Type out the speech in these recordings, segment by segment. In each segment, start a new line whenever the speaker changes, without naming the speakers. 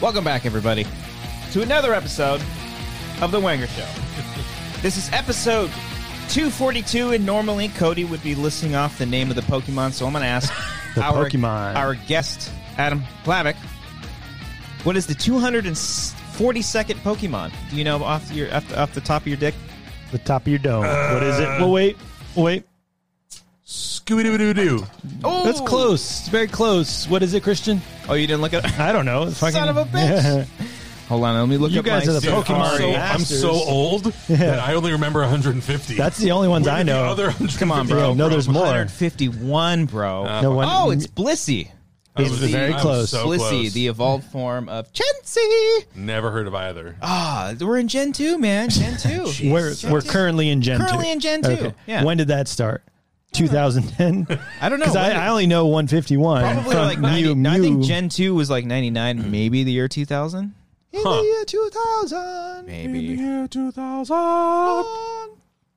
Welcome back, everybody, to another episode of The Wanger Show. this is episode 242, and normally Cody would be listing off the name of the Pokemon, so I'm going to ask
The
our,
Pokemon.
our guest, Adam Plavick, what is the 242nd Pokemon? Do you know off, your, off, the, off the top of your dick?
The top of your dome. what is it? Well, wait, wait.
Scooby doo doo.
Oh,
That's close. It's very close. What is it, Christian?
Oh, you didn't look at
I don't know.
Son of a bitch. Hold on, let me look
You
up
guys
my
are the
Dude,
Pokemon
I'm so-
I'm
masters.
so old that I only remember 150.
That's the only ones
Where
I
did the
know.
other 150
Come on, bro.
Yeah, no, there's more.
151, bro.
No one-
Oh, it's Blissey.
I
He's
was
very close.
So
Blissey,
close.
the evolved form of Chansey.
Never heard of either.
Ah, we're in Gen 2, man. Gen 2.
We're, we're currently in Gen
Currently
2.
in Gen 2, yeah.
When did that start? 2010?
I don't know.
Because I,
When-
I only know 151.
probably
from
like 90,
Mew
I think
Mew.
Gen 2 was like 99, maybe the year 2000.
In
Huh.
the year 2000.
Maybe.
year 2000.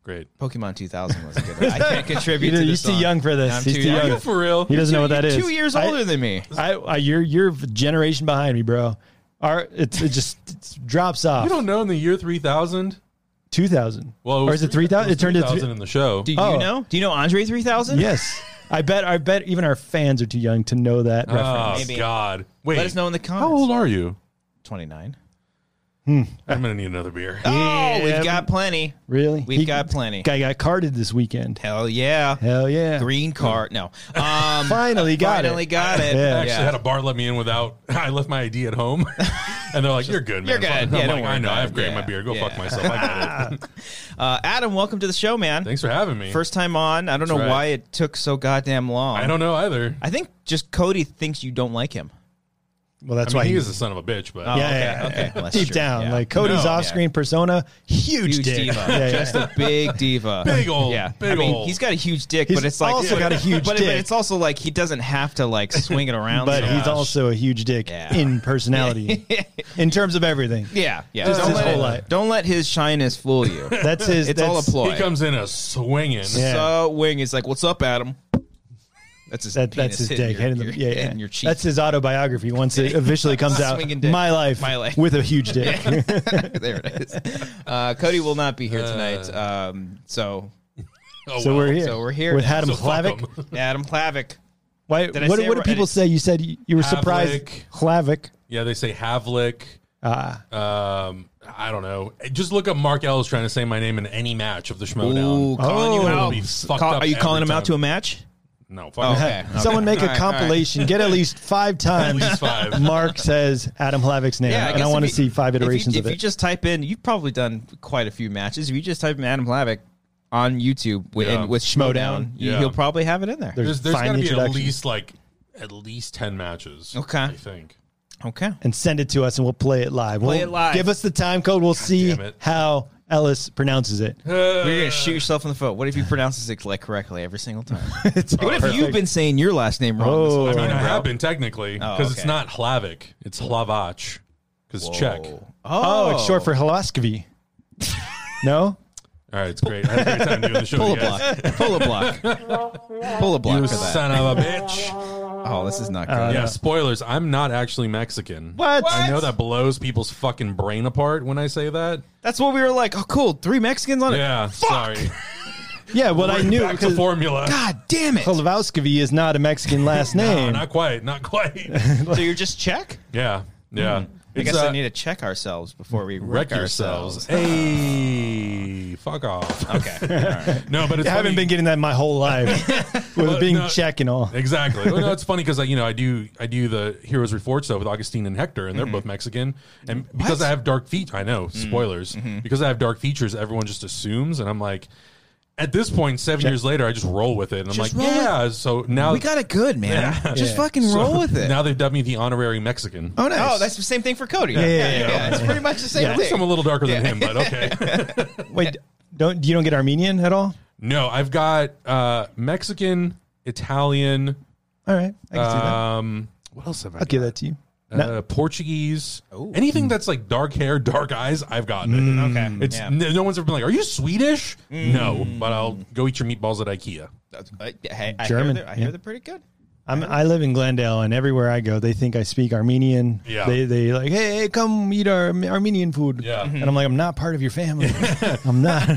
Great.
Pokemon 2000 was a good. one. I can't contribute
You're-
to
you're
this.
too
song.
young for this.
I'm
He's
too
too
young.
Are
young.
you for real?
He doesn't know what that is.
Two years
I-
older than me.
I, I, you're you're a generation behind me, bro. Our it, it just it drops off.
You don't know in the year 3000?
two thousand.
Well,
or is it three thousand? It turned
thousand
into
in the show.
Do you
Oh.
know? Do you know Andre 3000?
yes. I bet. I bet even our fans are too young to know that
Oh
reference.
Maybe.
God! Wait.
Let us know in the comments.
How old are you?
29.
I'm gonna need another beer.
Oh, we've got plenty.
Really,
We've got plenty.
Guy got carded this weekend.
Hell yeah.
Hell yeah!
Green card. No. Um,
Finally got
finally
it.
got it.
Yeah.
I actually had a bar let me in without. I left my ID at home, and they're like, "You're good, man."
"You're good.
I'm
Yeah,
like,
don't worry
I know.
about
I've
it.
grabbed
Yeah.
my beer. Go
Yeah.
fuck myself. I got it.
Uh, Adam, welcome to the show, man.
Thanks for having me.
First time on. I don't know
right.
why it took so goddamn long.
I don't know either.
I think just Cody thinks you don't like him. Oh,
Well, that's
I
why
mean, he
he
is a son of a bitch, but
Yeah, yeah,
okay,
yeah.
okay. Well, that's
deep
true.
down,
Yeah.
like Cody's
No,
off-screen persona, huge,
Huge
dick.
diva.
Yeah, yeah.
Just a big diva.
Big old-
Yeah. I
big
mean,
old.
he's got a huge dick,
He's
but it's like
also got a huge
but, But
dick.
it's also like he doesn't have to like swing it around.
but
so
he's
much.
also a huge dick
Yeah.
in personality, in terms of everything.
yeah, yeah.
Just
don't,
his
let
whole
it-
life.
don't let his shyness fool you.
That's his.
It's all a
that's-
ploy.
he comes in a swinging.
Yeah.
So wing is like, "What's up, Adam?" That's his.
That, that's
penis
his
hitting
dick.
your-
hitting the-
your-
yeah, yeah.
hitting your cheek.
That's his autobiography once it officially comes out.
Swinging dick.
My life,
My life.
with a huge dick.
there it is. Uh, Cody will not be here tonight,
Uh.
um, so
Oh,
So
well.
we're here.
So we're here
with
now.
Adam
So fuck
Plavik.
'em.
Adam Plavik.
Why?
I
What,
say
what
right?
did people say? You said you, you were surprised. Plavik.
Yeah, they say Havlick.
Ah,
Um, I don't know. Just look up Mark Ellis trying to say my name in any match of the
Ooh,
Schmodown.
calling
Oh.
you
Be
out.
fucked
Call-
up
are you calling him
every
out to a
time.
match?
No, fuck
Oh, Okay.
okay.
someone make
All
a
right, all right.
compilation. Get at least five
At
times.
least five.
Mark says Adam Plavik's name, and
guess
I
if
want to
you-
see five
if you-
iterations
if
of
you
it.
just type in, you've probably done quite a few matches. If you just type in Adam Plavik on YouTube with,
Yeah.
and with Schmodown, you-
Yeah.
he'll probably have it in there.
There's, there's
Find
got to be at
introduction.
least like at least ten matches.
Okay.
I think.
Okay.
and send it to us, and we'll play it live.
Play
We'll-
it live.
Give us the time code. We'll see
damn it.
how Ellis pronounces it.
You're gonna shoot yourself in the foot. What if you pronounce it like correctly every single time?
It's
what if you've
perfect.
been saying your last name wrong? this whole
Oh.
I mean,
time,
I
bro?
have been technically
Oh,
because it's
okay.
not Hlavik, it's Hlavach because Czech. All
Whoa.
Oh, it's short for Heloscopy. no?
right, it's great. I had a great time doing the show.
pull a
you guys.
block. Pull a block. Pull a block
You
for that.
son of a bitch.
Oh, this is not good.
yeah, spoilers. I'm not actually Mexican.
What?
I know that blows people's fucking brain apart when I say that.
That's what we were like. Oh, cool. Three Mexicans on it.
Yeah, sorry.
Yeah, what I knew
Back to
because
formula.
God damn it.
Kolowowski is not a Mexican last
No,
name.
not quite. Not quite.
So you're just Czech?
yeah, yeah.
I
It's,
guess I
uh,
need to check ourselves before we
wreck
wreck,
yourselves. Hey, fuck off.
Okay. All right.
No, but it's
I haven't
funny-
been getting that my whole life with
Well,
being
no.
Czech and all.
Exactly. Well, no, it's funny because I, you know, I do, I do the Heroes Reforged stuff with Augustine and Hector, and they're
Mm-hmm.
both Mexican. And because I have dark feet, I know spoilers.
Mm-hmm.
Because I have dark features, everyone just assumes, and I'm like, at this point, seven years later, I just roll with it, and I'm
Just
like,
roll with-
yeah. So now
We got it good, man.
Yeah.
Just
Yeah.
fucking
so
roll with it.
Now they've dubbed me the honorary Mexican.
oh, nice. Oh, that's the same thing for Cody. Yeah,
yeah, yeah.
It's pretty much the same
At least I'm a
thing.
little darker than him, but okay.
Wait, don't you don't get Armenian at all?
no, I've got uh, Mexican, Italian.
All right, I can see that.
Um, what else have I?
I'll give that to you. No-
uh, Portuguese, anything that's like dark hair, dark eyes, I've gotten
Mm.
it.
Okay.
It's no, no one's ever been like, "Are you Swedish?" No, but I'll go eat your meatballs at IKEA.
hey, I
German,
Hear they're, I hear
yeah.
they're pretty good.
I'm, I live in Glendale, and everywhere I go, they think I speak Armenian.
Yeah.
They they like, hey, hey, come eat our Armenian food.
Yeah.
Mm-hmm.
And I'm like, I'm not part of your family. I'm not.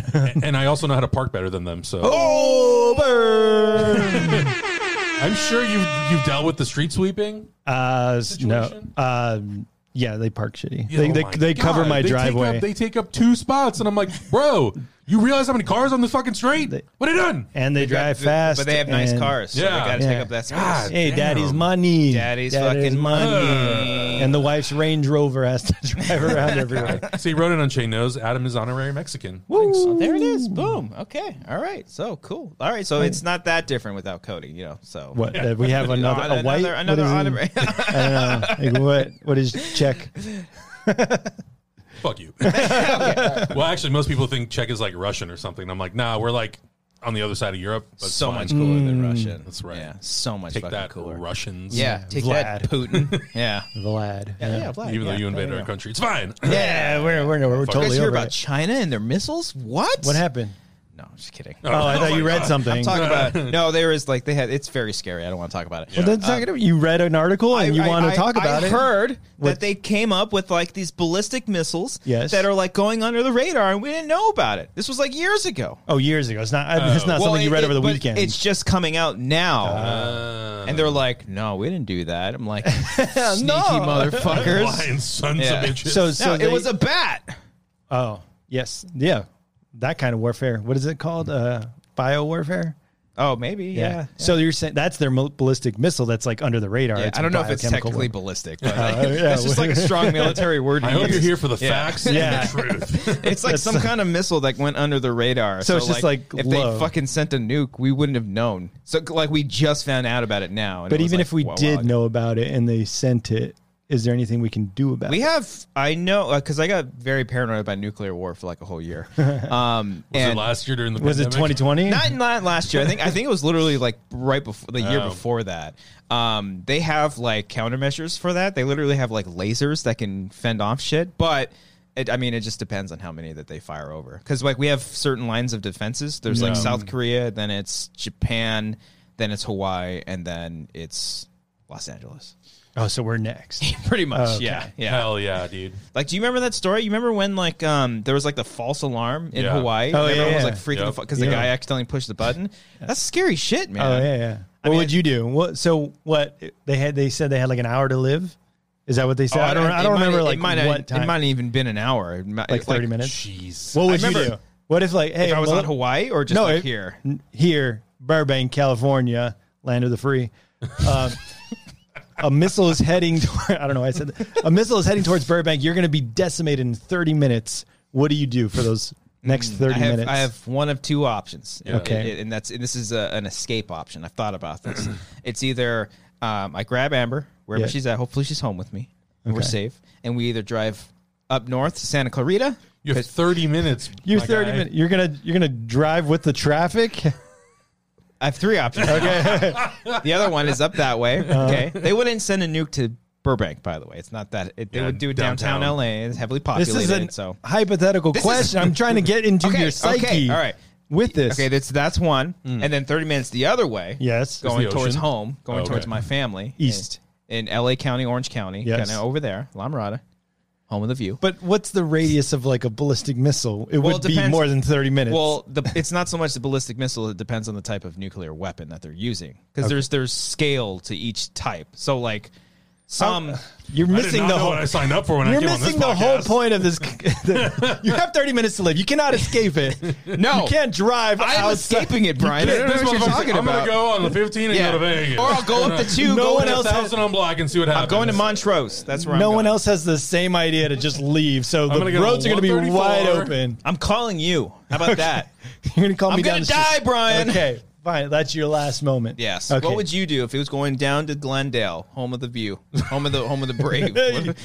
and I also know how to park better than them, so
Oh! Over.
I'm sure you've you've dealt with the street sweeping.
uh, no.
Situation?
Uh, yeah, they park shitty.
Oh
they they,
my
they cover
God,
my
they take up-
driveway.
they take up two spots, and I'm like, "Bro, you realize how many cars on this fucking street? what are you doing?"
and they, drive
But-
fast.
But they have nice
and-
cars. So
Yeah.
They got to take
Yeah.
up that space.
God.
Hey,
Damn.
daddy's money.
Daddy's fucking money.
And the wife's Range Rover has to drive around everywhere.
See, Ronan Unchained knows Adam is honorary Mexican.
Oh, there it is. Boom. Okay. All right. So cool. All right. So it's not that different without Cody, you know. So
What? that we have another,
another
a white. what
another
is it?
honorary.
I don't know. Like what? What is Czech?
Fuck you. Well, actually, most people think Czech is like Russian or something. I'm like, nah, we're like on the other side of Europe. But it's
so
fine.
much cooler than Russian.
That's right.
Mm. Yeah. So much
Take
fucking
that,
cooler.
Russians.
Yeah. Take that, Putin. yeah.
Vlad. Yeah.
Vlad,
Even
yeah.
though you invaded our country, it's fine.
Yeah. We're,
We're, we're, we're
Fuck.
you
totally
guys hear
over
about
it.
China and their missiles? What?
What happened?
No, I'm just kidding.
Oh, I thought
my
you read
God.
something.
I'm talking about no. There is like they had. It's very scary. I don't want to talk about it.
Yeah.
That's not gonna- you read an article and you
I-
want
I-
to talk about
I
it.
heard that
What-
they came up with like these ballistic missiles
Yes.
that are like going under the radar, and we didn't know about it. This was like years ago.
Oh, years ago. It's not. it's not
Uh, Well,
something you
it-
read
it-
over the
but
weekend. Ah.
It's just coming out now,
Uh,
and they're like, "No, we didn't do that." I'm like, "Sneaky motherfuckers!"
lying sons
Yeah.
of bitches.
so.
No,
So
it was a bat.
Oh yes, yeah. That kind of warfare. What is it called? Uh, bio warfare.
Oh, maybe. Yeah.
So you're saying that's their mo- ballistic missile that's like under the radar.
Yeah,
It's
I
a
don't know if it's
biochemical
technically
weapon.
ballistic, but
yeah.
it's just like a strong military word. to
I hope
use.
you're here for the
Yeah.
facts
Yeah.
and the truth.
It's like some kind of missile that went under the radar.
So it's just, like,
if they
low.
fucking sent a nuke, we wouldn't have known. So like we just found out about it now. and
But
it was
even
like,
if we
wow, wow.
did know about it and they sent it, is there anything we can do about
we
it?
have. I know because I got very paranoid about nuclear war for like a whole year. Um,
Was it
and
last year during the
Was it
pandemic?
2020?
not not last year. I think I think it was literally like right before the year
Oh.
before that. Um, they have like countermeasures for that. They literally have like lasers that can fend off shit. But it, I mean, it just depends on how many that they fire over. Because like we have certain lines of defenses. There's like
Yeah.
South Korea, then it's Japan, then it's Hawaii, and then it's Los Angeles.
oh, so we're next.
Pretty much,
Oh,
Okay.
yeah, yeah.
Hell yeah, dude.
Like, do you remember that story? You remember when like um there was like the false alarm in
Yeah.
Hawaii?
Oh,
and everyone
yeah,
was
yeah.
like freaking
Yep.
the fuck because the
Yeah.
guy accidentally pushed the button. That's scary shit, man.
Oh yeah, yeah. What
mean,
would you do? What? So what? They had. They said they had like an hour to live. Is that what they said? I don't. I,
it
don't
might-
remember
Oh, it
like
might not- e,
what time.
It might not even been an hour. It might-
like thirty minutes.
Jeez.
What would you do?
remember-
What if like hey,
If I was
well,
on Hawaii or just
no,
like
it-
here.
n- here, Burbank, California, land of the free. Um, a missile is heading. Toward, I don't know. Why I said that. a missile is heading towards Burbank. You're going to be decimated in 30 minutes. What do you do for those next 30
Hmm, I have,
minutes?
I have one of two options.
Okay.
And- and that's and this is a, an escape option. I've thought about this. it's either um, I grab Amber wherever
Yeah.
she's at. Hopefully she's home with me. and We're
Okay.
safe, and we either drive up north to Santa Clarita.
You have 30 minutes.
You're
my
30
guy.
minutes. You're gonna you're gonna drive with the traffic.
I have three options.
Okay.
The other one is up that way.
Uh-huh.
Okay. They wouldn't send a nuke to Burbank, by the way. It's not that it, they
Yeah,
would do it downtown,
downtown.
LA. It's heavily
this
populated.
is a
so
hypothetical
This is-
question. I'm trying to get into
okay,
your psyche.
Okay, all right.
with this. Hmm.
Okay, that's that's one, and then thirty minutes the other way.
Yes.
going
Is the
towards
ocean?
home, going
Okay.
towards my family,
Oh, East.
in, in L.A. County, Orange County,
Yes.
kind of over there, La Mirada, home of the view.
But what's the radius of like a ballistic missile? It
Well,
would
it
be
depends-
more than 30 minutes.
Well, the, it's not so much the ballistic missile; it depends on the type of nuclear weapon that they're using, because there's there's scale to each type. So like some.
you're
I did
missing
not
the
know
whole.
what I signed up for when I
You're
came on this
missing the whole
podcast.
point of this. you have 30 minutes to live. You cannot escape it.
No.
you can't drive.
I'm
outside.
escaping it, Brian. I
This
don't know what you're
motherfucker's
talking
like, I'm
about.
gonna go on the 15 and
yeah.
go to Vegas,
Or I'll go up the two.
No
go up
one
Put a
else
the-
has-
thousand on block and see what happens.
I'm going to Montrose. That's where
No
I'm
one
going.
else has the same idea to just leave. So
gonna
the
get a
roads are going to be wide
134.
open.
I'm calling you. How about that?
You're going to call
I'm
me down
gonna
the street.
die, Brian.
Okay, fine. That's your last moment.
Yes.
Okay.
What would you do if it was going down to Glendale, home of the view, home of the home of the brave,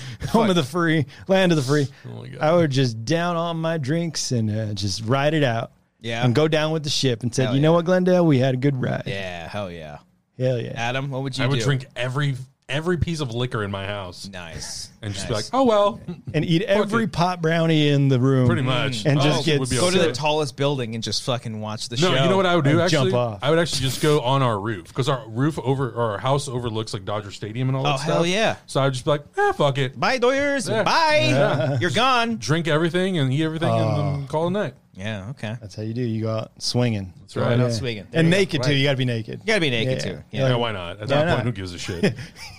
Home of the free, land of the free.
Oh
my God.
I would just down on my drinks and uh, just ride it out.
Yeah.
And go down with the ship and said,
Hell
you know what, Glendale? We had a good ride.
Yeah. Hell yeah.
Hell yeah.
Adam, what would you?
I would
do?
drink every every piece of liquor in my house
Nice.
and just be like,
Nice.
oh well,
And eat every
it.
pot brownie in the room. Mm.
pretty much,
And
Oh,
just
it
get
would be
so
go to the
okay.
tallest building and just fucking watch the
No,
show.
you know what I would do
and jump
actually?
off.
I would actually just go on our roof because our roof over or our house overlooks like Dodger Stadium and all that
Oh,
stuff.
hell yeah.
So I would just be like, ah, fuck it.
Bye, Doyers.
Yeah.
Bye. You're gone.
Drink everything and eat everything and
Uh,
then call it a night.
Yeah. Okay.
That's how you do. You go out swinging. That's
right. Out
swinging. There
And
you go.
naked, too.
Right.
You got to be naked. You
gotta be naked, too. Yeah.
Yeah, why not? At that
Why not?
point, who gives a shit?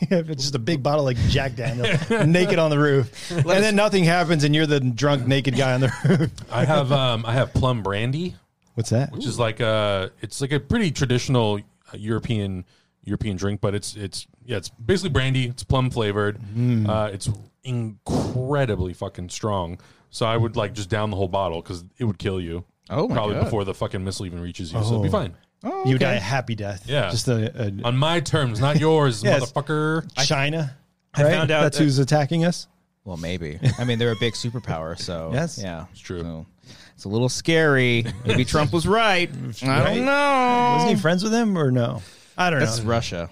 if it's just a big bottle like Jack Daniel, naked on the roof, and then nothing happens, and you're the drunk naked guy on the roof.
I have um, I have plum brandy,
What's that?
which is like a it's like a pretty traditional uh, European European drink, but it's it's yeah, it's basically brandy. It's plum flavored.
Mm.
Uh, it's incredibly fucking strong. So I would like just down the whole bottle because it would kill you.
Oh my
probably
God.
before the fucking missile even reaches you. So it'd be
Oh.
fine.
You die a happy death.
Yeah.
just a, a
On my terms, not yours,
Yes.
motherfucker.
China.
I found out
that's
that-
who's attacking us.
Well, maybe. I mean, they're a big superpower, so
Yes.
yeah, it's
true.
it's a little scary. Maybe Trump was right. I don't know.
Wasn't
Um,
he friends with him or no? I don't
That's
know.
Russia.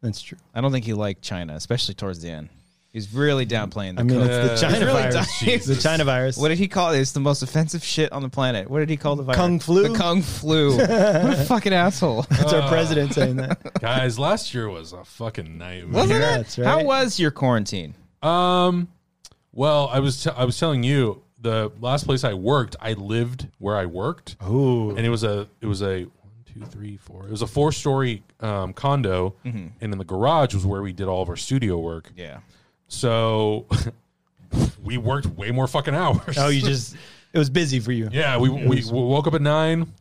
That's true.
I don't think he liked China, especially towards the end. He's really downplaying the.
I mean,
COVID.
it's the
Yeah.
China
Really
virus.
dying.
It's the China virus.
what did he call it? It's the most offensive shit on the planet. What did he call the virus?
Kung flu?
The Kung flu. what a fucking asshole.
That's
Uh.
our president saying that.
Guys, last year was a fucking nightmare.
Wasn't
Yeah,
it?
that's right.
How was your quarantine?
Um, well, I was t- I was telling you the last place I worked, I lived where I worked.
Ooh.
and it was a it was a one two three four. It was a four story um, condo, and in the garage was where we did all of our studio work.
Yeah.
So we worked way more fucking hours.
Oh, you just it was busy for you.
Yeah, we, we, we woke up at nine.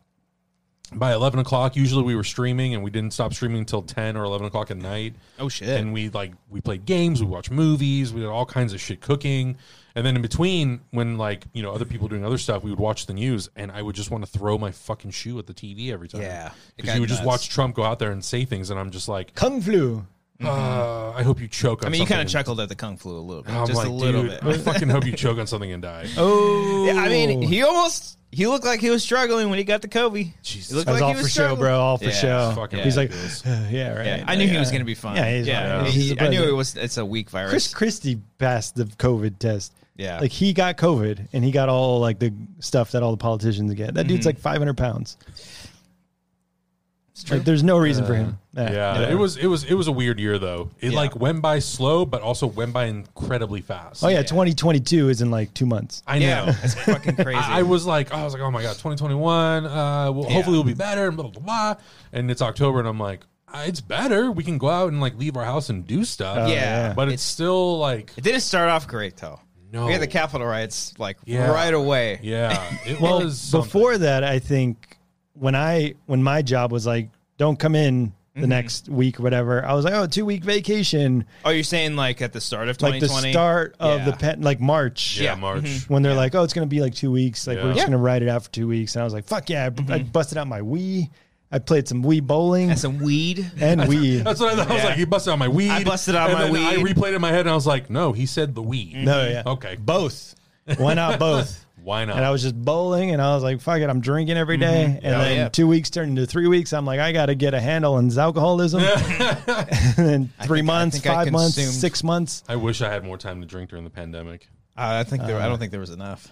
By eleven o'clock, usually we were streaming, and we didn't stop streaming until ten or eleven o'clock at night.
Oh, shit.
And we like we played games, we watched movies, we did all kinds of shit, cooking, and then in between, when like you know other people doing other stuff, we would watch the news, and I would just want to throw my fucking shoe at the TV every time.
Yeah, it
because
got
you would just
nuts.
watch Trump go out there and say things, and I'm just like,
Kung flu.
uh, I hope you choke.
Mm-hmm.
on
I mean, you kind
something
of
and-
chuckled at the Kung flu a little bit,
I'm
just
like,
a little
dude,
bit.
I fucking hope you choke on something and die.
Oh,
Yeah, I mean, he almost he looked like he was struggling when he got the Kobe.
Jesus.
He looked
that was
like
all
he
for show,
struggling.
bro. All for
Yeah,
show.
fucking
He's like,
ridiculous.
yeah, right.
Yeah, I knew he was
Yeah.
going to be fine.
Yeah, he's fine. He's
he-
the
I knew
president.
it was. It's a weak virus.
Chris Christie passed the COVID test.
Yeah.
Like he got COVID and he got all like the stuff that all the politicians get. That
Mm-hmm.
dude's like 500 pounds. Like there's no reason for him.
Yeah, it was it was it was a weird year though. It like went by slow, but also went by incredibly fast.
Oh yeah, 2022 is in like two months.
I know.
yeah, it's fucking crazy.
I, I was like, I was like, oh my god, 2021. Uh, well, hopefully we'll be better. And blah blah blah. And it's October, and I'm like, ah, it's better. We can go out and like leave our house and do stuff.
yeah.
uh, yeah.
but it's, still like,
it didn't start off great though.
No.
we had the Capitol riots like
Yeah.
right away.
yeah, it
Well,
was something.
before that, I think when I when my job was like, don't come in the
Mm-hmm.
next week or whatever, I was like, oh, two week vacation,
Oh, you're saying like at the start of
like the
2020?
start of the
Yeah.
pet, like March.
yeah,
yeah. Mm-hmm.
March.
When they're like, oh, it's gonna be like two weeks, like we're
Yeah.
just
Yeah.
gonna ride it out for two weeks, and I was like, fuck yeah, I,
Mm-hmm.
I busted out my Wii, I played some Wii bowling
and some weed.
and Wii.
That's what I thought. I was
Yeah.
like, he busted out my weed.
I busted out
and
my
then I
weed.
replayed it in my head, and I was like, no, he said the weed.
No, yeah,
Okay.
both. Why not both?
Why not?
And I was just bowling, and I was like, "Fuck it, I'm drinking every day." And then
Mm-hmm. yeah.
two weeks turned into three weeks. I'm like, I got to get a handle on this alcoholism. and then three months,
think I
five months,
consumed-
six months.
I wish I had more time to drink during the pandemic.
Uh,
Uh, I think there. I don't think there was enough.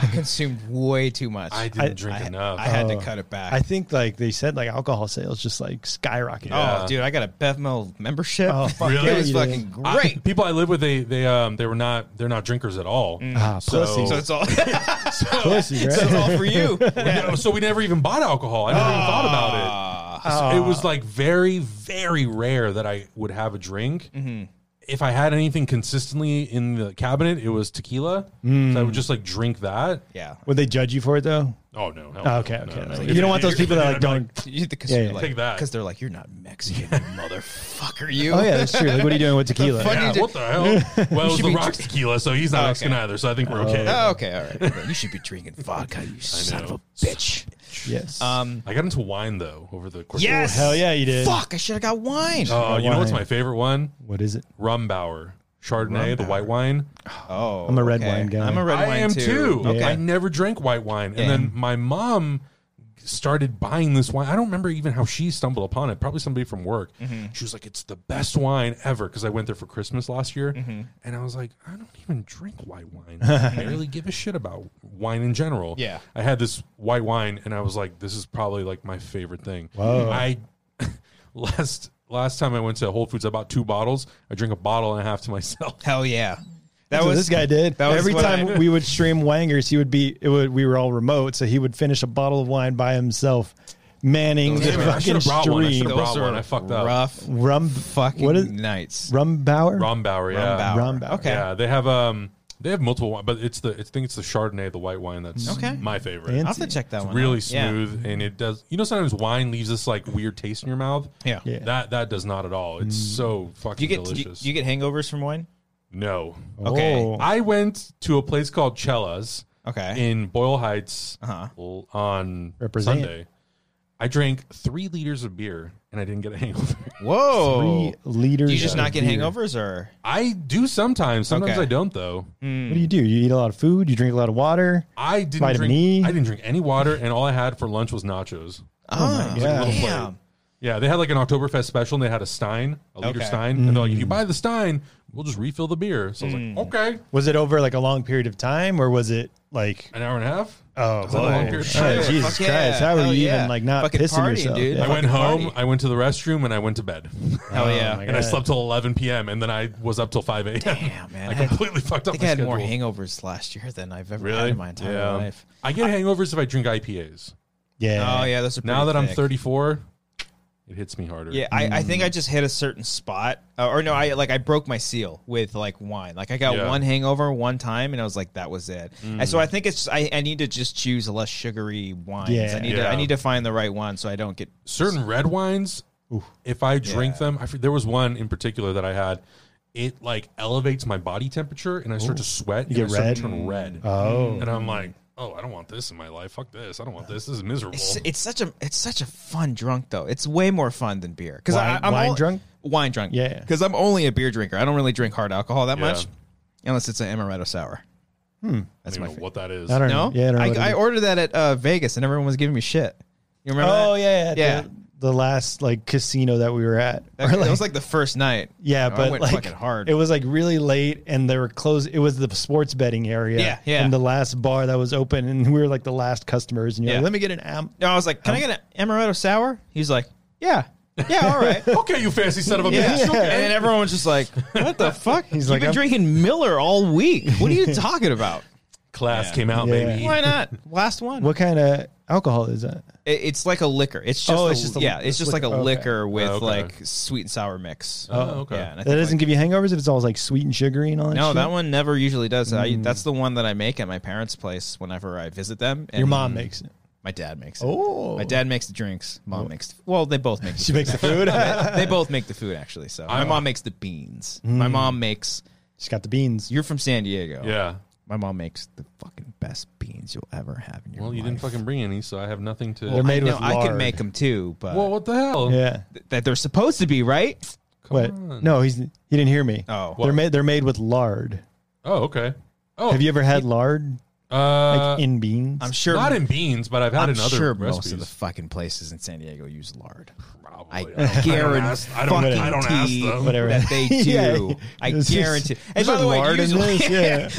I consumed way too much.
I
I,
didn't drink enough.
I had to cut it back.
Oh. I think like they said like alcohol sales just like skyrocketed.
Oh,
Yeah.
dude, I got a Bevmo membership.
Oh,
Fuck,
Really?
It was
yeah, you
fucking
did.
I-
great.
people I live with, they they um they were not they're not drinkers at all.
Ah, pussy.
Mm. so it's all, so,
Pussy, right?
so it's all for you.
No, so we never even bought alcohol. I never even thought about it.
Ah.
So it was like very, very rare that I would have a drink.
Mm-hmm.
If I had anything consistently in the cabinet, it was tequila. So I would just like drink that.
yeah. Ah,
Would they judge you for it though?
Oh no! hell
Oh,
no,
okay,
no,
okay.
no.
you don't want those people that like don't.
Because
Yeah,
yeah,
yeah.
Take that.
Because they're like, you're not Mexican, you motherfucker. You.
Oh yeah, that's true. Like, what are you doing with tequila?
fuck-
Yeah,
You
what the hell? Well, it was
should
the
be
rock
dr-
tequila, so he's not
Oh,
Mexican
okay.
either. So I think we're okay.
Oh, okay, all right. But you should be drinking vodka, you son of a bitch.
yes.
Um,
I got into wine though over the course.
yes.
hell yeah, you did.
Fuck, I should have got wine.
Oh, you know what's
Wine.
my favorite one?
what is it?
Rumbauer, Chardonnay, the white wine.
oh,
I'm a red wine guy.
I'm a red
I
wine
am too.
Okay.
I never drank white wine,
Yeah.
and then my mom started buying this wine. I don't remember even how she stumbled upon it. Probably somebody from work.
Mm-hmm.
She was like, "It's the best wine ever." Because I went there for Christmas last year,
Mm-hmm.
and I was like, "I don't even drink white wine. I barely give a shit about wine in general."
Yeah.
I had this white wine, and I was like, "This is probably like my favorite thing."
Wow.
I last. Last time I went to Whole Foods, I bought two bottles. I drink a bottle and a half to myself.
Hell yeah. That
That's what
was
this guy did.
that was
Every
what
time
I-
we would stream Wangers, he would be. It would. We were all remote, so he would finish a bottle of wine by himself, manning the
Damn it, I
fucking
should've brought one. I
stream.
should've brought
Those
one.
are
I fucked up.
Rough
Rum
fucking
What is-
nights.
Rumbauer.
Rombauer, yeah.
Rumbauer.
Rumbauer.
Okay.
Yeah, they have um they have multiple wine, but it's the it's- I think it's the Chardonnay, the white wine that's
Okay.
my favorite.
And-
I'll have to check that
it's
one.
really
out. Yeah.
smooth and it does you know sometimes wine leaves this like weird taste in your mouth?
Yeah.
Yeah. Mm.
That that does not at all. It's so fucking
You get you,
delicious.
you get hangovers from wine?
no.
Okay.
Oh.
I went to a place called Cella's
Okay.
in Boyle Heights
Uh-huh.
l- on
Represent.
Sunday. I drank three liters of beer and I didn't get a hangover.
Whoa.
Three liters.
Do Oh. you just
of
not get
beer.
hangovers or
I do sometimes. Sometimes
Okay.
I don't though.
What do you do? You eat a lot of food. You drink a lot of water.
I didn't
Vitamin
drink.
E.
I didn't drink any water, and all I had for lunch was nachos.
Oh,
God.
damn.
Yeah, they had like an Oktoberfest special, and they had a Stein, a liter
Okay.
Stein, and they're like, "If
Mm.
you buy the Stein, we'll just refill the beer." So I was like, "Okay,
Was it over like a long period of time, or was it like?
an hour and a half."
Oh,
that a long period of
oh,
time?
Jesus
Fuck
Christ!
yeah.
How are
Hell
you
yeah.
even like not
Fucking
pissing
partying,
yourself?
dude.
Yeah.
I went home.
party.
I went to the restroom, and I went to bed,
Hell yeah.
my
and I
God.
slept till eleven p.m. And then I was up till five a.m.
Damn, man.
I
I had-
completely fucked
I
up.
think
my
I had
schedule.
more hangovers last year than I've ever had
Really,
in my entire
Yeah.
life.
I get hangovers if I drink IPAs.
Yeah.
Oh yeah, those are
Now
pretty
that I'm
thick.
34, it hits me harder.
Yeah, I, I think I just hit a certain spot, uh, or no, I like I broke my seal with like wine. Like I got
Yeah.
one hangover one time, and I was like, that was it. And so I think it's I, I need to just choose less sugary wines.
Yeah.
I need to
Yeah.
I need to find the right one so I don't get.
certain red wines if i drink them I, f- there was one in particular that i had it like elevates my body temperature and i start to sweat
get
and I start
red?
to turn red
Oh.
and i'm like oh i don't want this in my life fuck this i don't want this this is miserable
It's, it's such a it's such a fun drunk though. It's way more fun than beer because
Wine-
I'm
wine
only-
drunk?
Wine drunk,
Yeah.
Because I'm only a beer drinker. I don't really drink hard alcohol that
Yeah.
much, unless it's an amaretto sour. Hmm,
i
that's my
don't even know
favorite.
what that is
I don't
No,
know. Yeah. I, don't know
I,
what it
I
is.
ordered that at uh, Vegas, and everyone was giving me shit. You remember?
Oh
that?
yeah, yeah.
Yeah.
The, the last like casino that we were at.
That,
Or,
that was like the first night.
yeah,
I
but
went
like
fucking hard.
It was like really late, and they were closed. It was the sports betting area.
Yeah, yeah.
And the last bar that was open, and we were like the last customers. And you're
Yeah.
like, let me get an am.
no, I was like, "Can I get an amaretto sour?" He's like, "Yeah, yeah, all right."
okay you fancy son of a
Yeah.
bitch
And then everyone was just like, "What the fuck?" He's You've
like,
been
"I'm-
drinking Miller all week. What are you talking about?
class came out
Yeah.
baby
Why not? Last one.
What kind of alcohol is that?
It- it's like a liquor. It's just
Oh,
a,
it's just a-
yeah. It's just like a
okay.
liquor with
okay.
like sweet and sour mix.
Oh, okay.
Yeah, and I
That
think,
doesn't
like-
give you hangovers if it's all like sweet and sugary and all that.
no,
shit?
that one never usually does. I,
Mm.
that's the one that I make at my parents' place whenever I visit them. And
Your mom makes it.
My dad makes it.
Oh.
My dad makes the drinks.
Oh.
Mom makes. The, well, they both make. The
She makes the food.
they both make the food actually. So my
I- Mm.
mom makes the beans. My mom makes.
She's got the beans.
You're from San Diego.
yeah
My mom makes the fucking best beans you'll ever have in your
well you
life.
didn't fucking bring any so i have nothing to
They're
well,
made
I
with
know I could
lard.
make them too, but
what the hell
Yeah.
th- that they're supposed to be right.
What?
on.
No, he's he didn't hear me.
Oh.
they're made. They're made with lard.
oh okay oh
Have you ever had lard?
Uh,
like in beans.
I'm sure.
not in beans, but I've had
I'm
in other
sure
recipes.
most of the fucking places in San Diego use lard. I
Probably. I don't- I don't
guarantee
ask- I don't- I don't ask them.
Whatever.
that they do.
Yeah.
I
Is there-
guarantee.
is
And by
there
the way,
lard in
usually,
this?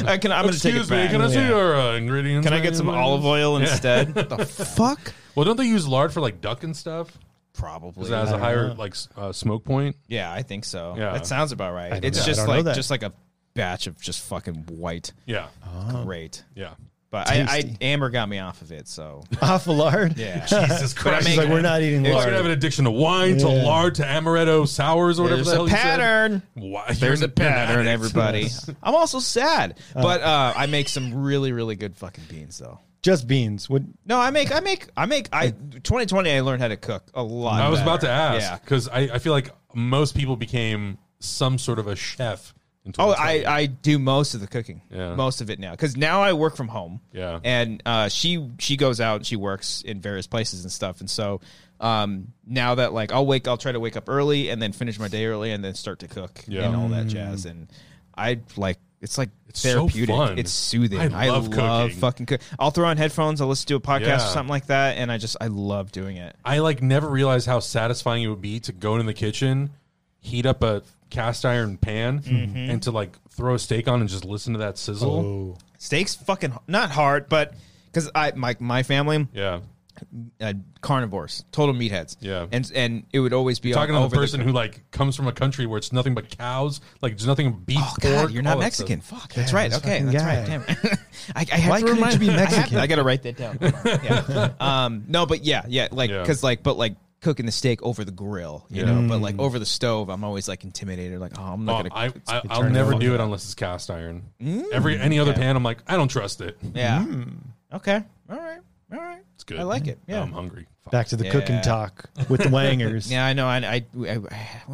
Yeah.
I can, I'm going to take
Excuse
it
me,
back.
can I see
Yeah.
your uh, ingredients?
Can I get some
menu?
olive oil
Yeah.
instead? the fuck?
Well, don't they use lard for like duck and stuff?
Probably.
Is that has a
don't
higher
Uh-huh.
know.
like s- uh, smoke point?
yeah, I think so.
Yeah.
That sounds about right.
don't
It's
know. I
just
don't know
like
that.
just like a batch of just fucking white.
Yeah,
Uh-huh. Great.
yeah.
But I, I
Tasty.
Amber got me off of it, so
Off of lard.
yeah.
Jesus
Christ.
She's like, we're not eating
I was
lard.
gonna have an addiction to wine, to
Yeah.
lard, to amaretto sours or whatever
There's
the hell
a
you said.
pattern.
Why?
There's
You're
a
an addict.
pattern, everybody. I'm also sad, but uh, I make some really, really good fucking beans, though.
Just beans. What?
No, I make, I make, I make. I 2020, I learned how to cook a lot.
I was
better.
about to
Yeah.
ask because I, I feel like most people became some sort of a chef. In
Oh,
2020.
I, I do most of the cooking,
Yeah.
most of it now, because now I work from home.
Yeah.
and uh, she she goes out and she works in various places and stuff, and so um, now that like I'll wake, I'll try to wake up early and then finish my day early and then start to cook
Yeah.
and all that jazz, and I like it's like
It's so
therapeutic,
fun.
it's soothing.
I
I
love
love,
cooking.
fucking cook. I'll throw on headphones, I'll listen to a podcast
Yeah.
or something like that, and I just I love doing it.
I like never realized how satisfying it would be to go in the kitchen, heat up a cast iron pan, and to like throw a steak on and just listen to that sizzle.
Oh,
Steaks fucking h- not hard, but because I my my family.
Yeah,
uh, carnivores, total meatheads.
Yeah.
and and it would always be
talking
all
to
over
the person who like comes from a country where it's nothing but cows, like there's nothing but beef.
Oh God,
pork,
you're
all
not
that stuff.
Mexican. Fuck, that's right.
this
Okay,
fucking
that's
guy.
right. Damn. it. I, I have
Why
to
couldn't
remind
you be
I have to-
Mexican?
I, gotta write that down. Yeah. um, no, but yeah, yeah, like
Yeah.
because like, but like cooking the steak over the grill, you know, but
Mm.
like over the stove, I'm always like intimidated. Like, oh, I'm
Oh,
not gonna.
I, I, I'll
turn
never
out.
do it unless it's cast iron.
Mm,
Every any other pan, I'm like, I don't trust it.
yeah.
Mm.
Okay. All right. All right.
It's good.
I like it. Yeah.
I'm hungry. Fuck.
back to the cooking
Yeah.
talk with the wangers.
yeah, I know. I. I, I what am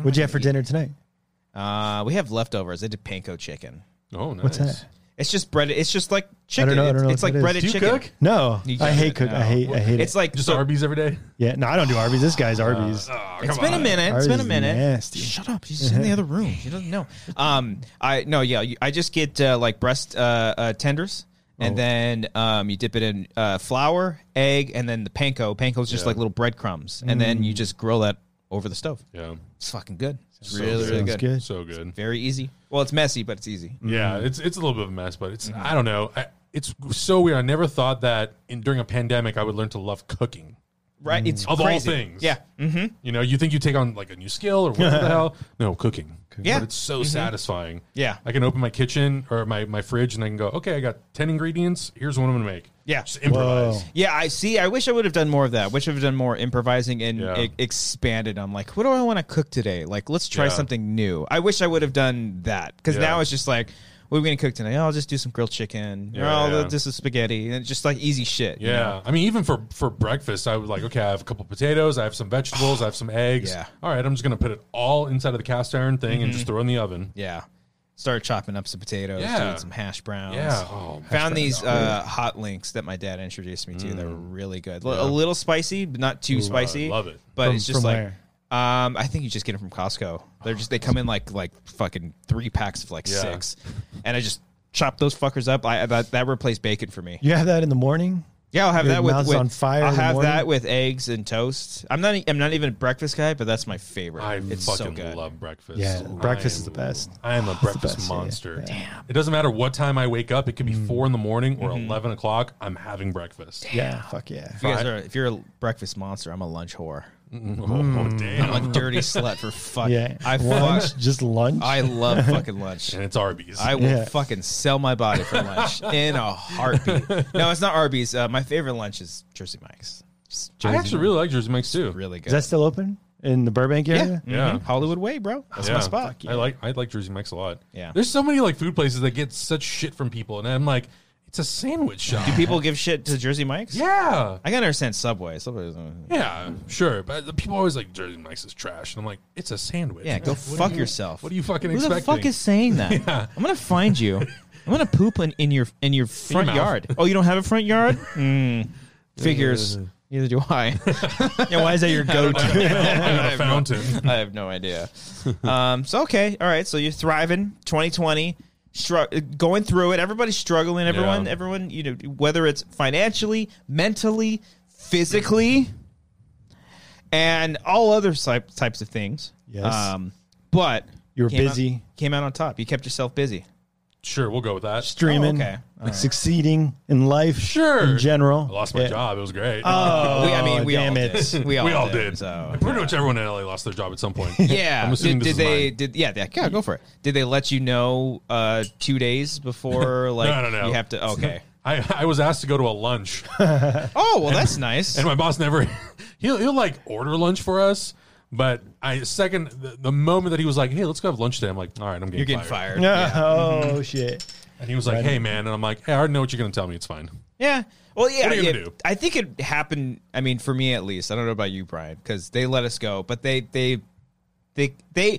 What'd you
I
have for
gonna
dinner tonight?
eat? Uh, we have leftovers. I did panko chicken.
Oh, nice.
What's that?
It's just bread. It's just like
I
chicken.
don't know, I don't
It's-
know
it's
what
like
that is.
breaded
Do you
chicken.
cook?
No,
You
I
got
hate
it.
cook.
No.
I hate. I hate
It's
it.
like
Just
so-
Arby's every day.
yeah. No, I don't do Arby's. This guy's Arby's.
Oh,
It's
come
been a
on.
minute.
Ours
It's been a
is
minute.
nasty.
Shut up. She's in the other room. She doesn't know. Um, I no, yeah. you- I just get uh, like breast uh, uh, tenders,
Oh.
and then um, you dip it in uh, flour, egg, and then the panko. Panko's just
Yeah.
like little breadcrumbs, and then
Mm.
you just grill that over the stove.
Yeah,
It's fucking good. It's
So
really,
good.
really
Sounds
good.
good.
so good.
Very easy. Well, it's messy, but it's easy.
Yeah, it's it's a little bit of a mess, but it's
Mm-hmm.
I don't know. I, it's so weird. I never thought that in, during a pandemic I would learn to love cooking.
Right?
Mm.
It's
Of all
crazy.
things.
Yeah. Mm-hmm.
You know, you think you take on like a new skill or whatever the hell. No, cooking.
Yeah. Mm-hmm.
But it's so satisfying.
Yeah.
I can open my kitchen or my, my fridge and I can go, okay, I got 10 ingredients. Here's what I'm going to make.
Yeah.
Just improvise.
Yeah, I see. I wish I would have done more of that. Wish I would have done more improvising and
Yeah.
e- expanded on like, what do I want to cook today? Like, let's try
Yeah.
something new. I wish I would have done that because
Yeah.
now it's just like, what are we gonna cook tonight? Oh, I'll just do some grilled chicken.
Yeah,
or I'll
yeah.
just do spaghetti and it's just like easy shit. you
Yeah.
know?
I mean, even for, for breakfast, I would like, okay, I have a couple potatoes, I have some vegetables, I have some eggs.
Yeah. Mm-hmm.
All right, I'm just going to put it all inside of the cast iron thing and just throw it in the oven.
yeah. Start chopping up some potatoes,
Yeah.
doing some hash browns.
Yeah. Oh,
Found these uh, hot links that my dad introduced me to. They were
Mm.
really good. L- A little spicy, but not too spicy.
love it.
But
From-
it's just
from
like
where?
um, I think you just get them from Costco. They're just they come in like like fucking three packs of like
Yeah.
six, and I just chop those fuckers up. I that, that replaced bacon for me.
You have that in the morning.
Yeah, I'll have
Your
that with,
mouth's
with
on fire
I'll
in the
have
morning?
that with eggs and toast. I'm not e, I'm not even a breakfast guy, but that's my favorite.
I
it's
fucking
so good.
love breakfast.
Yeah, breakfast is
I'm-
the best.
I am a breakfast
best, yeah, Mm.
monster.
yeah.
Damn. It doesn't matter what time I wake up. It could be four in the morning or
Mm-hmm.
eleven o'clock. I'm having breakfast.
Yeah. Fuck yeah.
If you guys are if you're a breakfast monster, I'm a lunch whore.
Oh
Mm.
damn!
I'm a dirty slut for fuck.
Yeah.
I fuck.
lunch. Just lunch.
I love fucking lunch.
and it's Arby's.
I will
Yeah.
fucking sell my body for lunch in a heartbeat. No, it's not Arby's. Uh, my favorite lunch is Jersey Mike's. It's
I actually really like Jersey Mike's too.
really good.
is that still open in the Burbank
yeah,
area?
Yeah.
Mhm. Hollywood Way, bro. That's
Mm-hmm. Yeah.
my spot.
I like I like Jersey Mike's a lot.
Yeah.
there's so many like food places that get such shit from people, and I'm like, it's a sandwich shop.
Do people give shit to Jersey Mike's?
yeah,
I gotta understand Subway. Subway's. uh,
yeah, sure. But the people always like Jersey Mike's is trash, and I'm like, it's a sandwich.
Yeah, go
What do
fuck
you-
yourself.
What are you fucking
Who
expecting?
the fuck is saying that? I'm gonna find you. I'm gonna poop in, in your in your front
mouth.
yard. Oh, you don't have a front yard? Mm. Figures. Neither do I.
Yeah. Why is that your go-to?
I'm in a fountain.
I have no idea. Um, so okay, all right. So you're thriving, 2020. stru- going through it. Everybody's struggling. Everyone,
Yeah.
everyone, you know, whether it's financially, mentally, physically, and all other type, types of things. Um,
Yes.
but
You were
came out-
busy.
came out on top. You kept yourself busy.
Sure, we'll go with that.
Streaming,
Oh, okay. All right.
succeeding in life,
Sure.
in general.
I lost my
Yeah.
job. It was great.
Oh,
we, I mean, we
damn
all
it.
did. We all,
we all
did.
did.
So
Pretty much everyone in LA lost their job at some point.
yeah,
I'm assuming
did,
this
did
is
they?
mine.
Did yeah, yeah? Yeah, go for it. Did they let you know uh, two days before? Like
no, no.
you have to. Okay.
I, I was asked to go to a lunch,
Oh well, that's nice.
and my boss never. He'll he'll like order lunch for us, but I second the, the moment that he was like, "Hey, let's go have lunch today," I'm like, "All right, I'm getting
You're getting fired.
Oh shit.
And he was like, "Hey, man," and I'm like, "Hey, I already know what you're going to tell me. It's fine."
Yeah. Well, yeah.
What are you
yeah,
gonna do?
I think it happened. I mean, for me at least. I don't know about you, Brian, because they let us go, but they they they they.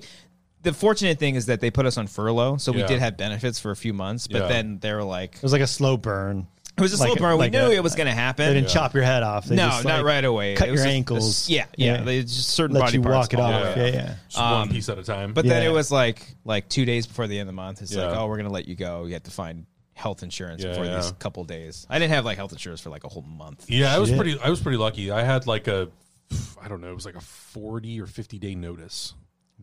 The fortunate thing is that they put us on furlough, so we
Yeah.
did have benefits for a few months. But
Yeah.
then they were like,
It was like a slow burn.
"It was a slow
Like
burn. We
like
knew
a-
it was going to happen."
They didn't chop your head off. They
no,
just,
not
like,
right away. It
Cut your
was just-
ankles.
yeah, yeah,
Yeah.
They just certain
Let
body
you
parts
walk it
fall
off.
off.
Yeah, yeah.
Just one piece at a time.
Um, But then
Yeah.
it was like like two days before the end of the month. It's like,
Yeah.
oh, we're gonna let you go. You have to find health insurance
Yeah,
before
yeah.
these couple days. I didn't have like health insurance for like a whole month.
yeah, I was
Shit.
pretty. I was pretty lucky. I had like a, I don't know, it was like a 40 or 50 day notice.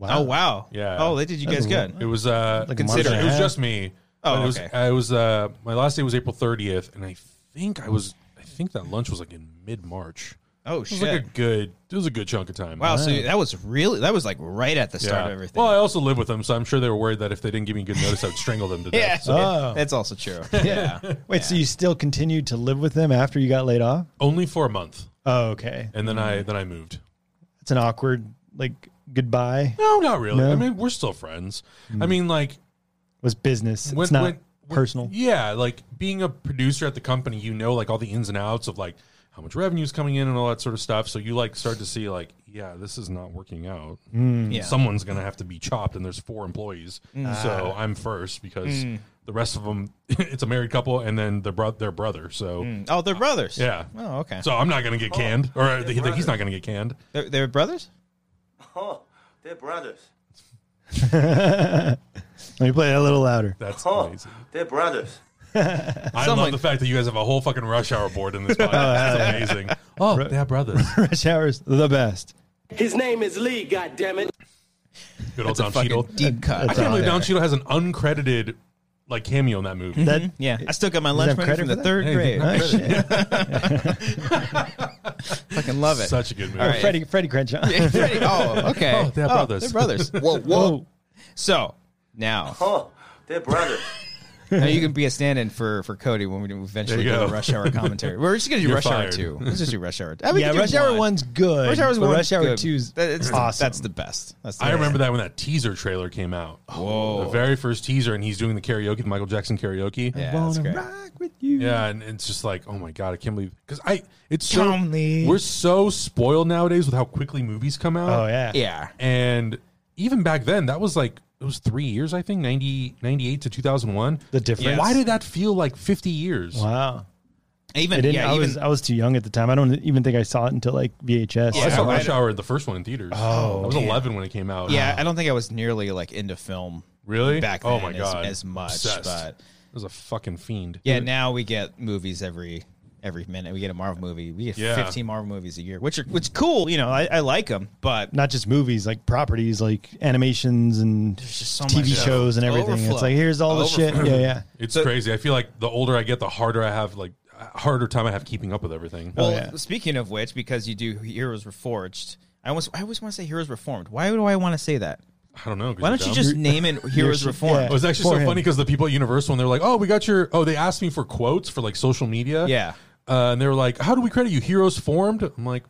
Oh wow.
Yeah.
Oh, they did you guys good.
It was uh,
Like
a month and a
it was
half.
just me.
Oh,
But it was,
okay.
I was uh, my last day was April 30th, and I think I was. I think that lunch was like in mid March.
Oh
It was
shit.
like a good. It was a good chunk of time.
wow. So that was really that was like right at the
Yeah.
start of everything.
Well, I also live with them, so I'm sure they were worried that if they didn't give me good notice, I would strangle them to death.
yeah.
So
Oh.
That's also true. Yeah.
Wait, so you still continued to live with them after you got laid off?
only for a month,
Oh, okay.
and then
Mm.
I then I moved.
It's an awkward like goodbye.
No, not really.
No?
I mean, we're still friends.
Mm.
I mean, like
was business.
when-
it's not
when- when-
personal.
Yeah, like being a producer at the company, you know, like all the ins and outs of like how much revenue is coming in and all that sort of stuff. So you like start to see like, yeah, this is not working out.
Mm.
Yeah. Mm.
Someone's gonna have to be chopped, and there's four employees, so
Ah.
I'm first because the rest of them, it's a married couple, and then their bro- their brother. So
oh, they're brothers.
yeah,
Oh, okay.
so I'm not gonna get canned, or he- he's not gonna get canned.
They're, they're brothers.
Oh, they're brothers.
Let me play that a little louder.
That's
Oh,
amazing.
they're brothers.
I
Someone-
love the fact that you guys have a whole fucking rush hour board in this podcast. That's amazing. Oh, yeah, brothers.
Rush hours, the best.
His name is Lee, goddammit.
Good old Don
Fucking
Cheadle.
deep cut.
I
That's
can't
all
believe
there.
Don Cheadle has an uncredited like cameo in that movie.
That
Mm-hmm. Yeah. I still got my
that
lunch money
credit
from
for
the
that?
third
Hey,
grade.
not
I
oh,
credit.
shit.
Oh, fucking love it.
Such a good movie.
All right.
Freddie Freddie Crenshaw.
Freddie- oh, okay.
Oh, they're brothers.
They're brothers.
Whoa, whoa.
So now,
Oh, they're brothers.
now you can be a stand-in for for Cody when we eventually
There you
go to
go.
rush hour commentary. We're just gonna do
You're
rush hour
fired.
two. Let's just do rush hour. I mean,
yeah,
we can
Rush
do
Hour
one.
One's good.
Rush hour's
but
one.
Rush Hour Two's
that's
awesome.
That's the best. That's the
I
best.
remember that when that teaser trailer came out.
Whoa.
The very first teaser, and he's doing the karaoke, the Michael Jackson karaoke.
Yeah, that's
Wanna
great.
rock with you.
Yeah, and it's just like, oh my god, I can't believe because I it's so
Come, Lee.
we're so spoiled nowadays with how quickly movies come out.
Oh yeah.
Yeah.
and even back then that was like it was three years I think 90, 98 to two thousand one.
The difference.
Why did that feel like fifty years?
Wow. I
Even
didn't.
yeah.
I
even
was I was too young at the time. I don't even think I saw it until like VHS.
I
Yeah.
saw
I-
Rush Hour, the first one in theaters. Oh, I was eleven when it came out.
yeah.
uh,
I don't think I was nearly like into film.
Really?
Back
oh
then
my
as-
god,
as, much,
Obsessed.
but
I was a fucking fiend.
yeah. Now we get movies every every minute. We get a Marvel movie. We get
Yeah.
fifteen Marvel movies a year, which are which is cool. You know, I, I like them, but
Not just movies, like properties, like animations and
just so much
TV shows and everything. It's
overflow.
like here's all the shit.
Overflow.
Yeah, yeah.
It's
So-
crazy. I feel like the older I get, the harder I have like uh, harder time I have keeping up with everything.
Well,
Oh, yeah.
speaking of which, because you do Heroes Reforged, I almost I always want to say Heroes Reformed. Why do I want to say that?
I don't know. 'cause
Why
you're
don't you
dumb.
just name it Heroes
yeah.
Reformed?
It was Oh, actually
for
so
him.
funny because the people at Universal, when they're like, "Oh, we got your," oh, they asked me for quotes for like social media,
Yeah.
uh, and they were like, "How do we credit you? Heroes formed?" I'm like,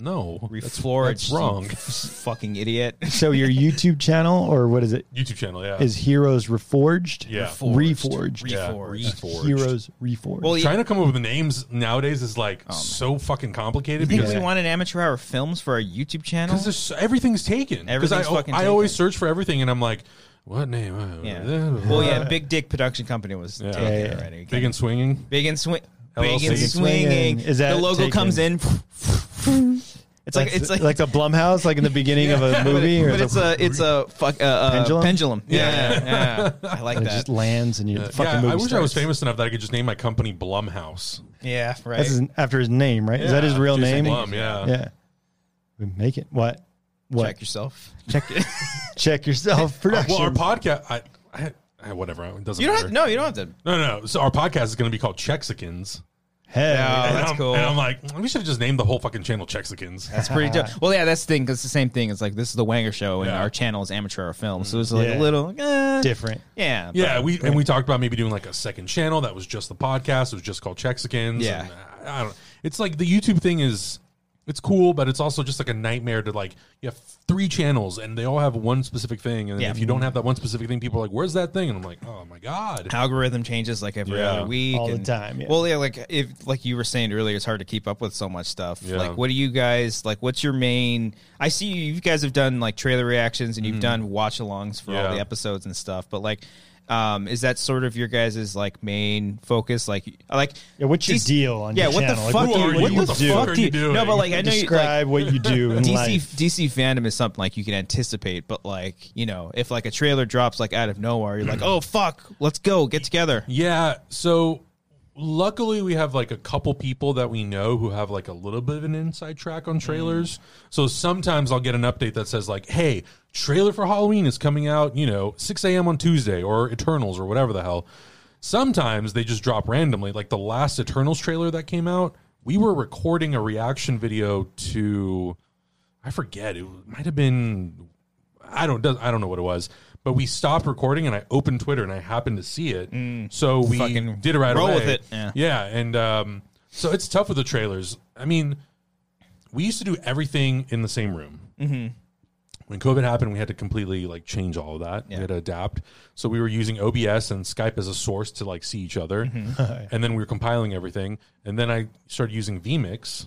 "No, that's,
Reforged.
that's wrong."
you fucking idiot.
So your YouTube channel or what is it?
YouTube channel, yeah,
Is Heroes Reforged?
yeah.
Reforged.
Yeah.
Reforged.
Reforged.
Heroes Reforged.
Well, yeah,
Trying to come up with names nowadays is like
Oh,
so fucking complicated
you
because
think we wanted amateur hour films for our YouTube channel?
Because there's everything's taken. Because I,
Everything's fucking
I always
taken.
search for everything, and I'm like, what name? Uh,
Yeah.
uh,
Well, yeah, Big Dick Production Company was
Yeah.
taken
Yeah,
yeah.
already.
Big and swinging.
Big and swing.
LLC.
Big and
Big
swinging.
Swinging. Is that
the logo
taken?
comes in?
It's
Like-
like
it's like-
like the Blumhouse, like in the beginning of a movie, or
but
the-
it's a it's a fuck uh, uh, pendulum.
Pendulum?
Yeah, yeah, I like
and it
that.
just lands and you're the fucking
yeah,
movie.
I wish I was
starts.
famous enough that I could just name my company Blumhouse.
yeah, right.
That's his, after his name, right? Is that his
Yeah,
real
Jason
name?
Blum, yeah.
Yeah. We make it. What? What?
Check yourself.
Check, check yourself. Production.
Well, our podcast, I, I, I whatever, it doesn't
You don't
matter.
have no. You don't have to.
no, no, no. So our podcast is going to be called Chexicans.
Hell
Yeah.
yeah.
and
Oh, that's
I'm,
cool.
And I'm like, we should have just named the whole fucking channel Chexicans.
That's pretty
Ah.
dope. Well, yeah, that's the thing. 'cause it's the same thing. It's like this is the Wanger Show, and
Yeah.
our channel is amateur or film. So it's like
Yeah.
a little eh,
different.
Yeah, but-
yeah, we and we talked about maybe doing like a second channel that was just the podcast. It was just called Chexicans.
Yeah.
and uh, I, I don't. It's like the YouTube thing is it's cool, but it's also just like a nightmare to like you have three channels and they all have one specific thing, and
Yeah.
if you don't have that one specific thing, people are like, "Where's that thing?" And I'm like, "Oh my god."
algorithm changes like every
Yeah.
other week
All the
and-
time, yeah.
well yeah like if like you were saying earlier it's hard to keep up with so much stuff
Yeah.
like what do you guys like what's your main i see you, you guys have done like trailer reactions and you've done watch alongs for all
Mm-hmm. Yeah.
the episodes and stuff but like um is that sort of your guys' like main focus like like
Yeah, what's your deal on
yeah
your
what
channel?
the
Like,
fuck
what
do
are
you,
you-
what
what
the
the
fuck
fuck are
do
you
you
doing?
no but like i know you like
Describe what you do in
DC
life.
DC fandom is something like you can anticipate, but like you know, if like a trailer drops like out of nowhere, you're like, oh fuck, let's go, get together.
Yeah. So luckily we have like a couple people that we know who have like a little bit of an inside track on trailers. So sometimes I'll get an update that says like, hey, trailer for Halloween is coming out, you know, 6 a.m. on Tuesday or Eternals or whatever the hell. Sometimes they just drop randomly. Like the last Eternals trailer that came out, we were recording a reaction video to I forget. It might have been I don't does- I don't know what it was, but we stopped recording and I opened Twitter and I happened to see it. So we
Mm. Fucking
did it right
roll
away.
with it. Yeah.
Yeah. and um, so it's tough with the trailers. I mean, we used to do everything in the same room. Mm-hmm. When COVID happened, we had to completely like change all of that. We had to adapt. So we were using OBS and Skype as a source to like see each other,
Mm-hmm.
and then we were compiling everything. And then I started using VMix.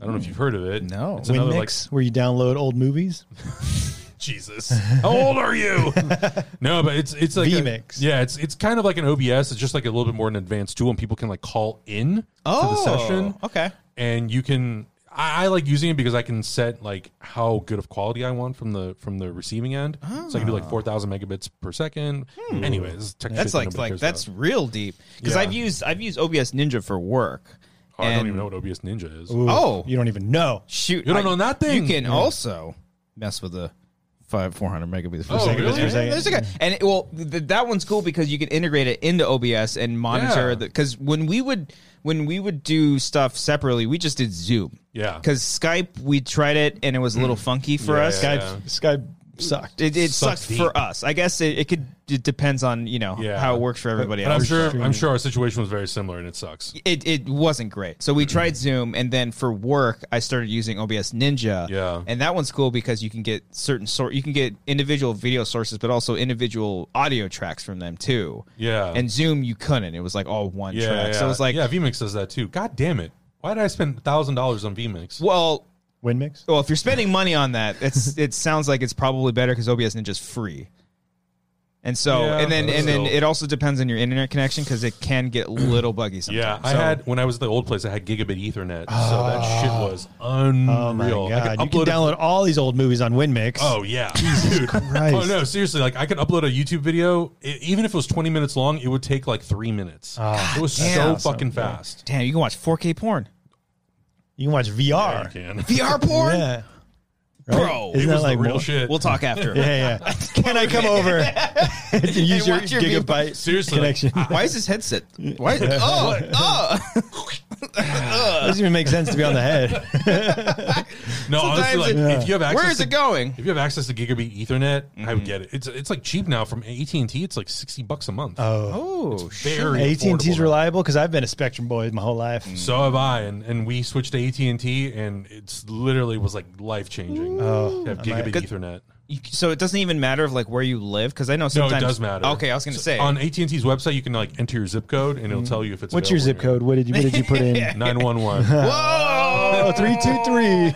I don't know if you've heard of it.
Mm. No.
it's another like
Winmix, where you download old movies.
Jesus, how old are you? no, but it's it's like a-
vMix.
yeah, it's it's kind of like an OBS. It's just like a little bit more an advanced tool, and people can like call in to the session,
Oh, okay.
and you can. I, I like using it because I can set like how good of quality I want from the from the receiving end. So I can do like four thousand megabits per second. Anyways, tech
Ah. Hmm.
shit
That's
that
like
nobody
like
cares
that's
about.
real deep because
Yeah.
I've used I've used OBS Ninja for work.
Oh, I
and-
don't even know what OBS Ninja is.
Ooh,
Oh.
you don't even know.
Shoot,
You don't
I-
know that
You
thing.
can
Yeah.
also mess with the five four hundred megabits per
Oh,
second.
really?
Yeah, There's a guy, and it- well, th- that one's cool because you can integrate it into OBS and monitor
Yeah.
the. Because when we would when we would do stuff separately, we just did Zoom.
Yeah. Mm.
Because Skype, we tried it and it was a little funky for
Yeah,
us.
yeah,
Skype,
yeah.
Skype sucked.
It, it
Sucks
sucked
deep.
for us. I guess it, it could. It depends on you know
Yeah.
how it works for everybody
But
else.
I'm sure I'm sure our situation was very similar, and it sucks.
it, it wasn't great. So we
Mm-hmm.
tried Zoom, and then for work, I started using OBS Ninja.
Yeah.
and that one's cool because you can get certain sort, you can get individual video sources, but also individual audio tracks from them too.
Yeah.
and Zoom you couldn't. It was like all one
Yeah,
track.
yeah.
So it was like,
yeah, VMix does that too. God damn it! Why did I spend thousand dollars on VMix?
well,
Winmix.
well, if you're spending money on that, it's it sounds like it's probably better because OBS Ninja's free. And so,
Yeah,
and then,
but
and then
still.
it also depends on your internet connection because it can get a little buggy sometimes.
Yeah, I
So-
had when I was at the old place, I had gigabit Ethernet, so that shit was unreal.
Ah. Oh my
I
god! You
could
can
upload.
download all these old movies on Winmix.
oh yeah, dude.
Christ.
Oh no, seriously, like I could upload a YouTube video, i even if it was twenty minutes long, it would take like three minutes.
Ah,
it was so
damn.
fucking fast.
damn, you can watch 4K porn,
you can watch VR.
Can.
VR porn.
Yeah,
Bro,
Isn't
It
that
was
like
the real
mo-
shit.
We'll talk after.
Yeah, yeah. Can I come over and use your,
watch your video?
gigabyte
Seriously, like,
connection?
Why is this headset? Why? Oh, oh.
doesn't even make sense to be on the head.
No, honestly,
Sometimes
like
it-
if you have access,
Where is
to-
it going?
If you have access to gigabit Ethernet, I
Mm-hmm.
would get it. It's it's like cheap now from AT and T. It's like sixty bucks a month.
Oh,
very
AT and
affordable Mm.
T's
now.
reliable because I've been a Spectrum boy my whole life.
So have I, and, and we switched to AT and T, and it's literally was like life changing. Oh, have gigabit
Good-
Ethernet.
You- so it doesn't even matter of like where you live because I know
No,
sometimes
it does matter.
Okay, I was gonna
So
say Mm.
on AT and T's website, you can like enter your zip code, and it'll tell you if it's.
What's your zip code? What did you What did you put in?
Nine one one.
Whoa!
Oh, three two three.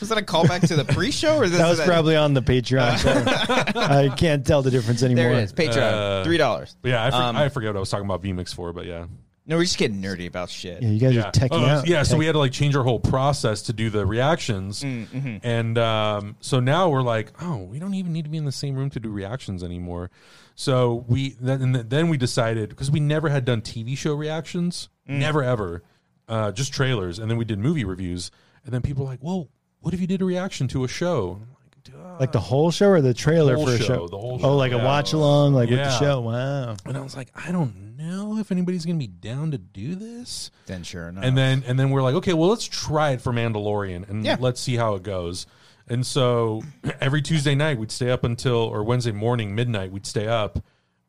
Was that a callback to the pre-show or this
That
is
was probably on the Patreon. so I can't tell the difference anymore.
there it is Patreon
Uh,
three dollars.
Yeah, I, for, I forget what I was talking about VMix for, but yeah,
No, we're just getting nerdy about shit.
Yeah, you guys are teching
Oh,
out.
Yeah, so
Tech-
we had to like change our whole process to do the reactions, and um, so now we're like, oh, we don't even need to be in the same room to do reactions anymore. So we then and then we decided because we never had done TV show reactions, never ever, uh, just trailers, and then we did movie reviews, and then people were like, well, what if you did a reaction to a show? I'm like, "Duh."
like the whole show or the trailer
Whole
for a
show,
show,
the whole
Oh,
show,
like a
yeah.
watch along, like with the
Yeah.
show. Wow.
And I was like, I don't know if anybody's gonna be down to do this.
Then sure enough.
and then and then we're like, okay, well, let's try it for Mandalorian and
Yeah.
let's see how it goes. And so every Tuesday night we'd stay up until or Wednesday morning midnight we'd stay up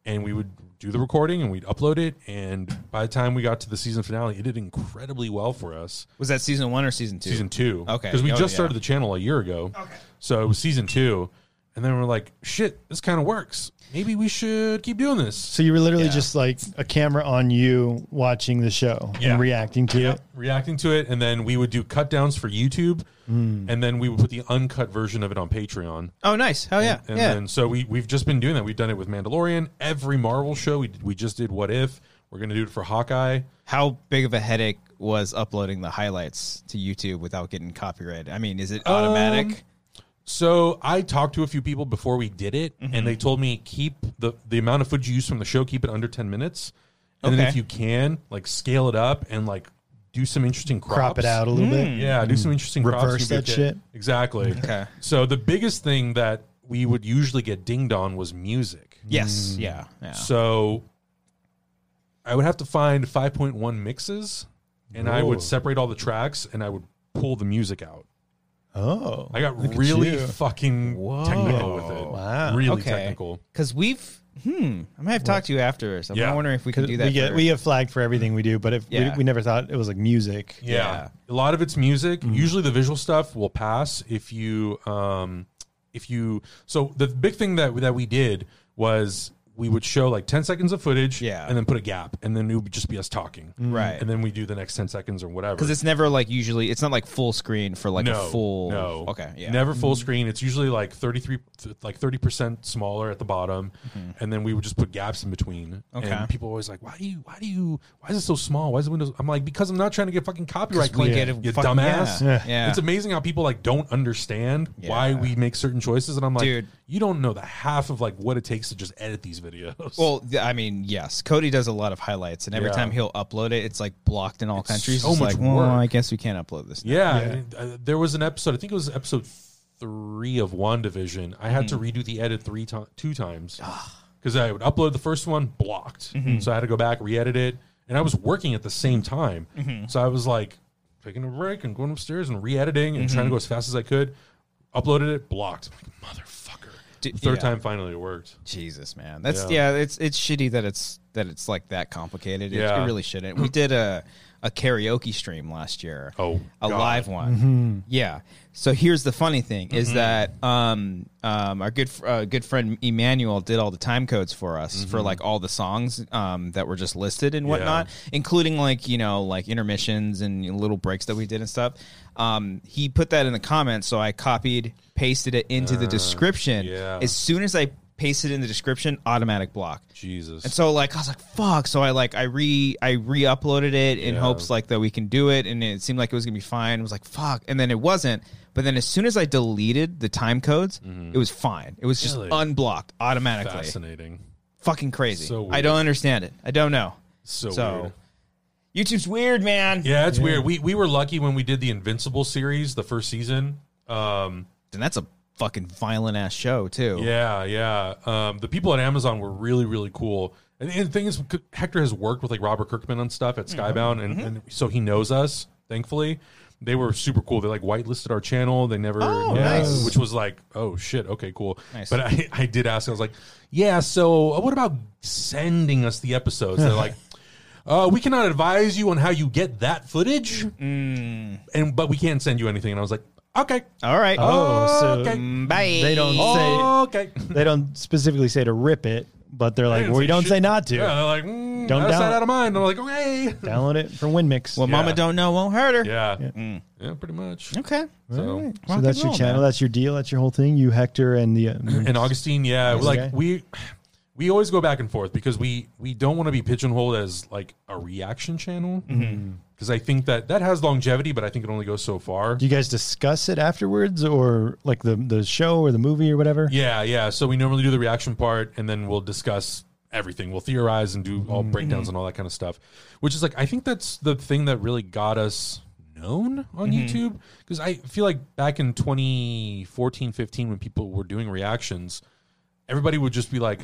and we would do the recording and we'd upload it. And by the time we got to the season finale, it did incredibly well for us.
was that season one or season two?
Season two,
Okay.
because we
Oh,
just
yeah.
started the channel a year ago. Okay, so it was season two, and then we're like, shit, this kind of works. Maybe we should keep doing this.
So you were literally
Yeah.
just like a camera on you watching the show
Yeah.
and reacting to it.
reacting to it, and then we would do cut downs for YouTube,
Hmm.
and then we would put the uncut version of it on Patreon.
Oh, nice. Hell yeah.
And
yeah.
then so we we've just been doing that. We've done it with Mandalorian, every Marvel show. We we just did What If. We're gonna do it for Hawkeye.
How big of a headache was uploading the highlights to YouTube without getting copyrighted? I mean, is
Um,
it automatic?
So I talked to a few people before we did it,
Mm-hmm.
and they told me keep the the amount of footage you use from the show, keep it under ten minutes, and then
Okay.
if you can, like scale it up and like do some interesting crops.
Crop it out a little bit.
Yeah, do some interesting crops
Reverse
and you'll be
that
okay.
shit.
Exactly.
Hmm. Okay.
So the biggest thing that we would usually get dinged on was music.
yes.
mm.
Yeah. Yeah.
So I would have to find 5.1 mixes and I would separate all the tracks and I would pull the music out.
Oh.
I got
Look at
really
you.
fucking technical with it.
Wow.
Really
okay.
technical.
Because we've, hmm, I might have talked to you after. So
Yeah.
I'm wondering if we can
Could-
do that.
we get
for-
we get flagged for everything we do, but if
Yeah.
we, we never thought it was like music.
Yeah. A lot of it's music.
Mm-hmm.
Usually the visual stuff will pass if you um if you so the big thing that that we did was we would show like 10 seconds of footage
Yeah.
and then put a gap and then it would just be us talking.
Right.
And then we do the next 10 seconds or whatever.
Because it's never like usually, it's not like full screen for like a full.
no
Okay. Yeah. Mm-hmm.
never full screen it's usually like 33 th- like 30% smaller at the bottom and then we would just put gaps in between
Mm-hmm. Okay.
and people are always like why do you why do you why is it so small why is the windows i'm like because i'm not trying to get fucking copyright
'Cause we
claim,
get a
you
fucking-
dumbass
yeah. Yeah.
it's amazing how people like don't understand why we make certain choices and i'm like
Dude.
you don't know the half of like what it takes to just edit these videos
Well, th- I mean, yes. Cody does a lot of highlights, and every
Yeah.
time he'll upload it, it's like blocked in all countries.
so
it's
much
like, well,
work.
I guess we can't upload this. now.
Yeah, and, uh, there was an episode. I think it was episode three of WandaVision. I had to redo the edit three times, two times, because I would upload the first one blocked, so I had to go back re-edit it, and I was working at the same time, so I was like taking a break and going upstairs and re-editing and trying to go as fast as I could. Uploaded it blocked. I'm like, Motherfucker!
D-
The third
yeah.
time finally it worked.
Jesus, man. That's
Yeah.
yeah. It's it's shitty that it's that it's like that complicated. It- It,
Yeah.
really shouldn't. We did a a karaoke stream last year.
Oh,
a
God.
live one. Yeah. So here's the funny thing is
Mm-hmm.
that um um our good fr- uh, good friend Emmanuel did all the time codes for us
Mm-hmm.
for like all the songs um that were just listed and whatnot, including like you know like intermissions and little breaks that we did and stuff. Um, he put that in the comments, so I copied, pasted it into
Uh.
the description.
yeah.
As soon as I pasted in the description, automatic block.
Jesus.
And so like I was like, fuck. So I like I re I re-uploaded it in
Yeah.
hopes like that we can do it, and it seemed like it was gonna be fine. I was like, fuck, and then it wasn't. But then as soon as I deleted the time codes, it was fine. It was just
Mm-hmm. Really?
unblocked automatically.
Fascinating.
Fucking crazy.
So weird.
I don't understand it. I don't know.
So,
So-
weird.
YouTube's weird, man.
Yeah, it's weird. We we were lucky when we did the Invincible series, the first season. Um,
And that's a fucking violent ass show too.
Yeah, yeah. Um, the people at Amazon were really, really cool. And, and the thing is, C- Hector has worked with like Robert Kirkman on stuff
Mm-hmm.
at Skybound, and, and so he knows us. Thankfully, they were super cool. They like whitelisted our channel. They never,
Oh,
yeah,
nice.
which was like, oh shit, okay, cool.
Nice.
But I, I did ask. I was like, yeah. So what about sending us the episodes? They're like. Uh, we cannot advise you on how you get that footage,
Mm.
and but we can't send you anything. And I was like, okay,
All right.
Oh, so
Okay.
Mm, Bye.
They don't
okay.
they don't specifically say to rip it, but they're like, we don't
shit.
say not to.
Yeah, they're like, mm,
Don't
out of sight,
down-
out of mind. I'm like, okay.
Download it from WinMix.
Well, Mama don't know won't hurt her.
Yeah.
Mm.
Yeah, pretty much.
Okay.
So-
so that's your channel. That's your deal. That's your whole thing. You, Hector, and the. uh,
And Augustine, yeah, like
okay.
we we always go back and forth because we we don't want to be pigeonholed as like a reaction channel because I think that that has longevity, but I think it only goes so far.
Mm-hmm. Do you guys discuss it afterwards, or like the the show or the movie or whatever?
Yeah, yeah. So we normally do the reaction part, and then we'll discuss everything. We'll theorize and do
Mm-hmm.
all breakdowns and all that kind of stuff. Which is like, I think that's the thing that really got us known on
Mm-hmm.
YouTube because I feel like back in 2014, 15, when people were doing reactions, everybody would just be like.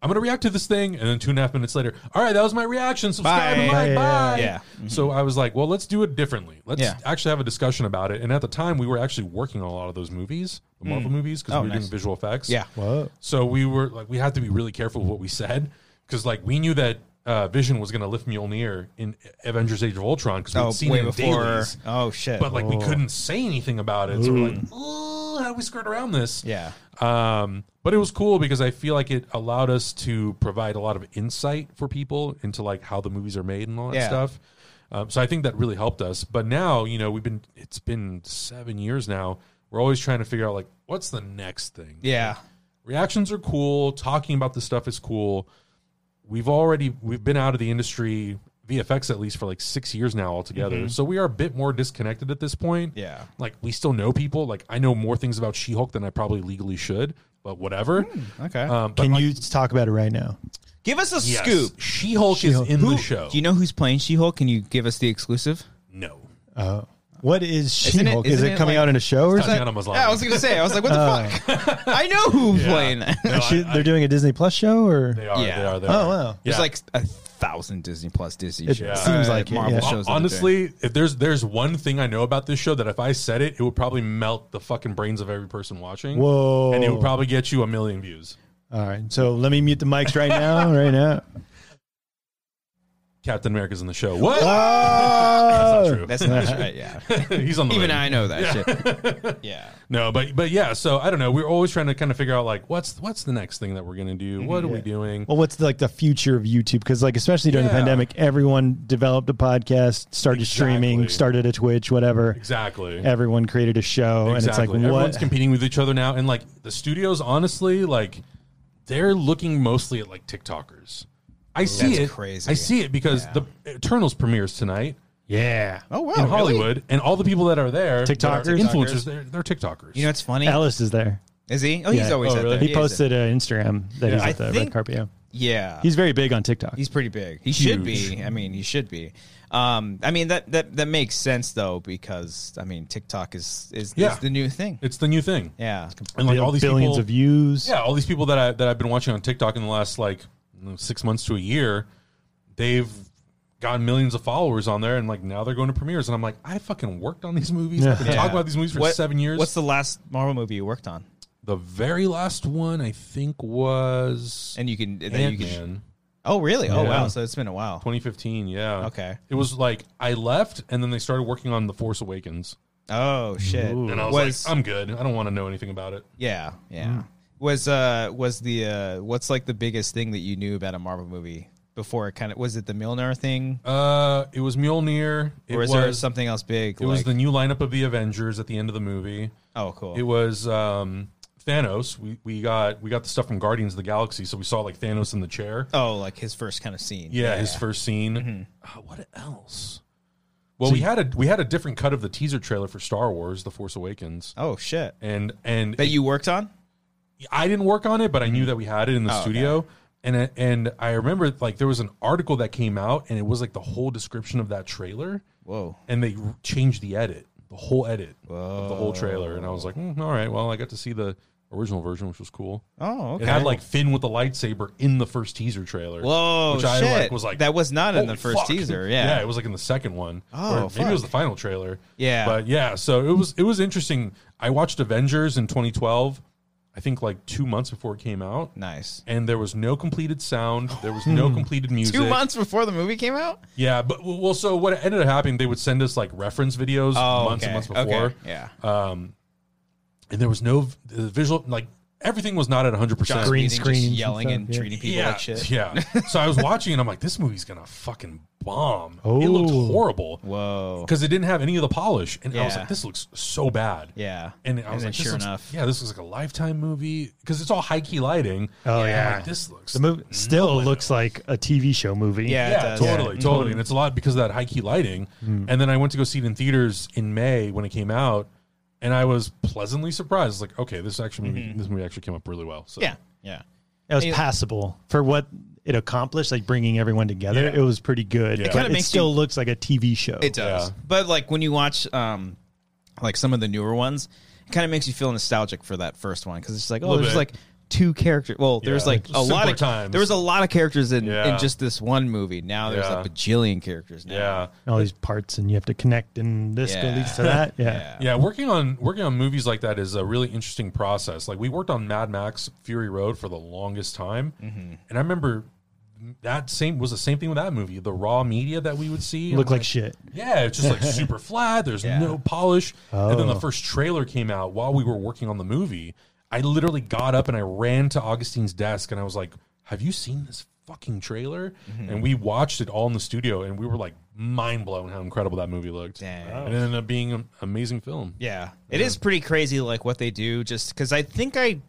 I'm gonna react to this thing, and then two and a half minutes later, all right, that was my reaction. Subscribe,
Bye.
and like,
Yeah, yeah,
bye.
yeah.
So I was like, well, let's do it differently. Let's
Yeah.
actually have a discussion about it. And at the time, we were actually working on a lot of those movies, the Marvel movies, because
Oh,
we were
nice.
doing visual effects.
Yeah.
Whoa.
So we were like, we had to be really careful with what we said because like we knew that uh, Vision was going to lift Mjolnir in Avengers: Age of Ultron because we'd
Oh,
seen
way
it in
before.
dailies,
Oh shit.
but like we couldn't say anything about it. So we're like, "Ooh, how do we skirt around this?
Mm. yeah.
Um, but it was cool because I feel like it allowed us to provide a lot of insight for people into like how the movies are made and all that
Yeah.
stuff. Um, so I think that really helped us. But now, you know, we've been it's been seven years now. We're always trying to figure out like what's the next thing
Yeah.
reactions are cool talking about this stuff is cool we've already we've been out of the industry vfx at least for like six years now altogether so we are a bit more disconnected at this point
Mm-hmm. Yeah.
like we still know people like i know more things about she-hulk than i probably legally should but whatever
Okay.
um, but
Can you talk about it right now?
Give us a
yes,
scoop.
she-hulk,
She-Hulk.
is in
Who-
the show
Do you know who's playing She-Hulk? Can you give us the exclusive?
no
What is
it-
She Hulk? Is
isn't
it
it
coming
like-
out in a show or
It's not
something?
Tatiana Maslany.
Yeah, I was gonna say. I was like, what the
Uh,
fuck? I know who's playing that.
No,
She-
I- I-
they're doing a Disney Plus show or
they are
Yeah.
they are they
Oh,
are.
wow.
yeah.
There's like a thousand Disney Plus Disney
It
shows. Uh,
seems like it,
Marvel
yeah.
Hon-
shows. that they're doing.
Honestly, if there's there's one thing I know about this show that if I said it, it would probably melt the fucking brains of every person watching.
Whoa.
And it would probably get you a million views.
All right. So let me mute the mics right now. Right now.
Captain America's in the show. What?
Oh!
true.
that's not right. Yeah,
He's on the
even
radio.
I know that shit. Yeah,
No, but but yeah. So I don't know. We're always trying to kind of figure out like what's what's the next thing that we're gonna do.
Mm-hmm.
What are we doing?
Well, what's the, like the future of YouTube? Because like especially during the
Yeah.
pandemic, everyone developed a podcast, started streaming,
Exactly.
started a Twitch, whatever.
exactly.
Everyone created a show,
Exactly.
and it's like
Everyone's
what?
competing with each other now, and like the studios, honestly, like they're looking mostly at like TikTokers. I see
That's
it.
crazy.
I see it because the Eternals premieres tonight
yeah.
Oh wow,
in
really?
Hollywood, and all the people that are there, that are
TikTokers?
influencers, they're, they're TikTokers.
You know what's funny?
Alice is there.
Is he? Oh, he's
Yeah.
always
Oh,
at
really?
that.
He
He is
posted an Instagram that he's
Yeah.
at the
I
red
think-
carpet. Yeah.
at- Yeah,
He's very big on TikTok.
He's pretty big. He should
Huge.
be. I mean, he should be. Um, I mean that that that makes sense though because I mean TikTok is is,
Yeah.
is the new thing.
it's the new thing.
Yeah,
and like all these
billions
people,
of views.
Yeah, all these people that I that I've been watching on TikTok in the last like you know, six months to a year, they've gotten millions of followers on there, and like now they're going to premieres, and I'm like, I fucking worked on these movies. I've been
Yeah.
talking about these movies for
What-
seven years.
What's the last Marvel movie you worked on?
The very last one I think was
And you can, and then
Ant
you can.
Man,
Oh really? Oh
Yeah.
wow! So it's been a while.
2015. Yeah,
Okay.
It was like I left, and then they started working on The Force Awakens,
Oh shit!
and I was, like, um, mm. I'm good. I don't want to know anything about it.
yeah, yeah. Was uh was the uh what's like the biggest thing that you knew about a Marvel movie before it kind of was it the Milner thing
Uh, it was Mjolnir. It
or is
was
there something else big?
It was the new lineup of the Avengers at the end of the movie.
oh cool.
It was um, Thanos. We, we got we got the stuff from Guardians of the Galaxy, so we saw like Thanos in the chair.
oh like his first kind of scene.
yeah, his first scene. Uh, what else? Well, we had a we had a different cut of the teaser trailer for Star Wars: The Force Awakens,
Oh shit!
and and
That you worked on?
I didn't work on it, but I knew that we had it in the studio. And I- and I remember like there was an article that came out, and it was like the whole description of that trailer,
Whoa.
and they r- changed the edit, the whole edit of the whole trailer. And I was like, "Hmm, all right, well, I got to see the original version, which was cool.
Oh, okay.
It had like Finn with the lightsaber in the first teaser trailer.
Whoa,
which I like
shit.
was like
That was not in the
"Holy
first teaser, yeah.
yeah, it was like in the second one.
Oh,
or maybe it was
fuck.
the final trailer.
Yeah.
but yeah, so it was it was interesting. I watched Avengers in 2012, I think like two months before it came out,
nice. Hmm.
and there was no completed sound. There was no completed music.
Two months before the movie came out.
Yeah, but well, so what ended up happening? They would send us like reference videos
Oh,
months
okay.
Uh, and months before
Okay. Yeah.
and there was no v- the visual like everything was not at 100%.
Joss
Green
Whedon just
screens and
yelling
stuff,
and
yeah.
treating people
yeah,
like shit.
yeah. So I was watching and I'm like, this movie's gonna fucking bomb. It looked
Oh.
horrible.
Whoa.
because it didn't have any of the polish, and I was
Yeah.
like, "This looks so bad."
Yeah.
and I
And
was
then
like,
sure
sure
enough.
enough, yeah, this looks like a lifetime movie because it's all high key lighting.
Oh,
And I'm
yeah.
like, this looks
The movie still looks like a TV show movie.
Yeah.
yeah,
it does.
totally, totally, and it's a lot because of that high key lighting.
Mm.
And then I went to go see it in theaters in May when it came out, and I was pleasantly surprised. It's like, okay, this actually movie, this movie actually came up really well. So
Yeah. Yeah.
It was
It-
passable for what it accomplished, like bringing everyone together.
Yeah.
It was pretty good.
Yeah.
It,
It kinda
kinda
makes
still
you-
looks like a TV show.
It does.
Yeah.
But like when you watch um like some of the newer ones, it kind of makes you feel nostalgic for that first one cuz it's just like oh
Little
there's
bit.
like two characters. Well, there's
Yeah.
like a lot
Simpler
of
times.
There was a lot of characters in
Yeah.
in just this one movie. Now there's
Yeah.
a bajillion characters now.
yeah.
And all these parts, and you have to connect, and this
Yeah.
leads to that. Yeah.
Yeah, working on working on movies like that is a really interesting process. Like we worked on Mad Max Fury Road for the longest time, and I remember that same was the same thing with that movie. The raw media that we would see
Looked
I'm
like shit.
Yeah, it's just like super flat. There's
Yeah.
no polish. And then
Oh.
the first trailer came out while we were working on the movie. I literally got up and I ran to Augustine's desk and I was like, "Have you seen this?" fucking trailer
Mm-hmm.
and we watched it all in the studio and we were like mind blown how incredible that movie looked
Dang.
and it ended up being an amazing film
Yeah. It is pretty crazy like what they do just cuz I think I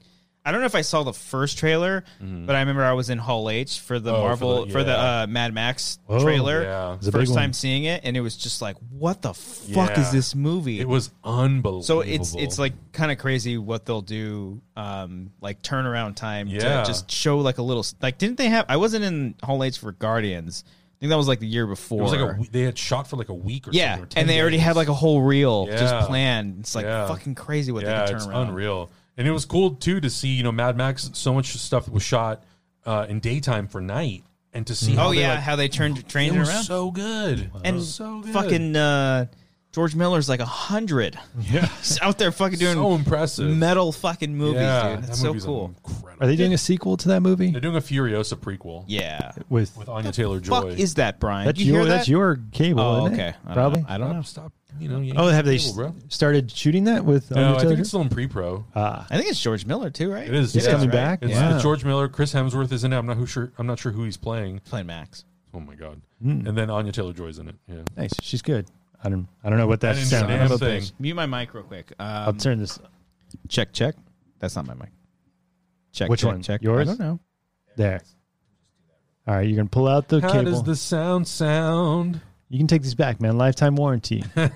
I don't know if I saw the first trailer, but I remember I was in Hall H for the
Mm-hmm. Oh, for
Marvel for
the-
the,
yeah. Oh,
uh, Mad Max
Whoa.
trailer.
Yeah. It's
a big
First
one.
time seeing it and it was just like what the fuck
Yeah.
is this movie?
It was unbelievable.
So it's it's like kind of crazy what they'll do, um, like turnaround time
Yeah.
to just show like a little like didn't they have? I wasn't in Hall H for Guardians. I think that was like the year before.
it was like a, we- they had shot for like a week or
yeah,
something, or 10
and they already
days.
had like a whole reel
Yeah.
just planned. It's like
Yeah.
fucking crazy what
yeah,
they can
it's
turn around.
unreal. And it was cool too to see you know Mad Max. So much stuff was shot uh, in daytime for night, and to see how
Oh
they,
yeah,
like,
how they turned trained
it
it
was
around
so good
and
so good.
fucking uh, George Miller's like a hundred
yeah,
He's out there fucking doing
so impressive.
metal fucking movies,
yeah,
dude.
that
It's so
movie's
cool.
Incredible.
Are they doing a sequel to that movie?
They're doing a Furiosa prequel.
Yeah.
With
with Anya Taylor
Fuck
Joy.
is that, Brian?
that's
Did you
your
hear
that's
that?
your cable.
Oh,
isn't it?
okay. I don't
Probably.
know. I don't know.
Stop. You know. yanking
Oh, have they
cable, bro?
s- started shooting that with? Ah,
No,
Anya
I
Taylor-
think it's still in pre-pro.
I think it's George Miller too, right?
it is.
He's
yeah.
coming
right.
back.
It's
Wow.
it's George Miller. Chris Hemsworth is in it. I'm not who sure. I'm not sure who he's playing.
Playing Max.
Oh my god!
Mm.
And then Anya Taylor Joy's in it. Yeah.
nice. She's good. I don't. I don't know what that
didn't
sound.
know
I don't know
that.
if it's-
Thing.
Mute my mic real quick.
I'll
Um,
turn this
check, check. That's not my mic. Check.
Which
check,
one?
Check.
Yours?
I don't know.
there. All right, you can pull out the
How
cable.
does the sound sound?
You can take these back, man. Lifetime warranty. um,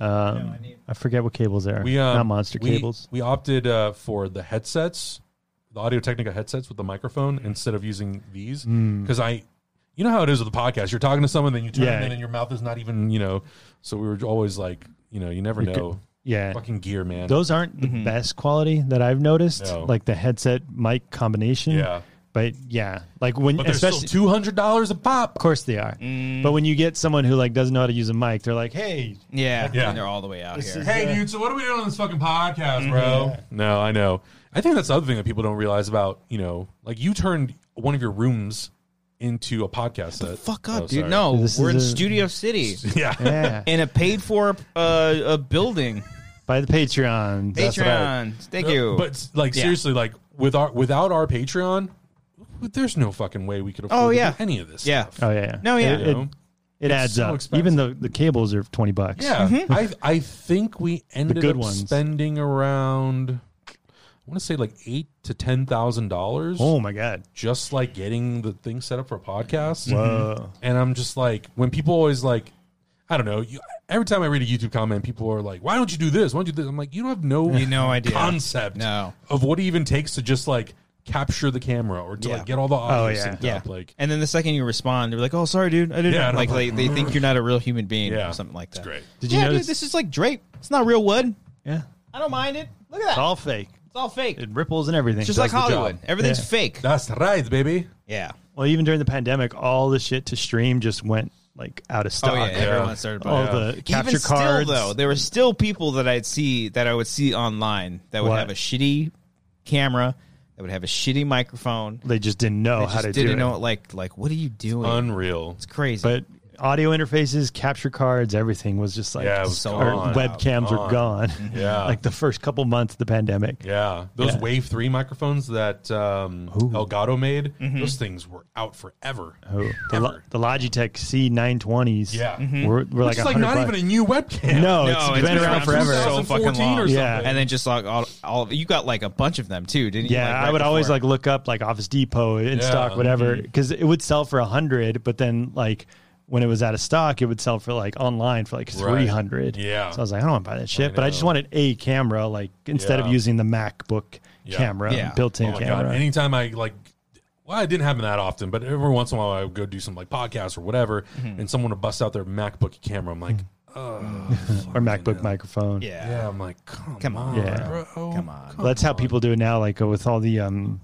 I forget what cables they are.
We um,
Not monster
we-
cables.
We opted uh, for the headsets, the Audio Technica headsets with the microphone instead of using these because I, you know how it is with the podcast. You're talking to someone, then you turn
Hmm. Yeah.
it in, and your mouth is not even you know. So we were always like, you know, you never
You're
know.
Yeah.
Fucking gear, man.
Those aren't the best quality that I've noticed,
No.
like the headset mic combination.
Yeah.
But yeah, like when,
but they're
especially,
still two hundred dollars a pop.
of course they are. But when you get someone who like doesn't know how to use a mic, they're like, hey,
Yeah.
Yeah.
And they're all the way out here.
is-
Hey, dude. So what are we doing on this fucking podcast, bro? No, I know. I think that's the other thing that people don't realize about you know, like you turned one of your rooms into a podcast set.
Fuck up,
Oh,
dude.
sorry.
No,
This
we're in
is a-
Studio City
Yeah.
yeah,
in a paid for uh, a building.
by the Patreon. That's what I-
Patreon. Thank you.
But like
Yeah.
seriously, like with our without our Patreon, there's no fucking way we could afford
Oh,
to
yeah.
do any of this.
yeah.
stuff.
Oh yeah, yeah.
No, yeah.
It,
You
it,
know?
it adds
so
up.
expensive.
Even though the cables are twenty bucks.
Yeah,
Mm-hmm.
I I think we ended
good
up
ones.
spending around I want to say like eight to ten thousand dollars
Oh my god.
just like getting the thing set up for a podcast.
Whoa.
And I'm just like, when people always like, I don't know. You, every time I read a YouTube comment, people are like, "Why don't you do this? Why don't you do this?" I'm like, you don't have no
You no idea.
concept
No.
of what it even takes to just like capture the camera or to
Yeah.
like get all the audio
Oh, yeah.
synced
Yeah.
up. Like,
and then the second you respond, they're like, "Oh, sorry, dude, I didn't."
Yeah, I
know.
don't
like
know.
they, they think you're not a real human being
Yeah.
or something like that.
it's great.
Did you
yeah,
notice?
dude, this is like drape. It's not real wood.
yeah.
I don't mind it. Look at
It's
that.
all fake.
It's all fake.
It ripples and everything.
It's just like
does the job.
Hollywood. Everything's
Yeah.
fake.
That's right, baby.
Yeah.
Well, even during the pandemic, all the shit to stream just went like out of stock.
Oh yeah,
Yeah.
everyone started
All
buying.
the capture
Even
cards.
still, though, there were still people that I'd see that I would see online that would
What?
have a shitty camera, that would have a shitty microphone.
they just didn't know
They
how
just
to
didn't
do
know
it.
like like what are you doing?
Unreal.
it's crazy.
But audio interfaces, capture cards, everything was just like
Yeah, it was
so-
gone.
our webcams were gone.
Yeah.
like the first couple months of the pandemic.
Yeah, those
Yeah.
Wave Three microphones that um, Elgato made,
Mm-hmm.
those things were out forever.
Oh, the,
Ever.
Lo- the Logitech C920s.
Yeah.
were, were like
Mm-hmm. Which is like
100
not
bucks.
even a new webcam.
No,
No,
it's been around
from
forever.
So fucking
2014
long.
or
Yeah.
something.
And then just like all, all of, you got like a bunch of them too, didn't you?
Yeah,
Like,
I
right
would always
before.
like look up like Office Depot in
Yeah, mm-hmm.
stock, whatever, because it would sell for a hundred, but then like when it was out of stock, it would sell for like online for like
Right.
three hundred.
Yeah.
so I was like, I don't want to buy that shit, but I just
know.
wanted a camera, like instead of
Yeah.
using the MacBook
Yeah.
camera,
Yeah.
built-in
Oh my
camera.
god! Anytime I like, well, it didn't happen that often, but every once in a while I would go do some like podcasts or whatever, and someone would bust out their MacBook camera. I'm like, oh,
or MacBook microphone.
yeah.
yeah. I'm like, come,
Come on,
on,
Yeah.
bro.
Come on.
Well, that's how people do it now, like uh, with all the um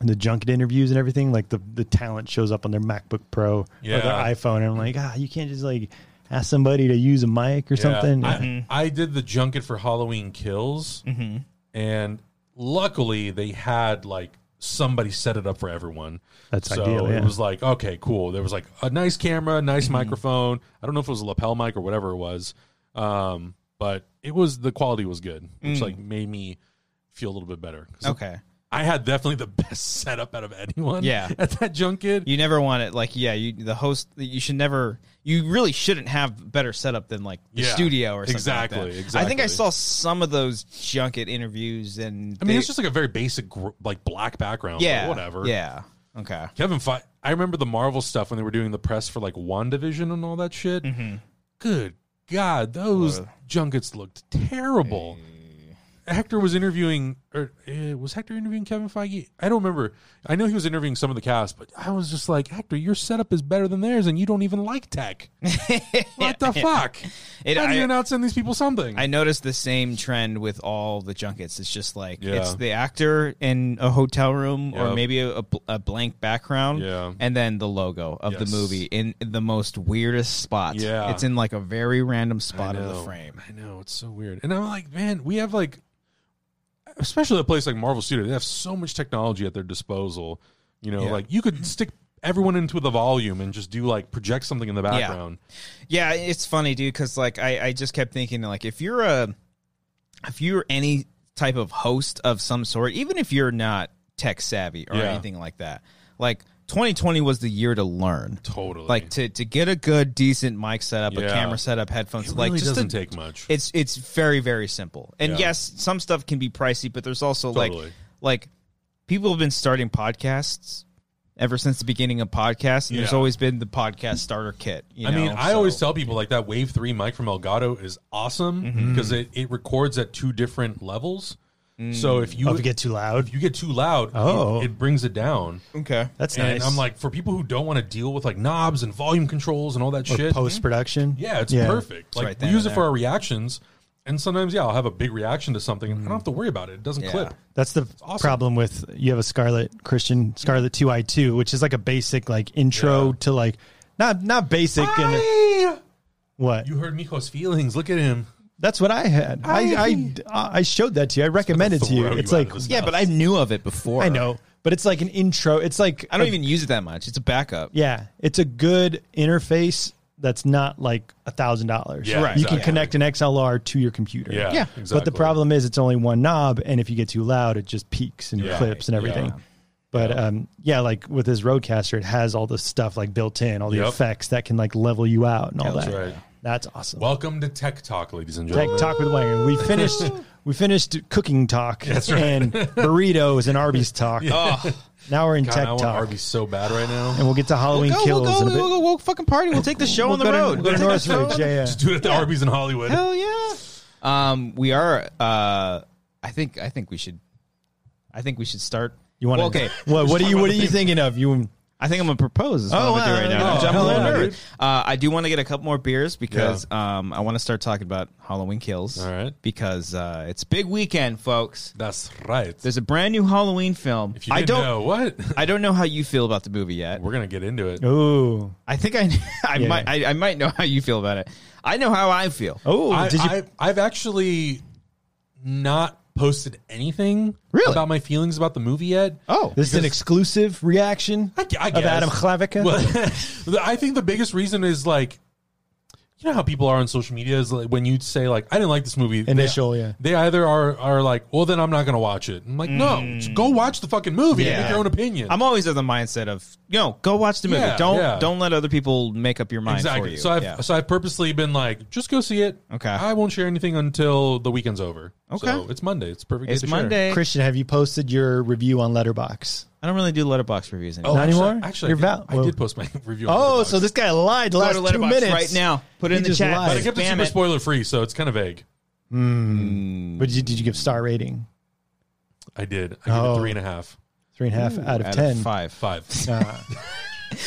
the junket interviews and everything, like the the talent shows up on their MacBook Pro or their
Yeah.
iPhone, and I'm like, ah, you can't just like ask somebody to use a mic or
Yeah.
something.
I, I did the junket for Halloween Kills,
Mm-hmm.
and luckily they had like somebody set it up for everyone.
That's
so
ideal, yeah.
it was like okay, cool. There was like a nice camera, nice
Mm-hmm.
microphone. I don't know if it was a lapel mic or whatever it was, um, but it was the quality was good, which like made me feel a little bit better. 'Cause
Mm. Okay.
I had definitely the best setup out of anyone.
Yeah.
at that junket.
You never want it like yeah, you the host you should never you really shouldn't have better setup than like the
Yeah.
studio or something.
Exactly,
like that. I think I
exactly.
saw some of those junket interviews and
I mean, it's just like a very basic, gr- like black background. but
yeah,
whatever.
Yeah. Okay.
Kevin Feige. I remember the Marvel stuff when they were doing the press for like WandaVision and all that shit.
Mm-hmm.
Good God, those junkets looked terrible. Hector was interviewing, or eh, was Hector interviewing Kevin Feige? I don't remember. I know he was interviewing some of the cast, but I was just like, Hector, your setup is better than theirs, and you don't even like tech. what the fuck?
It-
How do
I-
you not send these people something?
I noticed the same trend with all the junkets. It's just like
Yeah.
it's the actor in a hotel room or
Yep.
maybe a, a bl- a blank background,
Yeah.
and then the logo of the
Yes.
movie in the most weirdest spot.
Yeah.
it's in like a very random spot of the
know.
frame.
I know it's so weird, and I'm like, man, we have like, especially a place like Marvel Studio, they have so much technology at their disposal. You know,
Yeah.
like you could stick everyone into the volume and just do like project something in the background.
Yeah, it's funny, dude, because like I, I just kept thinking like if you're a if you're any type of host of some sort, even if you're not tech savvy or
Yeah.
anything like that, like 2020 was the year to learn.
Totally,
Like to, to get a good decent mic setup, a
Yeah.
camera setup, headphones,
it
like
really
just
doesn't
to-
take much.
It's it's very very simple. And
Yeah.
yes, some stuff can be pricey, but there's also like
Totally.
like people have been starting podcasts ever since the beginning of podcasts. And There's
Yeah.
always been the podcast starter kit. You
I mean,
know,
I
so-
always tell people like that Wave 3 mic from Elgato is
Mm-hmm.
awesome because it, it records at two different levels.
Mm.
So if you
Oh, if it get too loud,
if you get too loud, it-
Oh.
it brings it down.
okay.
that's
and
nice.
I'm like, for people who don't want to deal with like knobs and volume controls and all that shit,
post production.
yeah, it's perfect. Like
right
we
then
use it
and
for
there.
our reactions, and sometimes yeah, I'll have a big reaction to something, and I don't have to worry about it. It doesn't
Yeah.
clip.
That's the
awesome.
problem with you have a Scarlet Christian Scarlet Two I Two, which is like a basic like intro
Yeah.
to like not not basic and
Hey!
what
You heard Miko's feelings. Look at him.
that's what I had. I I I showed that to you. I recommended to you.
throw
It's
you out
like
of this
Yeah, but I knew of it before.
I know, but it's like an intro. It's like
I don't even use it that much. It's a backup.
Yeah, it's a good interface that's not like a thousand dollars.
Yeah, Right.
you can
exactly.
connect an XLR to your computer.
Yeah, Yeah.
But the
exactly.
problem is it's only one knob, and if you get too loud, it just peaks and
Yeah.
clips and everything.
Yeah.
But um, yeah, like with this Rodecaster, it has all the stuff like built in, all the
Yep.
effects that can like level you out and all
That's
that.
right.
That's awesome.
Welcome to Tech Talk, ladies and
Tech
gentlemen.
talk with Wang. We finished. We finished cooking talk and burritos and Arby's talk. Now we're in
God,
tech
I want
talk,
Arby's so bad right now.
and we'll get to Halloween
We'll go,
kills
we'll go,
in a bit.
we'll go, we'll fucking party. We'll take the show on the
go to-
road.
we'll go to
Take the show on
Northridge.
the-
Yeah, yeah.
Just do it at the Arby's in Hollywood.
Hell yeah. Um, we are. Uh, I think. I think we should. I think we should start.
You want
Well, okay?
What What are you What are you thinking of? You
I think I'm gonna propose. Is what
Oh,
I'm gonna do
wow.
right now.
Oh,
I'm a
hell
little
yeah,
nerd.
dude.
Uh, I do want to get a couple more beers because um, I want to start talking about Halloween kills.
All right.
Because uh, it's big weekend, folks.
That's right.
There's a brand new Halloween film.
if you
I
didn't
don't.
know what,
I don't know how you feel about the movie yet.
we're gonna get into
Oh,
it.
ooh
I think I I
Yeah.
might I, I might know how you feel about it. I know how I feel.
oh
I,
did you
I, I've actually not posted anything
Really?
about my feelings about the movie yet.
Oh,
This is an
Because-
exclusive reaction
I, I
of
guess.
Adam Klavica.
Well, the- I think the biggest reason is like, you know how people are on social media is like when you say like, I didn't like this movie. they-
Initial, yeah.
They either are are like, well, then I'm not gonna watch it. I'm like, no, just go watch the fucking movie. and
Yeah.
Make your own opinion.
I'm always of the mindset of you know, go watch the movie.
Yeah,
don't
yeah.
don't let other people make up your mind
exactly.
for you.
So I've
Yeah.
so I've purposely been like, just go see it.
Okay.
I won't share anything until the weekend's over.
Okay.
So it's Monday. It's a perfect. day
it's
to share.
Monday.
Christian, have you posted your review on Letterbox?
I don't really do letterbox reviews anymore.
Oh,
Not
actually,
anymore?
Actually,
You're
I, did,
val-
I
well-
did post my review. on
Oh,
Letterboxd.
so this guy lied the
Go
last
to
two
Letterboxd
minutes
right now. Put it
He
in the
just
chat.
lied.
But I kept it
Spam
super
it.
spoiler free, so it's kind of vague.
But did you, did you give star rating?
I did. I gave
Oh.
it three and a half,
Three and a
Oh.
half out
Out
of
of
ten.
five.
five.
Uh,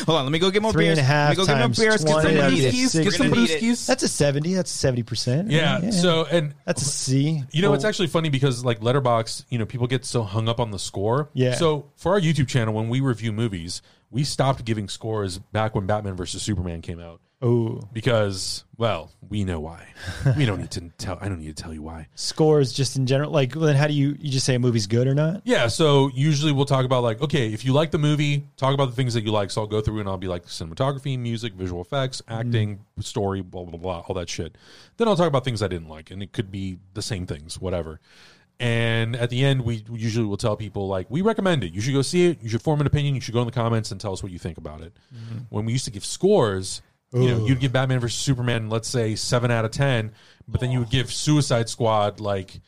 Hold on, let me go get more
Three
beers.
and a half
let me go
times
get more beers. Get
20.
some
Yeah,
beers.
Six.
Get some
We're gonna need it.
brewskis.
that's a seventy. That's seventy percent.
yeah, So and
that's a C. Oh,
you know, it's actually funny because like Letterbox, you know, people get so hung up on the score.
Yeah.
So for our YouTube channel, when we review movies, we stopped giving scores back when Batman versus Superman came out
oh
because, well, we know why. we don't need to tell. I don't need to tell you why.
scores just in general. Like well, then, how do you you just say a movie's good or not?
Yeah, so usually we'll talk about like, okay, if you like the movie, talk about the things that you like. So I'll go through and I'll be like cinematography, music, visual effects, acting, story, blah blah blah, all that shit. Then I'll talk about things I didn't like, and it could be the same things, whatever. And at the end, we usually will tell people like, we recommend it. You should go see it. You should form an opinion. You should go in the comments and tell us what you think about it. When we used to give scores. You know, you'd give Batman versus Superman, let's say seven out of ten, but then you would give Suicide Squad like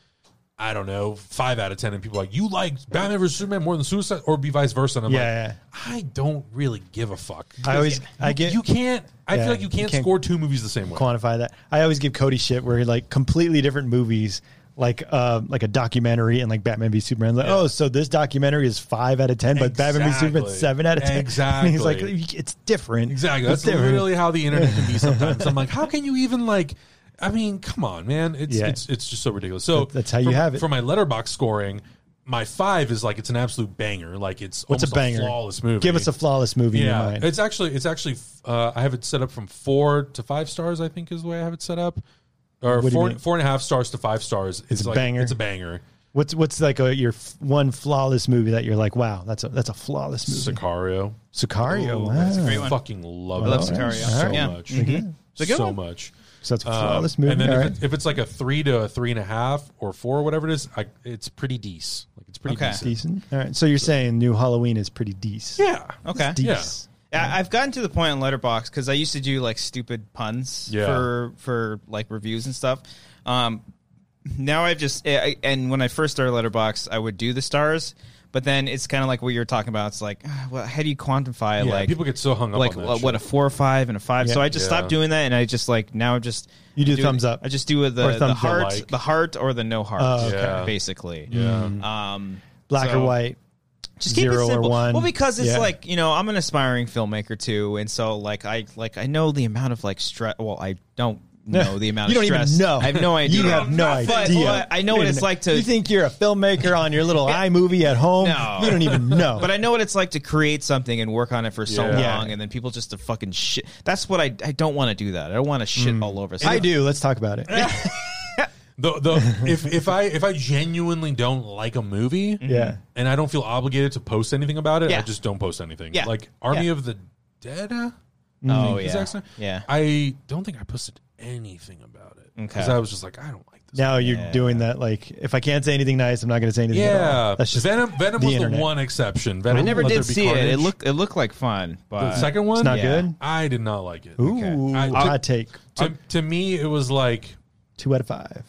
I don't know, five out of ten, and people are like, you like Batman vs Superman more than Suicide, or be vice versa. And I'm
Yeah,
like, I don't really give a fuck.
I always-
You-
I get-
you can't. I
Yeah,
feel like you
you
can't,
can't
score two movies the same way.
Quantify that. I always give Cody shit where he like completely different movies. Like uh, like a documentary and like Batman v Superman. Like, oh, so this documentary is five out of ten, but Batman v Superman
Exactly.
seven out of ten. And he's like,
Exactly.
it's different.
Exactly.
It's
That's literally how the internet can be sometimes. I'm like, how can you even like? I mean, come on, man. It's
Yeah.
it's it's just so ridiculous. So
That- that's how you
for-
have it.
for my letterbox scoring. My five is like it's an absolute banger. Like it's
What's a
almost
banger?
flawless movie.
Give us a flawless movie in your
Yeah,
mind.
it's actually it's actually uh, I have it set up from four to five stars. I think is the way I have it set up,
What
or
do you
four
mean?
four and a half stars to five stars. It's,
a
like,
banger.
It's a banger.
What's what's like a, your f- one flawless movie that you're like, wow, that's a that's a flawless movie.
Sicario.
Sicario. wow.
that's a great
I
one.
fucking love.
I
it
love
Sicario.
so
Yeah.
much.
Mm-hmm.
It's a good
so
one.
much.
So that's a
Um,
flawless movie.
And then
all
if,
right.
it- if it's like a three to a three and a half or four, whatever it is, I, it's pretty decent. Like it's pretty
Okay.
decent.
decent. All right. So you're saying New Halloween is pretty decent.
Yeah.
Okay.
Decent.
I- I've gotten to the point on Letterbox because I used to do like stupid puns
Yeah.
for for like reviews and stuff. Um, now I've just eh, I, I- and when I first started Letterbox, I would do the stars, but then it's kind of like what you're talking about. It's like, ah, well, how do you quantify?
Yeah,
like
people get so hung up
like
on that
what, what a
shit.
four or five and a five. So
Yeah.
I just
Yeah.
stopped doing that, and I just like now I'm just
You do
I
thumbs up.
I just do
Or
the, the
thumbs up.
heart,
Like.
the heart or the no heart,
Oh, Mm.
okay. Yeah.
basically.
Yeah.
Um,
Black
so-
or white.
just
Zero or
keep it simple.
one.
Well, because it's
Yeah.
like you know, I'm an aspiring filmmaker too, and so like I like I know the amount of like stress. Well, I don't know the amount
You
of
don't
stress.
even know.
I have no idea.
You have no
But-
idea.
But I know
You
what
don't
it's
even-
like to.
You think you're a filmmaker on your little iMovie at home?
No.
You don't even know.
but I know what it's like to create something and work on it for so
Yeah.
Yeah.
long, and then people just to fucking shit. That's what I I don't want to do. That I don't want to shit all over.
Mm. I do. Let's talk about it.
The, the, if if I if I genuinely don't like a movie,
Yeah.
and I don't feel obligated to post anything about it.
Yeah.
I just don't post anything.
Yeah.
Like Army
Yeah.
of the Dead. uh,
Mm-hmm.
Oh
is
yeah,
that so-
yeah.
I don't think I posted anything about it because
Okay.
I was just like, I don't like this.
Now you're doing that. Like, if I can't say anything nice, I'm not going to say anything. at all.
yeah,
That's just
Venom. Venom
the
was
internet.
the one exception. Venom.
I never
Let
did
There Be
see it. It
Carnage.
looked it looked like fun, but
the second one.
It's not
Yeah.
good.
I did not like it.
Ooh,
I-
hot take.
To, to me, it was like,
Two out of five.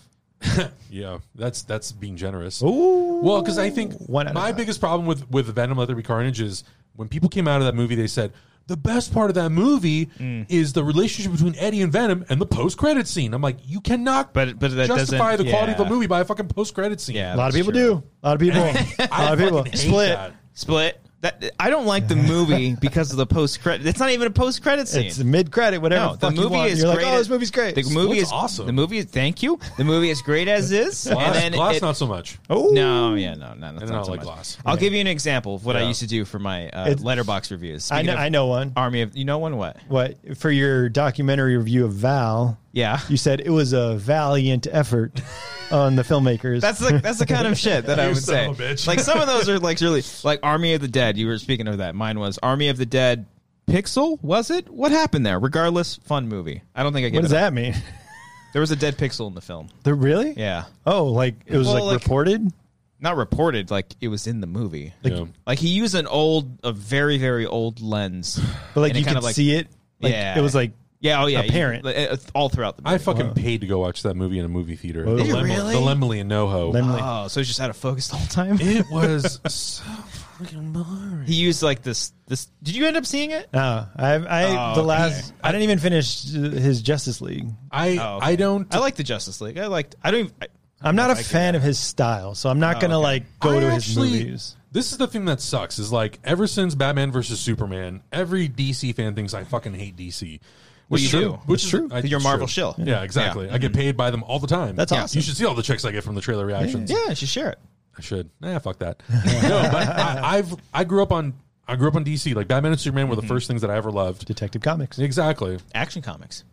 yeah, that's that's being generous.
Ooh.
Well, because I think
One out of
my
five.
biggest problem with with Venom: Let There Be Carnage is when people came out of that movie, they said the best part of that movie
Mm.
is the relationship between Eddie and Venom and the post credit scene. I'm like, you cannot,
But- but that
justify the
doesn't-
quality of the
yeah.
movie by a fucking post credit scene.
yeah,
A lot of
that's
people
true.
do. A lot of people. a lot
I
of people.
fucking hate
Split.
that.
Split. That I don't like the movie because of the post credit. It's not even a post credit scene.
It's mid credit, whatever.
no, the
fuck you
movie
want.
is
You're
great.
like, oh,
as-
this movie's great.
The movie
Split's
is
awesome.
The movie. Thank you. The movie is great as is.
Glass,
and then
glass
it-
not so much.
oh,
No, yeah, no, no, that's
And
not
not
so
like
much.
Glass.
I'll give you an example of what I
Yeah.
used to do for my uh,
It's-
letterbox reviews.
I know.
Speaking of
I know one.
Army of you know one what?
What for your documentary review of Val?
Yeah.
you said it was a valiant effort. on the filmmakers.
That's the that's the kind of shit that I
You
would say.
son of a bitch.
Like some of those are like really like Army of the Dead. You were speaking of that. Mine was Army of the Dead. Pixel was it? What happened there? Regardless, fun movie. I don't think I gave
what does
it a-
that mean?
There was a dead pixel in the film.
The, really?
Yeah,
Oh, like it was
Well,
like,
like-
reported.
not reported. Like it was in the movie. Like,
Yeah.
he used an old, a very very old lens.
But like
And it
you
kinda,
could see it. Like,
Yeah.
It was like
Yeah, oh yeah, you-
Apparent.
like, it- it's all throughout the movie.
I fucking paid to go watch that movie in a movie theater.
Did
the
you
uh, really?
The Lemley and NoHo.
Lemley.
oh, so he's just out of focus the whole time.
It was so freaking boring.
He used like this. This. Did you end up seeing it?
No, I, I
Oh,
the
okay.
last. I didn't even finish uh, his Justice League.
I
Oh, okay.
I don't.
I like the Justice League. I liked. I don't. Even, I,
I'm not a
like it. Oh,
fan of his style, so I'm not gonna
okay.
like go
I
to
actually-
his movies.
This is the thing that sucks. Is like ever since Batman versus Superman, every DC fan thinks I fucking hate DC. Which
you
is true.
do.
Which is
true.
I-
You're
it's
Marvel shill.
Yeah, exactly.
Yeah.
I get paid by them all the time.
That's Yeah. awesome.
You should see all the checks I get from the trailer reactions.
yeah, you should share it.
I should. Nah, fuck that. no, but I, I've I grew up on I grew up on DC. Like Batman and Superman were
Mm-hmm.
the first things that I ever loved.
Detective Comics.
Exactly.
Action Comics,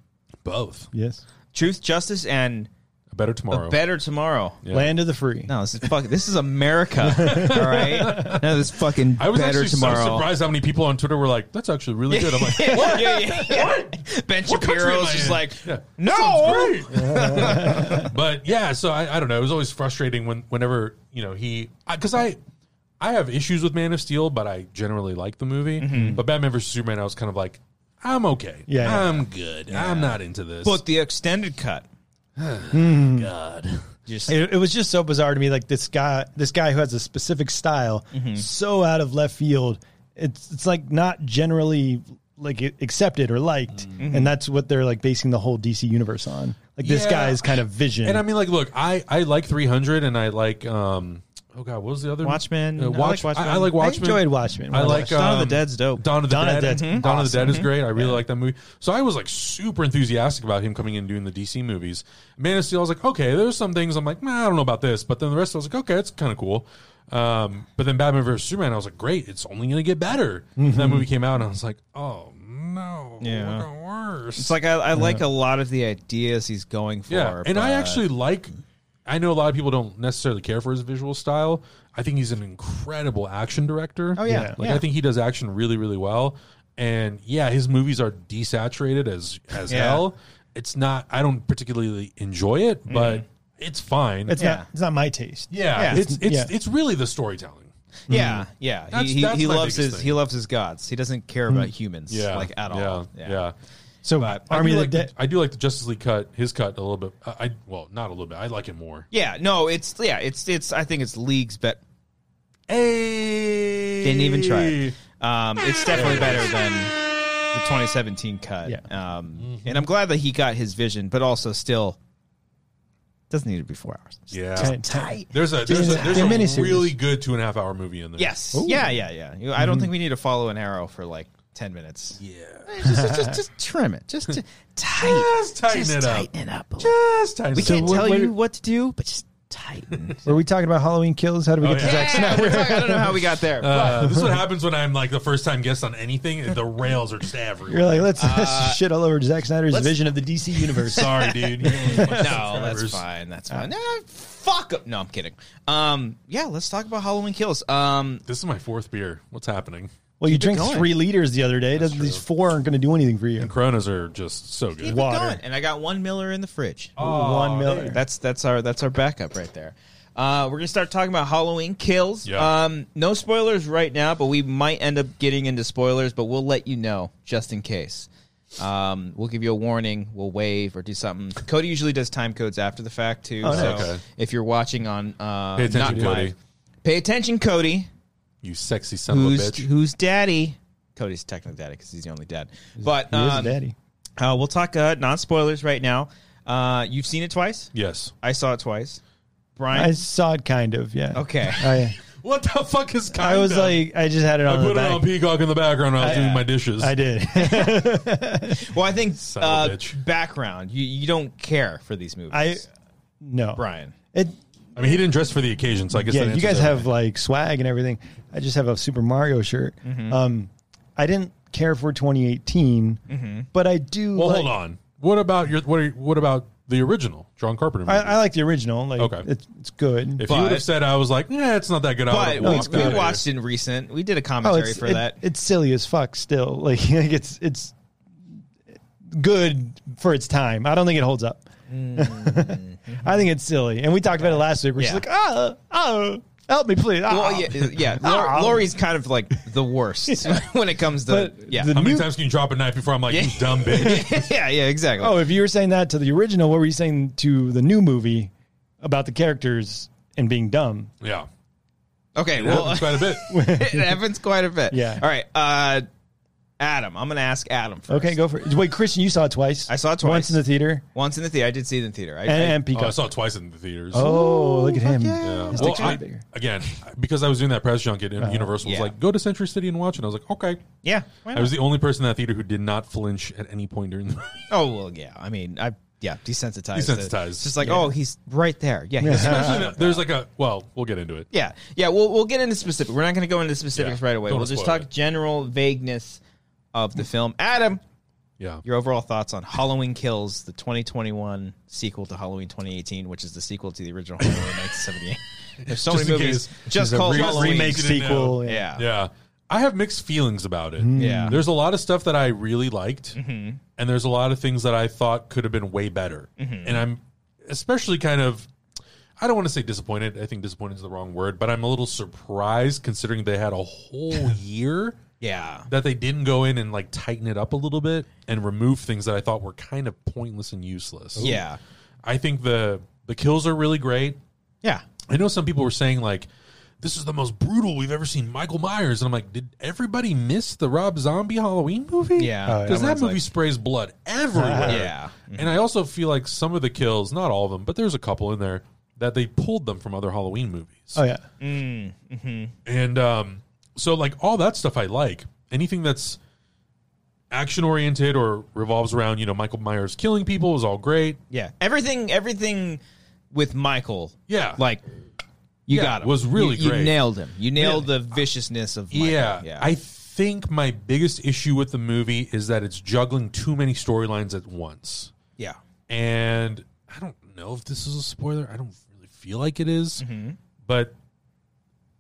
Both.
Yes.
Truth, Justice, and
A better
a
tomorrow.
better tomorrow.
Yeah.
Land of the Free.
No, this is fuck. This is America, all right. No, this fucking
I was
better
actually
tomorrow.
so surprised how many people on Twitter were like, "That's actually really good." I'm like,
What? Yeah, yeah, yeah. Ben
What country am
Shapiro's
I
just
in?
like,
Yeah.
no.
but yeah, so I, I don't know. It was always frustrating when whenever you know he because I. I have issues with Man of Steel, but I generally like the movie. But Batman vs Superman, I was kind of like, I'm okay.
Mm-hmm. Yeah, yeah.
I'm good. I'm not into this.
But the extended cut.
God,
Just
It, it was just so bizarre to me. Like this guy, this guy who has a specific style,
Mm-hmm.
so out of left field. It's it's like not generally like it- accepted or liked,
Mm-hmm.
and that's what they're like basing the whole DC universe on. Like this
Yeah.
guy's kind of vision.
And I mean, like, look, I I like 300, and I like um. Oh God, what was the other
Watchmen.
Uh,
I
Watch,
like
I,
Watchmen.
I like
I
Watchmen.
enjoyed Watchmen.
I
When I
like
watched
um,
Dawn of the Dead's dope.
Dawn of the
Dawn of
Dead.
the Dead. Mhm.
Dawn of the Dead is great. I really like that movie. So I was like super enthusiastic about him coming in and doing the DC movies. Man of Steel, I was like, okay, there's some things I'm like, nah, I don't know about this, but then the rest I was like, okay, it's kind of cool. Um, but then Batman vs Superman, I was like, great, it's only gonna get better. And that movie came out, and I was like, oh no,
Mm-hmm. Yeah.
it got worse.
It's like I, I like a lot of the ideas he's going for.
Yeah, and I
but-
actually like. I know a lot of people don't necessarily care for his visual style. I think he's an incredible action director. Oh
yeah,
like
yeah.
I think he does action really, really well. And yeah, his movies are desaturated as as
Yeah.
hell. It's not. I don't particularly enjoy it, but it's fine.
it's
yeah.
not it's not my taste.
yeah,
Mm-hmm. yeah.
it's it's
Yeah.
it's really the storytelling.
yeah,
Hmm.
yeah. He-
That's-
he
that's
he
my
loves
biggest
his
thing.
he loves his gods. He doesn't care about humans,
Hmm. Yeah,
like at
yeah,
all.
Yeah,
So
I
Army
do
of
like
the Dead.
The, I do like the Justice League cut. His cut a little bit. I, I well, not a little bit. I like it more.
Yeah, no, it's yeah, it's it's. I think it's leagues, but
Hey,
didn't even try. It. Um, it's definitely better than the 2017 cut.
Yeah.
Um,
Mm-hmm.
and I'm glad that he got his vision, but also still doesn't need to be four hours.
Yeah,
Ten- ten-
There's a there's a,
Yeah.
there's
Yeah,
a
miniseries.
really good two and a half hour movie in there.
Yes. Yeah, yeah, yeah. You- I don't think we need to follow an arrow for like 10 minutes.
Yeah.
Just, just, just trim it. Just to, tight.
Just tighten it up.
Tighten it up. a little.
Just times.
we
So
can't
what-
tell
what-
you what to do, but just tighten.
Were we talking about Halloween kills? How do we
Oh,
get to
yeah.
Zack Snyder?
We're talking- I don't know how we got there.
Uh, this is what happens when I'm like the first time guest on anything. The rails are just everywhere.
You're like let's, let's shit all over Zack Snyder's
let's-
vision of the DC universe.
Sorry, dude. You don't really
no,
watch
that's
subscribers.
fine. That's fine. Nah, fuck up. No, I'm kidding. Um, yeah, let's talk about Halloween kills. Um,
This is my fourth beer. What's happening?
well, you
Keep it
drank
going.
three liters the other day. Doesn't, these four aren't going to do anything for you.
Coronas are just so
keep
good.
it
Water.
going. And I got one Miller in the fridge.
One Miller.
That's that's our that's our backup right there. Uh, we're gonna start talking about Halloween kills.
Yeah.
Um, no spoilers right now, but we might end up getting into spoilers. But we'll let you know just in case. Um, we'll give you a warning. We'll wave or do something. Cody usually does time codes after the fact too. so
nice. Okay.
if you're watching on, uh,
Pay attention,
not live-
Cody.
pay attention, Cody.
You sexy son of a
Who's
bitch.
who's daddy? Cody's technically daddy because he's the only dad. But
He is
um,
a daddy.
uh, we'll talk uh, non spoilers right now. Uh, you've seen it twice.
Yes.
I saw it twice.
I
Brian.
saw it kind of, yeah.
okay.
I,
What the fuck is?
I was
kinda?
like, I just had it on
I
the
put it
back.
on Peacock in the background. While I was
I-
doing my dishes.
I did.
Well, I think
Son of a
uh,
bitch.
background. You you don't care for these movies.
I no.
Brian.
It,
I mean, he didn't dress for the occasion, so I guess
yeah,
that
you guys
answers
have like swag and everything. I just have a Super Mario shirt. Um, I didn't care for 2018, but I do.
Well,
like-
hold on. What about your what? Are, what about the original John Carpenter movie.
I, I like the original. Like,
Okay.
it's, it's good.
if you would
but-
have said I was like, yeah, it's not that good. I
But
would've
we,
walked
we
out of
watched in recent. We did a
oh,
commentary
it's
for
it-
that.
It's silly as fuck. Still, like, like it's it's good for its time. I don't think it holds up. I think it's silly, and we talked about it last week. We're
Mm-hmm. Yeah.
just like, oh, oh, help me, please. Ah.
well, yeah, yeah. Lor-
Ah.
Lori's kind of like the worst when it comes to
But
yeah.
the
How many
new-
times can you drop a knife before I'm like, you dumb bitch?
yeah, yeah, exactly.
Oh, if you were saying that to the original, what were you saying to the new movie about the characters and being dumb?
yeah.
okay.
It
Well,
happens quite a bit. Oh,
it happens quite a bit.
Yeah.
All right. Uh, Adam, I'm gonna ask Adam. First.
Okay, go for it. Wait, Christian, you saw it twice.
I saw it
Once
twice.
in the theater
Once in the theater, I did see it in theater. I,
and,
I-
and
Oh, I
Peacock.
saw it twice in the theaters.
Oh, look at him.
Yeah.
His
Well,
dick's way
I-
bigger.
again, because I was doing that press junket, and Universal was
Uh-huh. yeah.
like, "Go to Century City and watch it." I was like, "Okay."
yeah. why
I was
not?
the only person in that theater who did not flinch at any point during the.
oh well, yeah. I mean, I yeah, desensitized.
Desensitized.
It's just like oh, he's right there. Yeah. He's
There's like a well, we'll get into it.
Yeah, yeah. We'll we'll get into specific. We're not going to go into specifics
Yeah,
right away.
don't
We'll just
spoil
talk
it.
general vagueness of the film. Adam,
Yeah,
your overall thoughts on Halloween Kills, the 2021 sequel to Halloween 2018, which is the sequel to the original Halloween 1978. There's so
Just
many
in
movies
case
just
there's a
called
re-
Halloween.
remake
You didn't
sequel.
know.
Yeah. Mm.
yeah. I have mixed feelings about it.
Yeah.
There's a lot of stuff that I really liked, and there's a lot of things that I thought could have been way better. And I'm especially kind of, I don't want to say disappointed. I think disappointed is the wrong word, but I'm a little surprised considering they had a whole year
yeah.
that they didn't go in and like tighten it up a little bit and remove things that I thought were kind of pointless and useless.
Yeah.
I think the the kills are really great.
Yeah.
I know some people were saying like this is the most brutal we've ever seen Michael Myers and I'm like did everybody miss the Rob Zombie Halloween movie?
Yeah. Oh, yeah.
Cuz that
Everyone's
movie
like- Mm-hmm.
sprays blood everywhere.
Yeah.
And I also feel like some of the kills, not all of them, but there's a couple in there that they pulled them from other Halloween movies.
Uh,
Oh yeah.
And um, so, like, all that stuff I like. Anything that's action oriented or revolves around, you know, Michael Myers killing people is all great.
Yeah. Everything. Everything with Michael.
Yeah.
Like. You
Yeah,
got him.
was really
you, you
great.
nailed him. You nailed the viciousness of Michael.
yeah, I think my biggest issue with the movie is that it's juggling too many storylines at once.
yeah.
And I don't know if this is a spoiler. I don't really feel like it is. But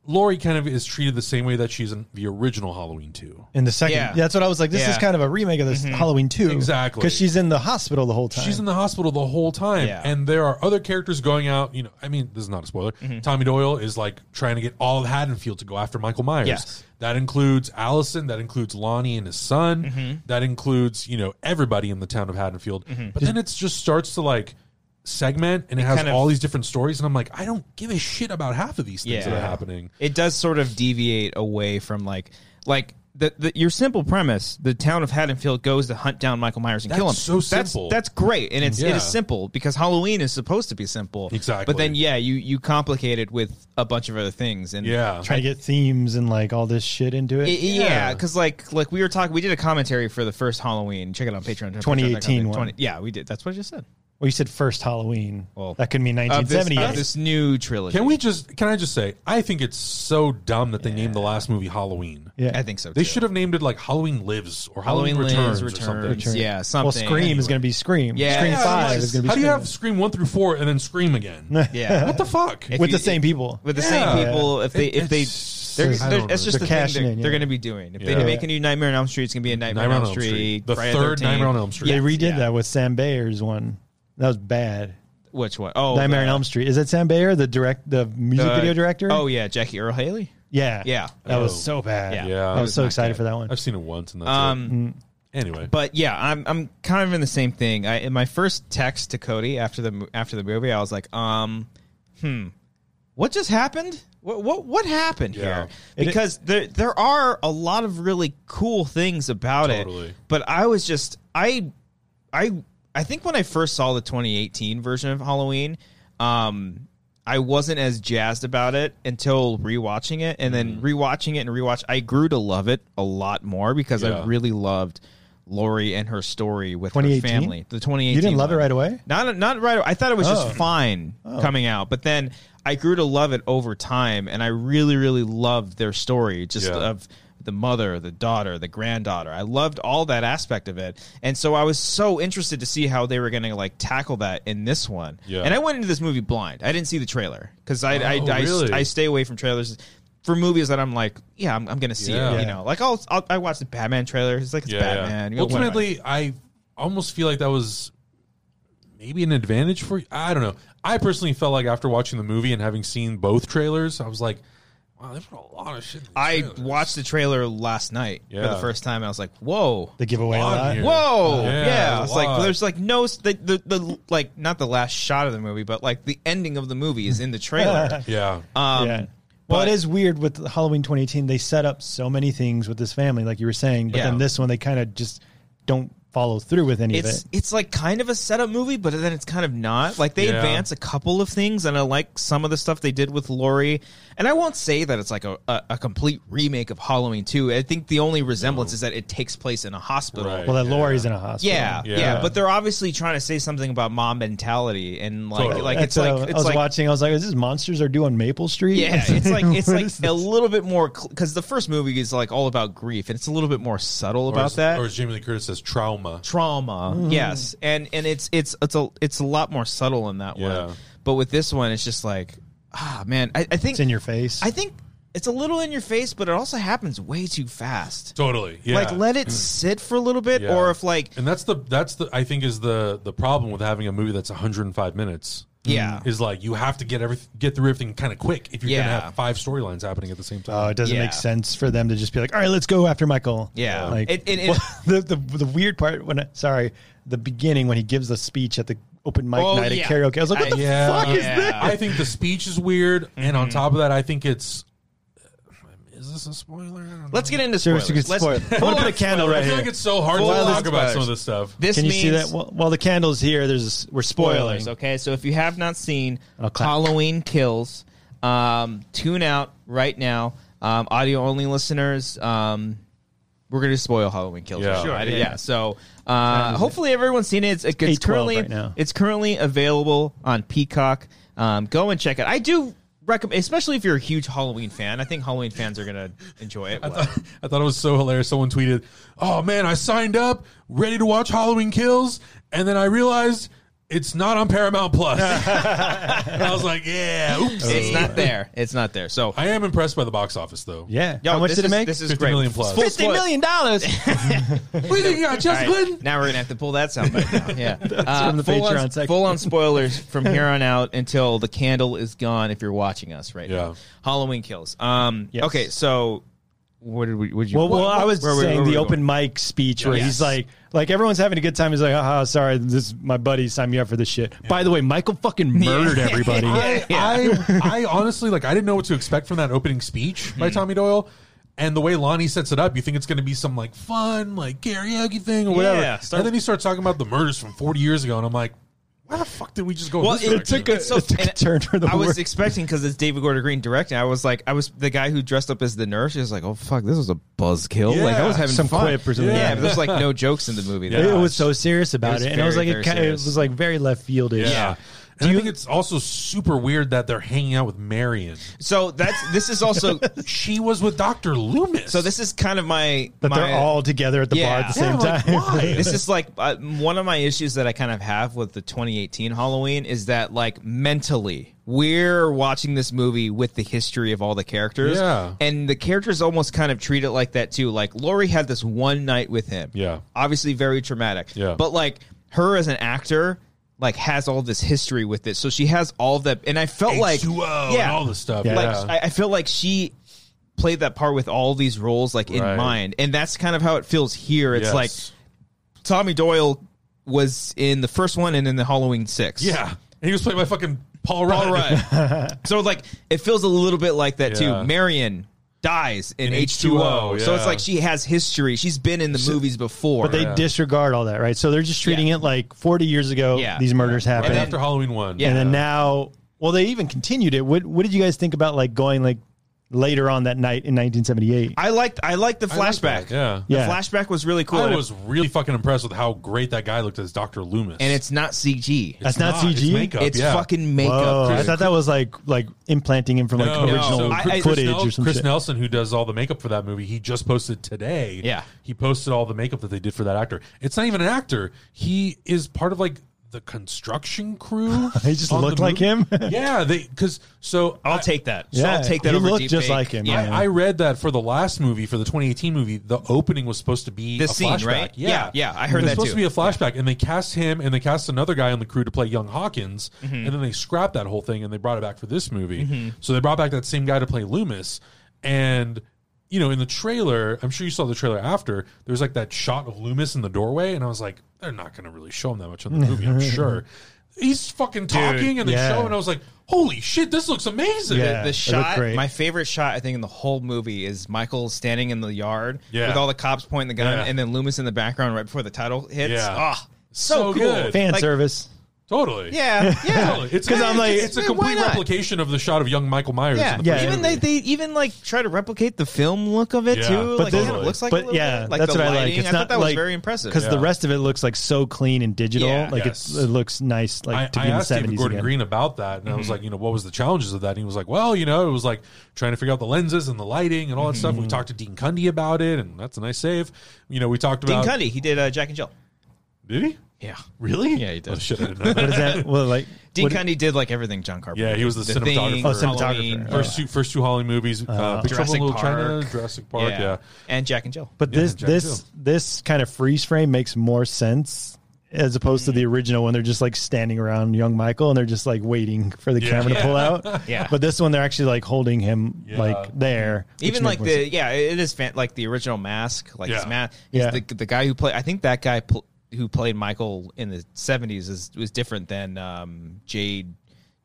Lori kind of is treated the same way that she's in the original Halloween 2.
In the second,
Yeah.
that's what I was like. This
Yeah. Mm-hmm.
is kind of a remake of this Halloween two,
Exactly.
Because she's in the hospital the whole time.
She's in the hospital the whole time,
Yeah.
and there are other characters going out. You know, I mean, this is not a spoiler.
Mm-hmm.
Tommy Doyle is like trying to get all of Haddonfield to go after Michael Myers.
Yes.
That includes Allison. That includes Lonnie and his son.
Mm-hmm.
That includes you know everybody in the town of Haddonfield. But then it just starts to like segment, and it, has
kind of-
all these different stories, and I'm like, I don't give a shit about half of these things that are
Yeah.
happening.
it does sort of deviate away from like like the, the your simple premise the town of haddonfield goes to hunt down michael myers and kill him
That's so
that's,
simple.
that's great and it's it
Yeah.
is simple because halloween is supposed to be simple
Exactly.
but then yeah you you complicate it with a bunch of other things and
Yeah,
trying to get themes and like all this shit into it.
I- yeah, because like like we were talking, we did a commentary for the first Halloween. Check it out on Patreon. patreon.com.
2018 one.
yeah, we did. That's what I just said.
well, you said first Halloween.
Well,
that could mean
Of this,
1970.
of this new trilogy,
can we just? Can I just say? I think it's so dumb that they named the last movie Halloween.
yeah,
I think so.
They
too.
should have named it like Halloween Lives or Halloween,
Halloween
Returns,
returns,
or something.
returns, yeah, something.
Well, Scream is going to be Scream.
Yeah.
Scream
Yeah,
Five
like,
is going to be.
how do you
Scream.
have Scream one through four and then Scream again? what
Yeah,
the fuck?
If
with
you-
the same people?
with the
Yeah.
same people if they
It-
if they
it's-
they're,
I
they're-
don't
that's
know.
just the
They're
thing
cashing
they're,
in, yeah.
they're going to be doing if
Yeah.
they make a new Nightmare on Elm Street it's going to be a Nightmare, on Elm Street,
The
Friday
third
13th.
Nightmare on Elm Street.
they
Yeah.
redid
Yeah.
that with Sam Bayer's one. That was bad.
which one? Oh,
Nightmare on
the-
Elm Street. Is that Sam Bayer, the direct, the music
the-
video director?
Oh yeah, Jackie Earl Haley.
yeah,
yeah.
That
Oh.
was so bad.
Yeah.
Yeah.
I
It
was
was
so
not
excited
good.
for that one.
I've seen it once and that's
Um,
it. Anyway,
But yeah, I'm I'm kind of in the same thing. I in my first text to Cody after the mo- after the movie, I was like, um, hmm, what just happened? What what what happened
Yeah.
here? Because there there are a lot of really cool things about
Totally.
it, but I was just I I I think when I first saw the 2018 version of Halloween, um, I wasn't as jazzed about it until rewatching it, and then rewatching it and rewatch. I grew to love it a lot more because
Yeah.
I really loved Lori and her story with her
2018?
family. The 2018.
You didn't love it
one.
right away?
Not not right. I thought it was
Oh.
just fine coming out, but then I grew to love it over time, and I really really loved their story. Just
Yeah.
of the mother, the daughter, the granddaughter. I loved all that aspect of it, and so I was so interested to see how they were going to like tackle that in this one.
Yeah.
And I went into this movie blind. I didn't see the trailer because I I,
Oh,
I,
really?
I stay away from trailers for movies that I'm like, yeah, I'm, I'm going to see
Yeah.
it. You know, like I'll, I'll I watch the Batman trailer. It's like it's Batman. You know, whatever.
Ultimately, I almost feel like that was maybe an advantage for you. I don't know. I personally felt like after watching the movie and having seen both trailers, I was like, wow, they put a lot of shit. in these
I
trailers.
watched the trailer last night for the
Yeah.
first time, and I was like, whoa.
They give away a
On
lot.
here.
Whoa!
Yeah,
Yeah,
a
it's like
lot.
there's like no s- the, the the like not the last shot of the movie, but like the ending of the movie is in the trailer.
Yeah.
Um,
yeah. Well,
but-
it is weird with Halloween 2018. They set up so many things with this family, like you were saying, but
Yeah.
then this one they kind of just don't follow through with any of
It's
it.
it's like kind of a setup movie, but then it's kind of not. Like they
Yeah.
advance a couple of things, and I like some of the stuff they did with Laurie. And I won't say that it's like a, a, a complete remake of Halloween Two. I think the only resemblance is that it takes place in a hospital.
Right.
Well, that
Yeah.
Lori's in a hospital.
Yeah, yeah,
Yeah.
but they're obviously trying to say something about mom mentality and like
Totally.
like it's
That's what I
like
was- I
it's
was
like
watching. I was like, "Is this monsters are doing Maple Street?"
yeah, it's like it's
What
like
is
a
this?
little bit more because the first movie is like all about grief and it's a little bit more subtle
Or
about
as-
that
Or as Jamie Lee Curtis says, trauma.
trauma.
Mm-hmm.
Yes, and and it's it's it's a it's a lot more subtle in that
Yeah.
one. But with this one, it's just like ah man, I, I think
It's in your face.
I think it's a little in your face, but it also happens way too fast.
Totally. Yeah.
Like let it sit for a little bit,
Yeah.
or if like
and that's the that's the I think is the the problem with having a movie that's 105 minutes.
Yeah.
is like you have to get every get through everything kind of quick if you're
Yeah.
gonna have five storylines happening at the same
Oh,
time.
it doesn't
Yeah.
make sense for them to just be like, "All right, let's go after Michael."
Yeah.
like
It- it- it-
well, the, the the weird part when I- sorry, the beginning when he gives the speech at the open mic
Oh,
night
yeah.
at karaoke, I was like, "What
I-
the
yeah.
fuck is
Yeah. Mm-hmm.
this?"
I think the speech is weird, and on top of that, I think it's. Is this a spoiler? I don't know.
let's get into
Sure, we
spoilers.
should get
Let's
spoiled. I'm gonna
Hold
put
on.
a candle
I
right
feel
here.
like it's so hard
Full
to
of
talk about
spoilers.
some of this stuff.
This
Can you
means
see that? Well, while the candle's here, there's we're spoiling.
spoilers. Okay, so if you have not seen
I'll clap.
Halloween Kills, um, tune out right now. Um, audio only listeners, um, we're gonna spoil Halloween Kills.
Yeah.
for sure.
Sure,
I-
yeah.
yeah. So uh, hopefully everyone's seen it. It's, it's
8:12
currently
right now.
it's currently available on Peacock. Um, go and check it. I do recommend, especially if you're a huge Halloween fan. I think Halloween fans are gonna enjoy it. well.
I thought it was so hilarious. Someone tweeted, "Oh man, I signed up, ready to watch Halloween Kills, and then I realized it's not on Paramount Plus." and I was like, "Yeah, oops."
It's not there. It's not there. So
I am impressed by the box office, though.
Yeah,
Yo,
how much
this
did it
is-
make?
This is
50
great.
million plus.
Full
$50
spoil-
dollars.
What do you think you got, Chelsea
All right,
Clinton?
Now we're gonna have to pull that sound back. Now. Yeah, Uh,
from the
full,
Patreon
on,
section.
full on spoilers from here on out until the candle is gone. If you're watching us right
Yeah.
now, Halloween kills. Um,
Yes.
okay, so what did we? Would you?
Well, well, I was
where were-
saying
where were
the
we
open
going?
mic speech where
Yes.
he's like, like everyone's having a good time. He's like, haha, sorry, this my buddy signed me up for this shit. By the way, Michael fucking murdered everybody.
I, I, I honestly like I didn't know what to expect from that opening speech by
Mm-hmm.
Tommy Doyle. And the way Lonnie sets it up, you think it's going to be some like fun, like karaoke thing or whatever.
Yeah, start-
and then he starts talking about the murders from 40 years ago, and I'm like, why the fuck did we just go?
Well,
this
it
direction?
took a,
It took a
and
turn for the
I was
worse.
expecting because it's David Gordon Green directing. I was like, I was the guy who dressed up as the nurse. He was like, oh fuck, this was a buzzkill. Like I
Yeah.
was having
Some
fun.
quip or something.
Yeah,
Yeah.
but there's like no jokes in the movie. that
It
much.
was so serious
It
about
was
it, and I was
very,
like,
very
it, kind of, it
serious.
was like very left fieldish.
yeah. And
Do
I
you-
think it's also super weird that they're hanging out with Marion.
So that's this is also.
She was with Doctor Loomis.
So this is kind of my.
But
my,
they're all together at the bar at the
Yeah,
same
like,
time.
why?
this is like uh, one of my issues that I kind of have with the 2018 Halloween is that like mentally we're watching this movie with the history of all the characters,
Yeah.
and the characters almost kind of treat it like that too. Like Laurie had this one night with him,
Yeah.
obviously very traumatic,
Yeah.
but like her as an actor. Like has all this history with it, so she has all that, and I felt like
H2O and all this stuff.
like
Yeah.
I, I feel like she played that part with all these roles like in
Right.
mind, and that's kind of how it feels here. It's
Yes.
like Tommy Doyle was in the first one and in the Halloween Six.
yeah, and he was playing by fucking Paul Rudd.
All right. so like it feels a little bit like that
Yeah.
too. Marion dies in,
In
H2O. So
yeah.
it's like she has history. She's been in the movies before.
But they disregard all that, right? So they're just treating it like 40 years ago,
Yeah.
these murders
Right
happened.
then-
after Halloween one.
Yeah.
and then now well they even continued it what what did you guys think about like going like later on that night in 1978.
I liked I liked the
I like
flashback.
that, Yeah.
The
Yeah.
flashback was really cool.
I
and it-
was really fucking impressed with how great that guy looked as Dr. Loomis.
and it's not CG.
That's not
It's
CG?
makeup,
It's
yeah.
fucking makeup.
Whoa, Oh, I
dude.
thought that was like like implanting him from like
No,
original
so
I- I-
Chris
footage
Nel-
or some
Chris
shit.
Nelson, who does all the makeup for that movie, he just posted today.
Yeah.
he posted all the makeup that they did for that actor. It's not even an actor; he is part of like the construction crew.
He just
on the
looked like
movie.
him?
yeah, they because so
I'll
I-
take that. So
Yeah,
I'll take that
he
over
looked
deep
just
fake.
like him,
Yeah.
yeah.
I read that for the last movie, for the 2018 movie, the opening was supposed to be
The
a
scene,
flashback.
right?
Yeah.
Yeah, yeah, I heard
it was
that
supposed
too.
to be a flashback, and they cast him, and they cast another guy on the crew to play young Hawkins,
Mm-hmm.
and then they scrapped that whole thing, and they brought it back for this movie. So they brought back that same guy to play Loomis, and you know, in the trailer, I'm sure you saw the trailer after. There's like that shot of Loomis in the doorway, and I was like, they're not going to really show him that much in the movie, I'm sure. He's fucking talking, and they
yeah.
show, him, and I was like, holy shit, this looks amazing.
Yeah.
the
it
shot,
looked great.
my favorite shot, I think, in the whole movie is Michael standing in the yard
Yeah.
with all the cops pointing the gun,
Yeah.
and then Loomis in the background right before the title hits.
Yeah.
Ah, so,
So
cool.
good.
Fan
Like,
service.
Totally.
Yeah, yeah.
Totally. It's
'Cause I'm like-
it's a
Man, why
complete
not?
replication of the shot of young Michael Myers.
Yeah,
in the
Yeah.
first
Even
movie.
they, they even like try to replicate the film look of it
Yeah.
too.
But
like,
this-
yeah, it looks like, a
but
little
yeah,
bit. like
that's
the
what I
lighting.
like. It's
I
not
thought that was
like-
very impressive.
because the
Yeah.
rest of it looks like so clean and digital.
Yeah.
like
Yes.
it's, it looks nice, like
I,
to
I
be in the
asked David
seventies
Gordon
again. Mm-hmm.
Green about that, and I was like, you know, what was the challenges of that? And he was like, well, you know, it was like trying to figure out the lenses and the lighting and all that stuff.
Mm-hmm.
We talked to Dean Cundy about it, and that's a nice save. You know, we talked
Dean
about
Cundy, he did uh, Jack and Jill.
Did he?
Yeah,
Really?
Yeah, he did.
Oh, shit, I didn't know that.
What is that? Well, like
Dean
what-
Cundy did like everything John Carpenter.
Yeah, he was the
did. Thing,
cinematographer. Oh, cinematographer.
Halloween,
Oh.
First two, first two Holly movies, uh, Big Trouble
Jurassic
in Little China,
Park.
Jurassic Park. Yeah,
and Jack and Jill.
But
Yeah,
this
Jack
this
Jill.
this kind of freeze frame makes more sense as opposed to the
Mm.
original when they're just like standing around young Michael and they're just like waiting for the
Yeah.
camera to pull out.
Yeah.
But this one they're actually like holding him
Yeah.
like there. which
even
makes
like
more
the
sense.
yeah, it is fan- like the original mask, like his
Yeah.
mask. he's
Yeah.
the, the guy who played. I think that guy pl- who played Michael in the seventies is was different than um, Jade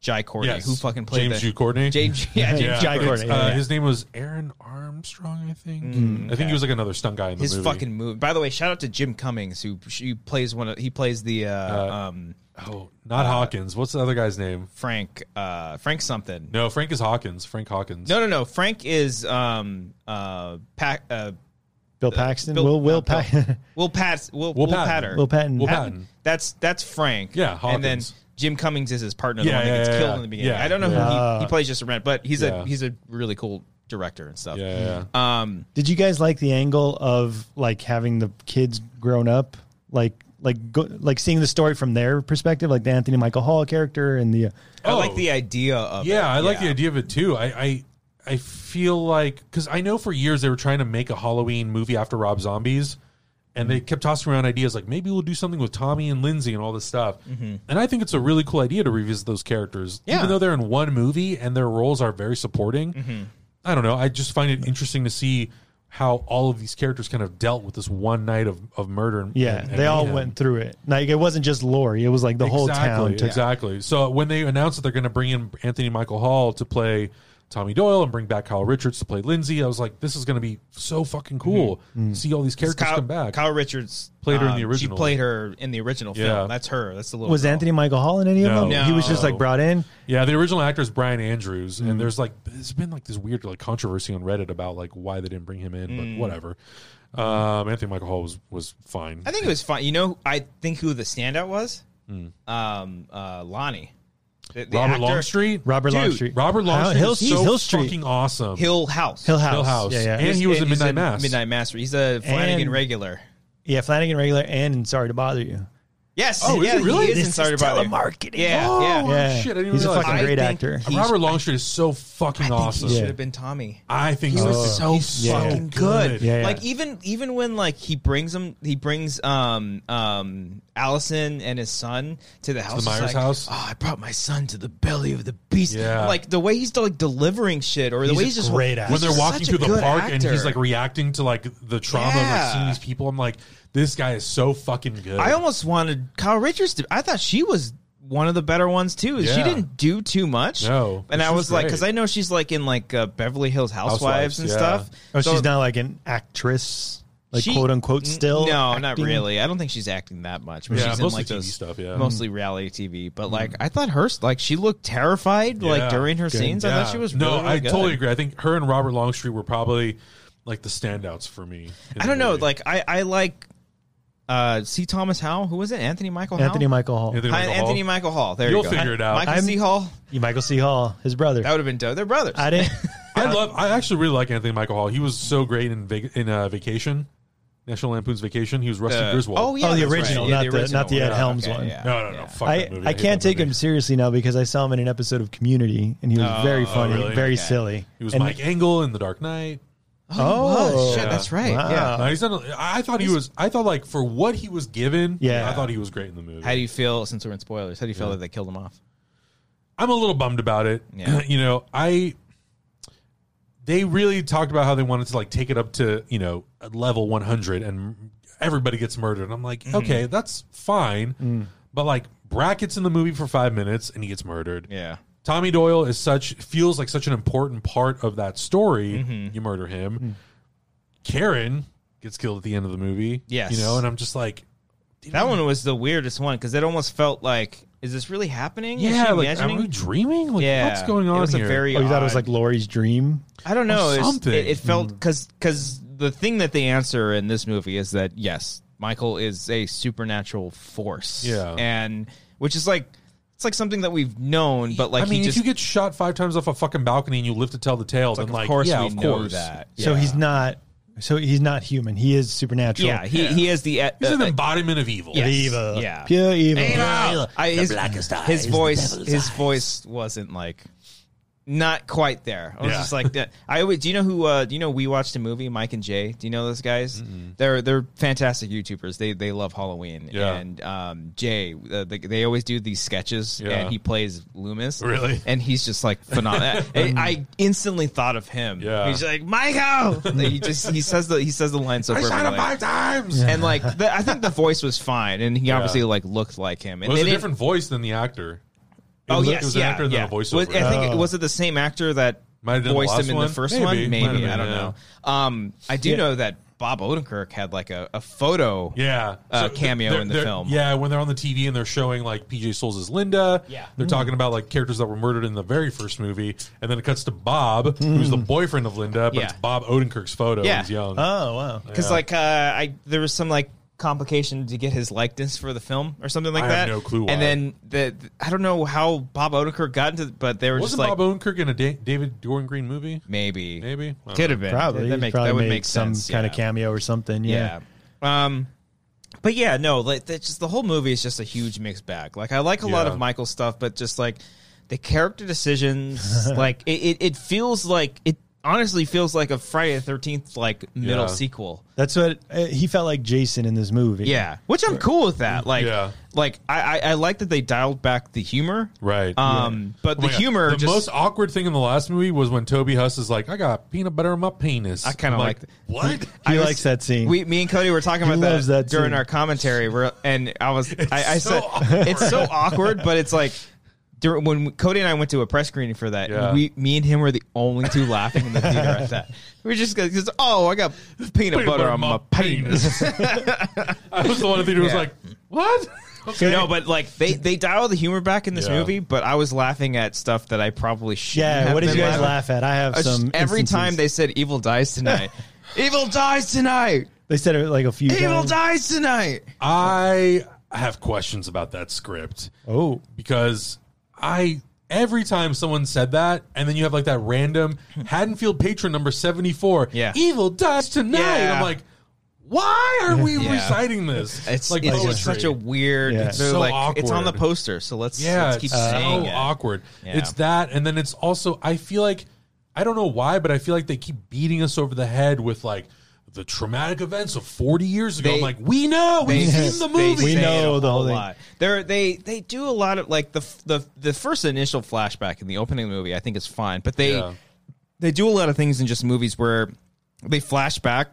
Jai Courtney,
Yes.
who fucking played
James
the,
U. Courtney?
James, yeah, James
Yeah.
Jai
Jai
Courtney.
Courtney,
Uh,
yeah, yeah.
His name was Aaron Armstrong, I think. I think he was like another stunt guy in the
His
movie.
Mm. fucking move. By the way, shout out to Jim Cummings who she plays one. of He plays the uh, um,
Oh, not Hawkins. What's the other guy's name?
Frank uh, Frank something.
No, Frank is Hawkins. Frank Hawkins.
No, no, no. Frank is um uh pack uh
Bill Paxton,
Bill-
Will Will
not Bill.
Paxton,
Will Pat Will
Will
Will,
Patton.
Patter
Will Patton.
Will
Patton.
Patton.
That's that's Frank.
Yeah,
and then
Hawkins.
Jim Cummings is his partner, the
Yeah,
one that
yeah,
gets
yeah,
killed
yeah.
in the beginning.
Yeah.
I don't know who
Yeah.
he, he plays just a rent, but he's
Yeah.
a he's a really cool director and stuff.
Yeah, yeah.
Um,
Did you guys like the angle of like having the kids grown up, like like go, like seeing the story from their perspective, like the Anthony Michael Hall character and the
I like the idea of it.
Oh. Yeah, I like the idea of it too. I I, I feel like because I know for years they were trying to make a Halloween movie after Rob Zombies, and
Mm-hmm.
they kept tossing around ideas like maybe we'll do something with Tommy and Lindsay and all this stuff. And I think it's a really cool idea to revisit those characters,
Mm-hmm. Yeah. Mm-hmm.
even though they're in one movie and their roles are very supporting. I don't know. I just find it interesting to see. How all of these characters kind of dealt with this one night of, of murder. And,
yeah,
and-
they all
and-
went through it. Like it wasn't just Lori; it was like the whole town. Took,
Exactly. So when they announced that they're going to bring in Anthony Michael Hall to play Tommy Doyle and bring back Kyle Richards to play Lindsay, I was like, this is going to be so fucking
Mm-hmm.
cool. See all these characters
Kyle,
come back.
Kyle Richards um,
Played her in the
She
original.
played her in the original
Yeah.
film. That's her. That's the little.
Was
girl.
Anthony Michael Hall in any of
No.
them? He was just
No.
like brought in.
yeah, the original actor is Brian Andrews,
Mm-hmm.
and there's like there's been like this weird like controversy on Reddit about like why they didn't bring him in,
Mm.
but whatever. Um, Anthony Michael Hall was was fine.
I think it was fun. You know, I think who the standout was. Um, uh, Lonnie, the, the
Hmm. Robert
actor-
Longstreet,
Robert
Dude,
Longstreet.
Robert Longstreet,
Hill-
is
he's
so
Hill Street.
fucking awesome.
Hill House,
Hill House.
Hill House.
Yeah, yeah.
and he was in
He's
Midnight Mass.
Midnight Mass. He's a Flanagan
And-
regular.
Yeah, Flanagan regular and Sorry to Bother You.
Yes.
Oh, is
yeah,
it really?
He is
This
in Sorry
is
About You.
telemarketing.
Yeah,
Oh,
yeah.
I
Yeah,
shit, I didn't
he's a
realize
fucking
that.
great
I think
actor.
he- He's-
Robert Longstreet is so fucking
I think
awesome.
he
Yeah.
should have been Tommy.
I think he was so fucking
Good.
Yeah.
Yeah, yeah.
Like even even when like he brings him, he brings um um Allison and his son to the house. He's
Myers
like,
house?
Oh, I brought my son to the belly of the beast.
Yeah.
Like the way he's like delivering shit, or the
He's
way
a
he's just
great actor.
When
he's
they're walking
such a
through the
good
park and
actor.
he's like reacting to like the trauma of like seeing
Yeah.
these people, I'm like, this guy is so fucking good.
I almost wanted Kyle Richards to. I thought she was one of the better ones too. She
Yeah.
didn't do too much.
No,
and
but
I
she
was,
was
like,
great.
because I know she's like in like uh, Beverly Hills Housewives,
Housewives,
and
yeah.
stuff.
Oh,
So-
she's not like an actress. like
She-
quote unquote still?
No, not
acting?
really. I don't think she's acting that much. But
Yeah,
she's
mostly
in like
TV
those-
stuff, yeah. Mm-hmm.
mostly reality TV. But like, I thought her like she looked terrified like
Yeah.
during her scenes. I thought
Yeah.
she was
no.
really,
I
really
totally
good.
agree. I think her and Robert Longstreet were probably like the standouts for me. in
I
the
don't know.
movie.
Like I, I like uh, C. Thomas Howell. Who was it? Anthony Michael.
Anthony
Howell?
Michael Hall.
Anthony
Hi,
Michael Hall.
Anthony Michael Hall. There
You'll
you go.
figure it out.
Michael
I'm-
C. Hall.
Michael C. Hall, his brother.
That would have been dope. They're brothers.
I didn't.
I love. I actually really like Anthony Michael Hall. He was so great in vac- in uh, Vacation, National Lampoon's Vacation. He was Rusty
Uh,
Griswold.
oh yeah,
Oh, the
that's
original,
right. Yeah,
not the- not the
original
Ed Helms
Okay,
one.
yeah.
No, no, no. Fuck
I,
that movie.
I
hate
can't
that
take him
movie.
seriously now because I saw him in an episode of Community and he was very funny,
Oh, really?
very
Okay.
silly.
He was
and
Mike Engel in The Dark Knight.
Oh,
Oh,
shit, that's right.
Wow.
Yeah.
No, he's not. I I thought he was. I thought like for what he was given.
Yeah.
I thought he was great in the movie.
How do you feel since we're in spoilers? How do you feel that they killed him off?
I'm a little bummed about it.
Yeah.
you know, I they really talked about how they wanted to like take it up to you know level 100 and everybody gets murdered. And I'm like,
Mm-hmm.
okay, that's fine,
Mm.
but like brackets in the movie for five minutes and he gets murdered.
Yeah.
Tommy Doyle is such feels like such an important part of that story.
Mm-hmm.
You murder him.
Mm.
Karen gets killed at the end of the movie.
Yes.
you know, and I'm just like,
That one was the weirdest one because it almost felt like, is this really happening? Is
yeah,
she
like
imagining?
am I dreaming? Like,
yeah,
what's going on
It was
here?
a very.
Oh, you thought it
odd-
was like Laurie's dream?
I don't know. It's-
something.
It, it felt because because the thing that they answer in this movie is that yes, Michael is a supernatural force.
Yeah.
and which is like it's like something that we've known, but like
I mean,
he just,
if you get shot five times off a fucking balcony and you live to tell the tale, then
of
like,
course
yeah,
we
of
know
course.
that.
So
Yeah.
he's not. So he's not human. He is supernatural.
yeah he he has the uh,
He's an
uh,
embodiment of evil.
yes.
Evil.
Yeah. uh,
Pure evil.
I, his, his voice his voice wasn't like not quite there. I was
Yeah.
just like that. I always do you know who uh do you know we watched a movie Mike and Jay? Do you know those guys? They're they're fantastic YouTubers. They they love Halloween
Yeah.
and um Jay uh, they, they always do these sketches
Yeah.
and he plays Loomis.
Really?
And he's just like phenomenal. I, I instantly thought of him.
Yeah.
He's like Michael. he just he says the he says the line so
I shot him
perfectly.
five times.
And like the, I think the voice was fine and he obviously like looked like him.
it
And
was
they
a
didn't-
different voice than the actor. It
Oh
was, a-
yes,
it was
yeah,
an actor and
yeah.
then a voiceover.
Was, I think was it the same actor that
Oh. Might have done the
voiced
last
him in
one?
the first
Maybe.
one?
Might
Maybe
have been,
I don't
yeah.
know. Um, I do
Yeah.
know that Bob Odenkirk had like a, a photo.
yeah,
uh,
So
cameo
they're-
in the
they're-
film.
Yeah, when they're on the TV and they're showing like PJ Souls as Linda.
Yeah.
they're talking about like characters that were murdered in the very first movie, and then it cuts to Bob,
Mm-hmm.
who's the boyfriend of Linda, but
Yeah.
it's Bob Odenkirk's photo.
Yeah.
he's young.
Oh wow.
because like uh, I there was some like complication to get his likeness for the film or something like
I have
that.
no clue why.
And then the, the- I don't know how Bob Odenkirk got into, but they were
Wasn't
just like
Bob Odenkirk in a Da- David Doran Green movie?
maybe
Maybe. I don't
could
know.
have been
Probably.
that,
He
make,
probably
that would
made
make
some
sense
kind
yeah.
of cameo or something.
Yeah.
Yeah.
Um, but yeah, no, like that's just the whole movie is just a huge mixed bag. Like I like a lot
Yeah.
of Michael's stuff, but just like the character decisions, like it, it, it feels like it honestly feels like a Friday the Thirteenth like middle
Yeah.
sequel.
That's what uh, he felt like Jason in this movie.
Yeah, which I'm cool with that. Like,
Yeah.
like I, I, I like that they dialed back the humor,
Right.
Um, but
Oh
the
my God.
humor
The
just
most awkward thing in the last movie was when Toby Huss is like, "I got peanut butter in my penis."
I kinda
I'm
liked it.
what.
He
I was-
likes that scene.
We, me and Cody were talking
He
about that,
loves that
during
scene.
our commentary, We're- and I was, I, I
so
said,
awkward.
it's so awkward, but it's like. During, when Cody and I went to a press screening for that,
Yeah.
we, me and him were the only two laughing in the theater at that. We were just because, oh, I got peanut, butter on my penis.
I was the one in the theater who was
Yeah.
like, "What?" Okay.
No, but like they they dial the humor back in this
Yeah.
movie, but I was laughing at stuff that I probably should.
Yeah.
have
What did
been
you guys
laughing.
laugh at? I have
I was just-
some.
every time
instances.
they said "evil dies tonight," "evil dies tonight,"
they said it like a few
"evil
times.
dies tonight."
I have questions about that script
Oh.
because I every time someone said that, and then you have like that random Haddonfield patron number seventy four.
Yeah.
evil dies tonight.
Yeah.
I'm like, why are we
Yeah.
reciting this?
It's
like oh,
like it's
poetry.
just such a weird.
Yeah.
It's so
So
like it's on the
awkward.
poster, so let's,
Yeah,
let's keep
it's
saying
so
it.
awkward.
Yeah.
It's that, and then it's also I feel like I don't know why, but I feel like they keep beating us over the head with like the traumatic events of forty years ago.
They-
I'm like, we know,
They-
we've seen the
they
movie.
We
say it
know
a
the
whole
whole thing.
lot. They're, they they do a lot of like the f- the the first initial flashback in the opening movie. I think is fine, but they
Yeah.
they do a lot of things in just movies where they flash back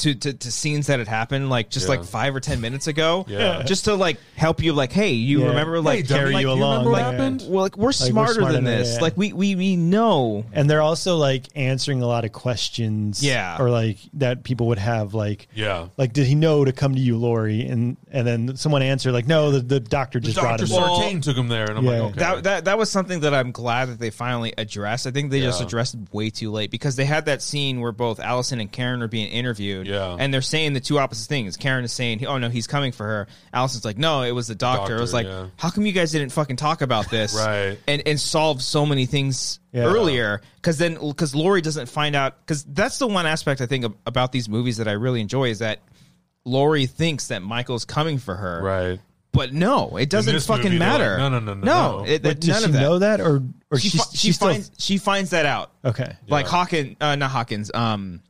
to, to, to scenes that had happened like just
Yeah.
like five or ten minutes ago.
Yeah.
Just to like help you like, hey, you
Yeah.
remember like
Hey, carry
like,
you
remember
along,
what
yeah.
happened? Well, like we're
we're
smarter
smarter
than
than-
this.
yeah.
Like we we we know.
and they're also like answering a lot of questions
Yeah.
or like that people would have like
Yeah.
like did he know to come to you lori and and then someone answered like no the, the doctor just brought
Doctor
him
Well,
Sartain took him there, and I'm
Yeah.
like, okay,
That, that that was something that I'm glad that they finally addressed. I think they just
Yeah.
addressed it way too late because they had that scene where both Allison and Karen are being interviewed,
Yeah.
and they're saying the two opposite things. Karen is saying, "Oh no, he's coming for her." Allison's like, "No, it was the doctor." I was like,
Doctor, yeah.
"How come you guys didn't fucking talk about this
Right.
and and solve so many things
Yeah.
earlier?" Because then because Lori doesn't find out because that's the one aspect I think ab- about these movies that I really enjoy is that. Lori thinks that Michael's coming for her,
right.
but no, it doesn't
this
fucking
movie, they're
matter.
like, no, no, no, no,
no.
no.
It,
But does
none
she
of that.
know that or or
She,
she,
fi- she
still- Oh,
finds she finds that out.
okay
Like Hawkins, uh, not Hawkins. Um,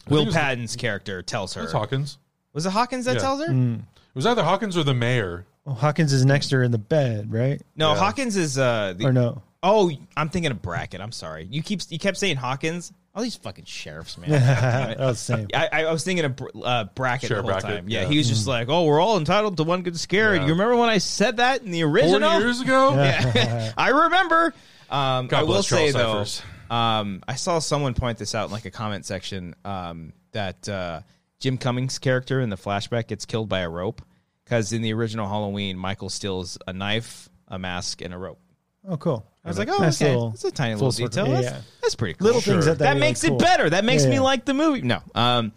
think it
Will
was-
Patton's character tells her.
It's Hawkins.
Was it Hawkins that
Yeah.
tells her?
Mm.
It was either Hawkins or the mayor.
well, hawkins is next to her in the bed right
No,
Yeah.
Hawkins is uh. The,
or no
Oh, I'm thinking of Brackett. I'm sorry. You keep you kept saying Hawkins. All these fucking sheriffs, man. God
that
damn it.
was the Oh, same
I, I I was thinking of Br- uh, Brackett
Sheriff
the whole
Brackett,
time. Yeah,
yeah.
he was
Mm.
just like, "Oh, we're all entitled to one good scare."
Yeah.
You remember when I said that in the
Four
original?
years ago.
Yeah. I remember. Um,
God
I will
bless
say
Charles
though, um, I saw someone point this out in like a comment section um, that uh, Jim Cummings' character in the flashback gets killed by a rope because in the original Halloween, Michael steals a knife, a mask, and a rope.
oh cool
I was like, oh, okay. that's a tiny little detail.
yeah,
That's,
yeah.
that's pretty cool.
Little things Sure. that- that
that
are, like,
makes it
cool.
better. That makes
Yeah,
me
yeah.
like the movie. No, um,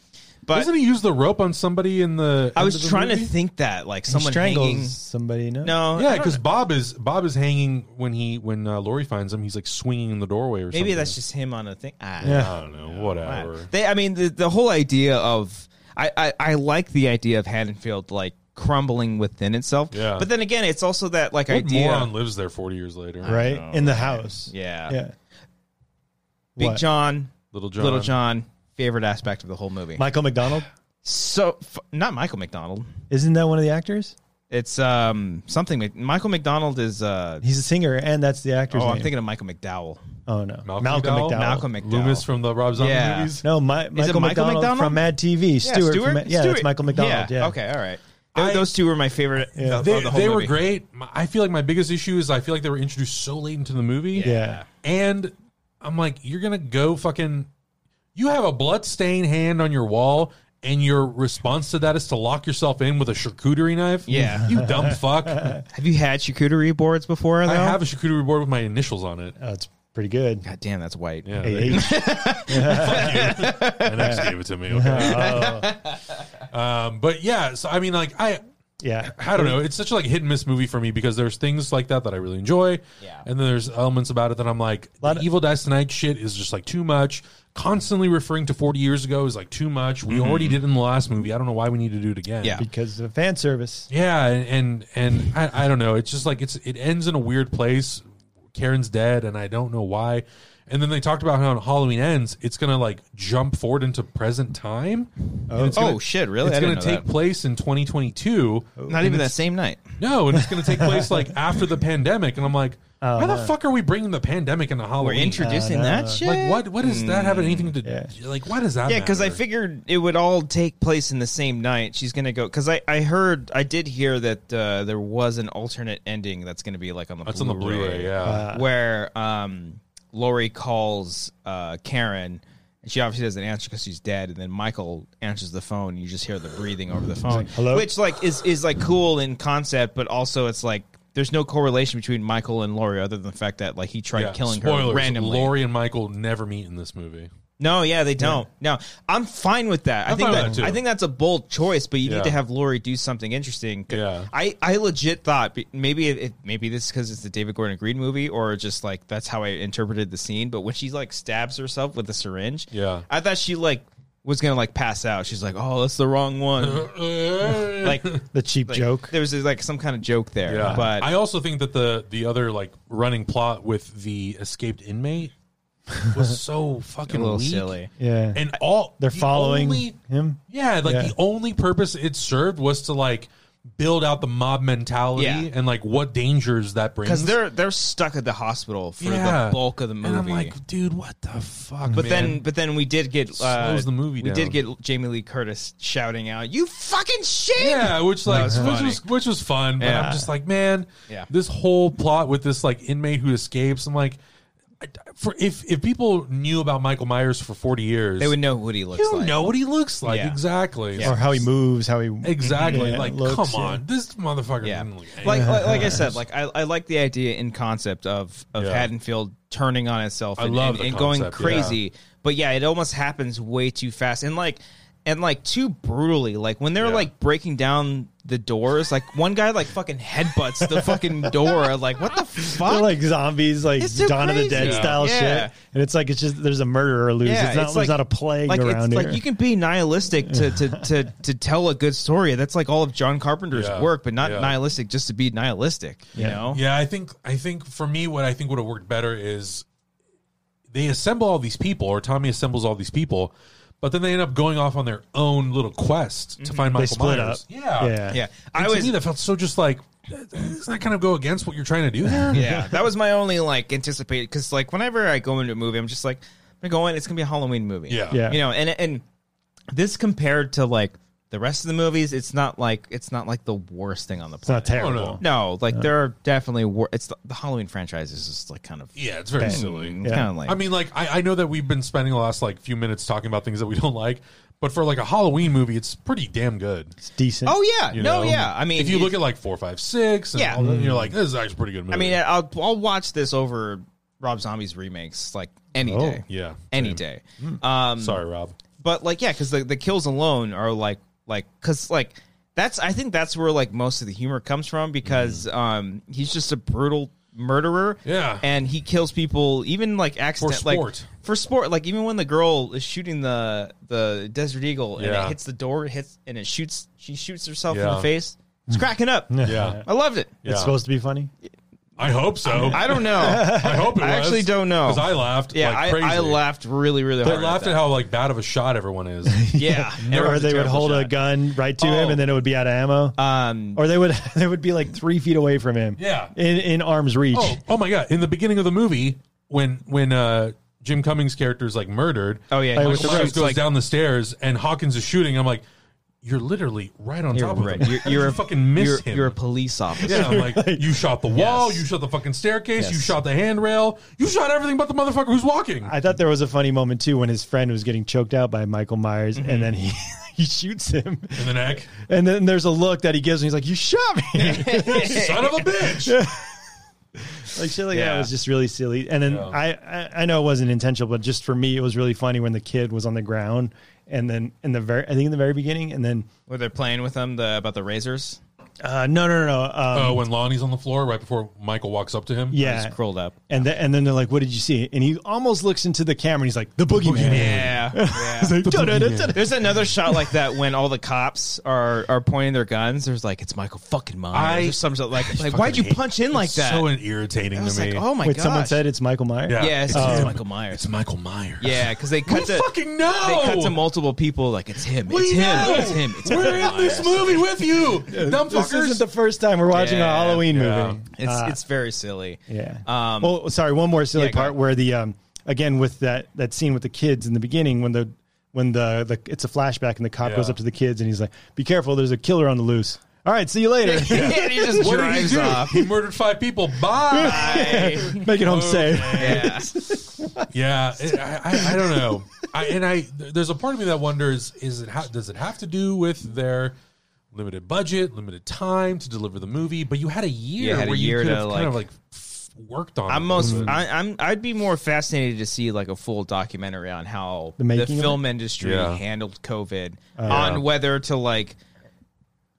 but
Doesn't he use the rope on somebody in the?
I
end
was
of the
trying
movie?
to think that like
He
someone
strangles
hanging.
somebody no
No, I
Yeah,
don't
because Bob is Bob is hanging when he when uh, Lori finds him. He's like swinging in the doorway or something.
Maybe that's just him on a thing. Ah,
Yeah.
I don't know. Whatever.
They, I mean, the, the whole idea of I, I, I like the idea of Haddonfield like crumbling within itself.
Yeah.
But then again, it's also that like
What
idea.
moron lives there forty years later?
right in the house
yeah.
yeah
Big
What?
John,
Little John.
Little John, favorite aspect of the whole movie.
michael mcdonald
so f- not Michael McDonald.
isn't that one of the actors
It's um something. Mc- Michael McDonald is uh.
he's a singer and that's the actor's
Oh, I'm
name.
thinking of Michael McDowell.
oh no
Malcolm
malcolm
McDowell?
mcdowell
Malcolm McDowell.
Loomis from the Rob Zombie
Yeah.
movies.
No, Mi-
Michael
Michael, McDonald
McDonald?
from Mad TV. Stewart.
yeah,
from, Ma- yeah, that's
Stewart.
Michael McDonald. Yeah.
Okay. All right. Th-
I-
those two were my favorite.
Yeah.
of
They,
the whole
they were
movie.
great. My- I feel like my biggest issue is I feel like they were introduced so late into the movie.
Yeah.
And I'm like, you're gonna go fucking. You have a bloodstained hand on your wall, and your response to that is to lock yourself in with a charcuterie knife.
Yeah.
you dumb fuck. I
Have you had charcuterie boards before? Though?
have a charcuterie board with my initials on it.
That's Oh, pretty good.
God damn, that's white.
Yeah,
Hey,
they-
hey.
and X gave it to me. Okay.
Oh.
um, but yeah, so I mean, like I,
yeah.
I don't know. It's such like a hit and miss movie for me because there's things like that that I really enjoy,
Yeah.
and then there's elements about it that I'm like,
Lot
the
of-
Evil Dies Tonight shit is just like too much. Constantly referring to 40 years ago is like too much. We already did it in the last movie. I don't know why we need to do it again.
Mm-hmm. Yeah.
Because of fan service.
Yeah, and and, and I, I don't know. It's just like it's it ends in a weird place. Karen's dead, and I don't know why. And then they talked about how Halloween ends. It's gonna like jump forward into present time. Oh, it's
Oh, shit, really? I
It's
didn't
gonna
know
take
that.
place in 2022.
Oh.
Not even that same night.
No, and it's gonna take place like after the pandemic. And I'm like,
Oh,
why the fuck are we bringing the pandemic into
We're
Halloween?
introducing
no.
that shit.
like what? What does that have anything to?
Yeah.
Like why does that?
Yeah, because I
matter?
figured it would all take place in the same night. She's gonna go because I, I heard I did hear that uh, there was an alternate ending that's gonna be like on the
that's on
Blu-ray,
the Blu-ray. Yeah,
where um, Lori calls uh, Karen. and She obviously doesn't answer because she's dead, and then Michael answers the phone. And you just hear the breathing over the phone,
"Hello?"
which like is is like cool in concept, but also it's like there's no correlation between Michael and Lori other than the fact that like he tried
Yeah.
killing her
Spoilers,
randomly.
Lori and Michael never meet in this movie.
No, yeah, they don't. No, I'm fine with that. i
I'm
think
fine with
that,
that, too.
I think that's a bold choice, but you
Yeah.
need to have Lori do something interesting. 'Cause
Yeah.
I, I legit thought be- maybe it, it- maybe this because it's the David Gordon Green movie, or just like that's how I interpreted the scene. But when she like stabs herself with a syringe,
Yeah.
I thought she like was gonna like pass out. She's like, oh, that's the wrong one. like,
The cheap
like,
joke.
There was like some kind of joke there,
Yeah,
but
I also think that the the other like running plot with the escaped inmate was so
a
fucking
little
weak.
silly.
Yeah.
And all
They're
the
following
only-
him?
Yeah, like
Yeah.
the only purpose it served was to like build out the mob mentality
Yeah.
and like what dangers that brings.
because they're they're stuck at the hospital for
Yeah.
the bulk of the movie.
And I'm like, dude, what the fuck?
but then,
man?
but then we did get uh,
Slows the movie
We
down.
did get Jamie Lee Curtis shouting out, "You fucking shit!"
yeah, which
That
like
was
which
funny.
was which was fun. But
Yeah.
I'm just like, man,
Yeah.
this whole plot with this like inmate who escapes. I'm like, I- for if if people knew about Michael Myers for 40 years,
They would know what he looks
you
like.
know what he looks like
Yeah.
exactly.
or how he moves, how he
Exactly.
Yeah,
like,
looks,
come
yeah.
on, this motherfucker.
Yeah,
didn't look
like, like like I said, like I, I like the idea in concept of of
Yeah.
Haddonfield turning on itself
I
and,
love
and-
the
and going
concept, yeah.
crazy. But yeah, it almost happens way too fast and like and like too brutally. Like when they're
Yeah.
like breaking down the doors, like one guy like fucking headbutts the fucking door. Like what the fuck?
They're like zombies, like
It's so
Dawn of the
crazy.
Dead
Yeah.
style
Yeah.
shit. And it's like it's just there's a murderer loose. it's not there's not a plague
like,
around
it's
here.
Like you can be nihilistic to, to, to, to tell a good story. That's like all of John Carpenter's
Yeah.
work, but not
Yeah.
nihilistic just to be nihilistic. You know?
Yeah, I think I think for me, what I think would have worked better is they assemble all these people, or Tommy assembles all these people, but then they end up going off on their own little quest
Mm-hmm.
to find Michael
they split
Myers.
up.
Yeah,
yeah.
Yeah.
I
I
to
was
me, that felt so just like doesn't that kind of go against what you're trying to do? There?
yeah, that was my only like anticipated because like whenever I go into a movie, I'm just like I'm going. It's gonna be a Halloween movie.
Yeah.
Yeah.
you know, and and this compared to like the rest of the movies, it's not like it's not like the worst thing on the
It's not
planet.
terrible.
Oh,
no, like there are definitely wor- it's the, the Halloween franchise is just like kind of
yeah, it's very silly.
kind
Yeah.
of like
I mean, like I, I know that we've been spending the last like few minutes talking about things that we don't like, but for like a Halloween movie, it's pretty damn good.
It's decent.
oh yeah,
You
no
know?
yeah. I mean,
if you
it-
look at like four, five, six, and
Yeah.
all that, you're like, this is actually a pretty good movie.
I mean, uh, I'll I'll watch this over Rob Zombie's remakes like any day.
Oh, yeah,
any
same. Hmm.
day. Uh,
sorry, Rob.
but like yeah because the, the kills alone are like like because like that's i think that's where like most of the humor comes from because um he's just a brutal murderer
Hmm. Yeah.
and he kills people even like accident like
sport.
for sport like even when the girl is shooting the the desert eagle and it
Yeah.
hits the door it hits and it shoots she shoots herself in the
Yeah. Hmm.
face it's cracking up
Yeah.
i loved it
Yeah.
It's supposed to be funny.
I hope so.
i
I,
don't know
hope it
I
was.
actually don't know.
Because I laughed.
yeah
like crazy.
I, I laughed really really
I
hard
laughed at
that.
how like bad of a shot everyone is.
yeah
or they would hold a
gun.
gun right to
Oh.
him and then it would be out of ammo.
um
or they would they would be like three feet away from him.
Yeah.
In in arm's reach.
oh, oh my god! In the beginning of the movie, when when uh, Jim Cummings' character is like murdered.
Oh, yeah,
Michael
he shoots,
Myers goes
like-
down the stairs and Hawkins is shooting. I'm like, you're literally right on top of
right.
him.
You're,
How did
you're
you
a
fucking miss
you're,
him.
You're a police officer.
yeah, I'm like you shot the wall,
Yes.
you shot the fucking staircase, you
Yes.
shot the handrail, you shot everything but the motherfucker who's walking.
I thought there was a funny moment too when his friend was getting choked out by Michael Myers and then he he shoots him.
in the neck,
And then there's a look that he gives and he's like, You shot me.
son of a bitch.
like shit like
Yeah.
that was just really silly. And then I, I I know it wasn't intentional, but just for me it was really funny when the kid was on the ground and then in the very I think in the very beginning and then
Where they're playing with them the, about the razors.
uh no no no, no um,
Oh, when Lonnie's on the floor right before Michael walks up to him.
yeah
Just curled up.
and then and then they're like what did you see and he almost looks into the camera and he's like the boogeyman,
Yeah. yeah.
He's like, "Da-da-da-da-da."
There's another shot like that when all the cops are are pointing their guns. There's like it's Michael fucking Myers.
I-
or some sort of like like
fucking
why'd you
hate-
punch in like
It's
that?
So irritating
I was
to me.
like, oh my
Wait,
god.
someone said it's Michael Myers.
Yeah.
yeah, it's, it's
Um,
Michael Myers.
it's Michael Myers.
Yeah, because they
we
cut to
fucking know.
they cut to multiple people. Like it's him.
we
it's him.
know.
It's him. It's
We're
Michael
in this
Myers.
movie with you, dumb
This
fuckers.
isn't the first time we're watching
Yeah,
a Halloween
yeah.
movie.
It's
Uh,
it's very silly.
yeah.
Um,
well, sorry, one more silly
yeah, go
part
ahead.
where the um again with that that scene with the kids in the beginning when the when the, the it's a flashback and the cop
Yeah.
goes up to the kids and he's like, "Be careful, there's a killer on the loose." All right, see you later.
he just
what did he
drives
do?
off.
He murdered five people. Bye.
I-
Make it
Oh,
home safe.
yeah.
yeah, it, I, I, I don't know. I, and I, there's a part of me that wonders: is it ha- does it have to do with their limited budget, limited time to deliver the movie? But you had a year
had a
where
year
you could
to,
have
like-
kind of like f- worked on.
I'm
it.
most
Mm.
I, I'm I'd be more fascinated to see like a full documentary on how the,
making of it? Oh,
film industry
Yeah.
handled COVID on whether to like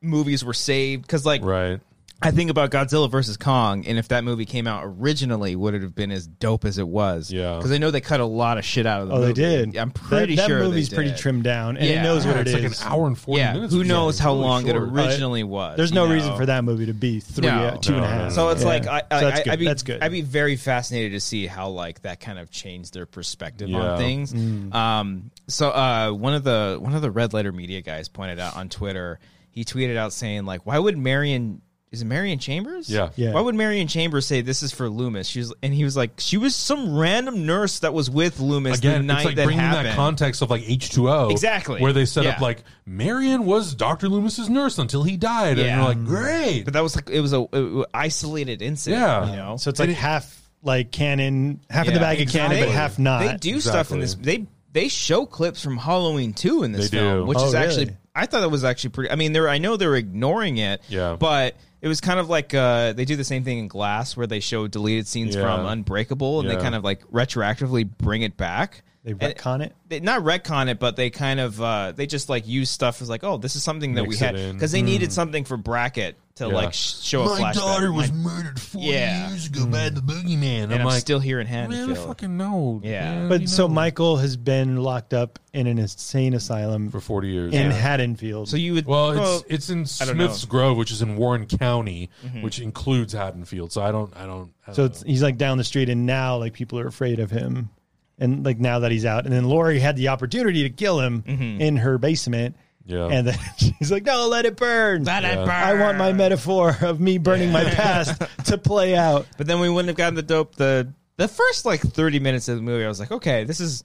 movies were saved because like
right.
I think about Godzilla versus Kong and if that movie came out originally would it have been as dope as it was
Yeah.
because I know they cut a lot of shit out of the
Oh, they
movie.
did.
I'm pretty
that,
sure
that
they
movie's pretty
did.
trimmed down, and
Yeah.
it knows
Yeah,
what it
it's
is.
like an hour and forty
yeah
minutes.
who
It's
knows
really
how long
short.
it originally was
There's
you
no
know?
reason for that movie to be three, uh,
No.
two and a
No, no,
half.
no,
So it's
Yeah.
like I, I,
So that's
I,
good.
would be
that's good.
I'd be very fascinated to see how like that kind of changed their perspective
Yeah.
on things.
Mm.
Um, so uh, one of the one of the red letter media guys pointed out on Twitter. he tweeted out saying like, "Why would Marion?" Is it Marion Chambers?
Yeah.
Yeah.
Why would Marion Chambers say this is for Loomis? She was, and he was like, she was some random nurse that was with Loomis the
Again,
night
it's like
that
bringing
happened.
that context of like H2O.
Exactly.
Where they set up
Yeah.
like Marion was Dr. Loomis's nurse until he died.
Yeah.
And you're like, great.
but that was like it was a, a- isolated incident.
Yeah.
You know,
So it's like half like canon, half in the
Yeah,
bag of canon, but
exactly.
half not.
They do stuff in this. They they show clips from Halloween two in this
They
film,
do.
which
Oh,
is actually
really?
I thought that was actually pretty. I mean, they're I know they're ignoring it,
Yeah.
but it was kind of like uh, they do the same thing in Glass, where they show deleted scenes
Yeah.
from Unbreakable, and
Yeah.
they kind of like retroactively bring it back.
They
And-
retcon it.
they, not retcon it, but they kind of uh, they just like use stuff as like, oh, this is something that
Mix
we
it
had
in. Mm.
because they needed something for bracket to
Yeah.
like sh- show a flashback.
murdered 40
Yeah. Mm.
ago by the boogeyman.
and I'm, still here in
man, I
Haddonfield.
fucking know.
Yeah.
man, you
But so
know.
Michael has been locked up in an insane asylum
for 40 years.
in
yeah.
Haddonfield.
So you would
Well, it's it's in
don't know. Mm-hmm.
Smiths Grove, which is in Warren County, which includes Haddonfield. So I don't, I don't. I don't
so it's,
know.
he's like down the street, and now like people are afraid of him, and like now that he's out, and then Lori had the opportunity to kill him in her basement,
Mm-hmm. Yeah.
and then she's like, "No, let it burn." I want my metaphor of me burning my past to play out.
But then we wouldn't have gotten the dope. The the first like thirty minutes of the movie, I was like, okay, this is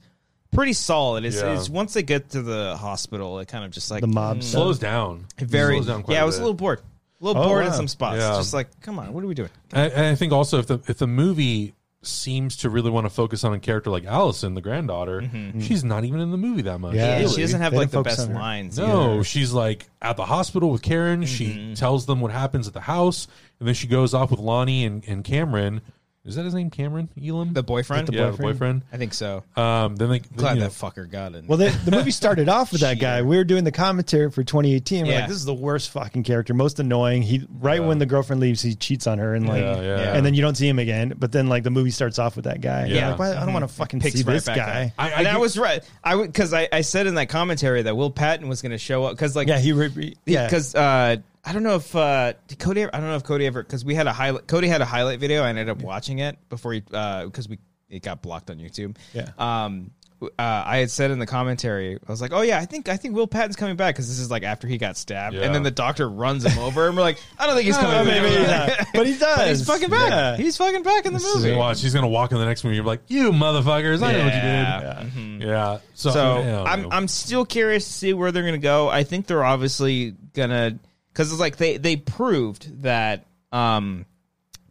pretty solid. It's,
Yeah.
it's once they get to the hospital, it kind of just like mm,
The mob
It
stuff.
slows down. It
very
slows down quite
yeah. I
a
was a
bit.
little bored, a little
Oh,
bored in
wow.
some spots.
Yeah.
Just like, come on, what are we doing?
And, and I think also if the if the movie seems to really want to focus on a character like Allison, the granddaughter, she's not even in the movie that much.
Yeah.
Mm-hmm. Yeah,
Really?
She doesn't have
They
like
didn't
the
focus
best
on her.
lines.
No,
either.
she's like at the hospital with Karen. She tells them what happens at the house, and then she goes off with Lonnie and, and Cameron. Is that his name, Cameron Elam?
the boyfriend.
yeah, the boyfriend.
I think so.
Um, then they
Glad
you know,
that fucker got it.
Well, the, the movie started off with that guy.
Cheater.
We were doing the commentary for 2018. We're
Yeah.
like, this is the worst fucking character, most annoying. He right when the girlfriend leaves, he cheats on her, and like,
Yeah, yeah.
and then you don't see him again. But then like the movie starts off with that guy. You're
Yeah.
like, why- I don't want to fucking
picks
see
right
this
back
guy.
up.
I- I
and I
get-
was right. I would because I, I said in that commentary that Will Patton was going to show up because like
Yeah, he. Re- re- yeah,
because uh, I don't know if uh, did Cody. I don't know if Cody ever because we had a highlight. Cody had a highlight video. I ended up watching it before he because we it got blocked on YouTube.
Yeah.
Um. w- Uh, I had said in the commentary, I was like, "Oh yeah, I think I think Will Patton's coming back because this is like after he got stabbed,
Yeah.
and then the doctor runs him over, and we're like, I don't think he's coming
Oh,
back,
maybe not. but he does.
he's fucking back,
Yeah.
he's fucking back in the
she's
movie."
gonna watch. She's gonna walk in the next movie. You're like, you motherfuckers! I know what you
Yeah.
did. Yeah. So,
So
I don't
I'm
know.
I'm still curious to see where they're gonna go. I think they're obviously gonna because it's like they they proved that um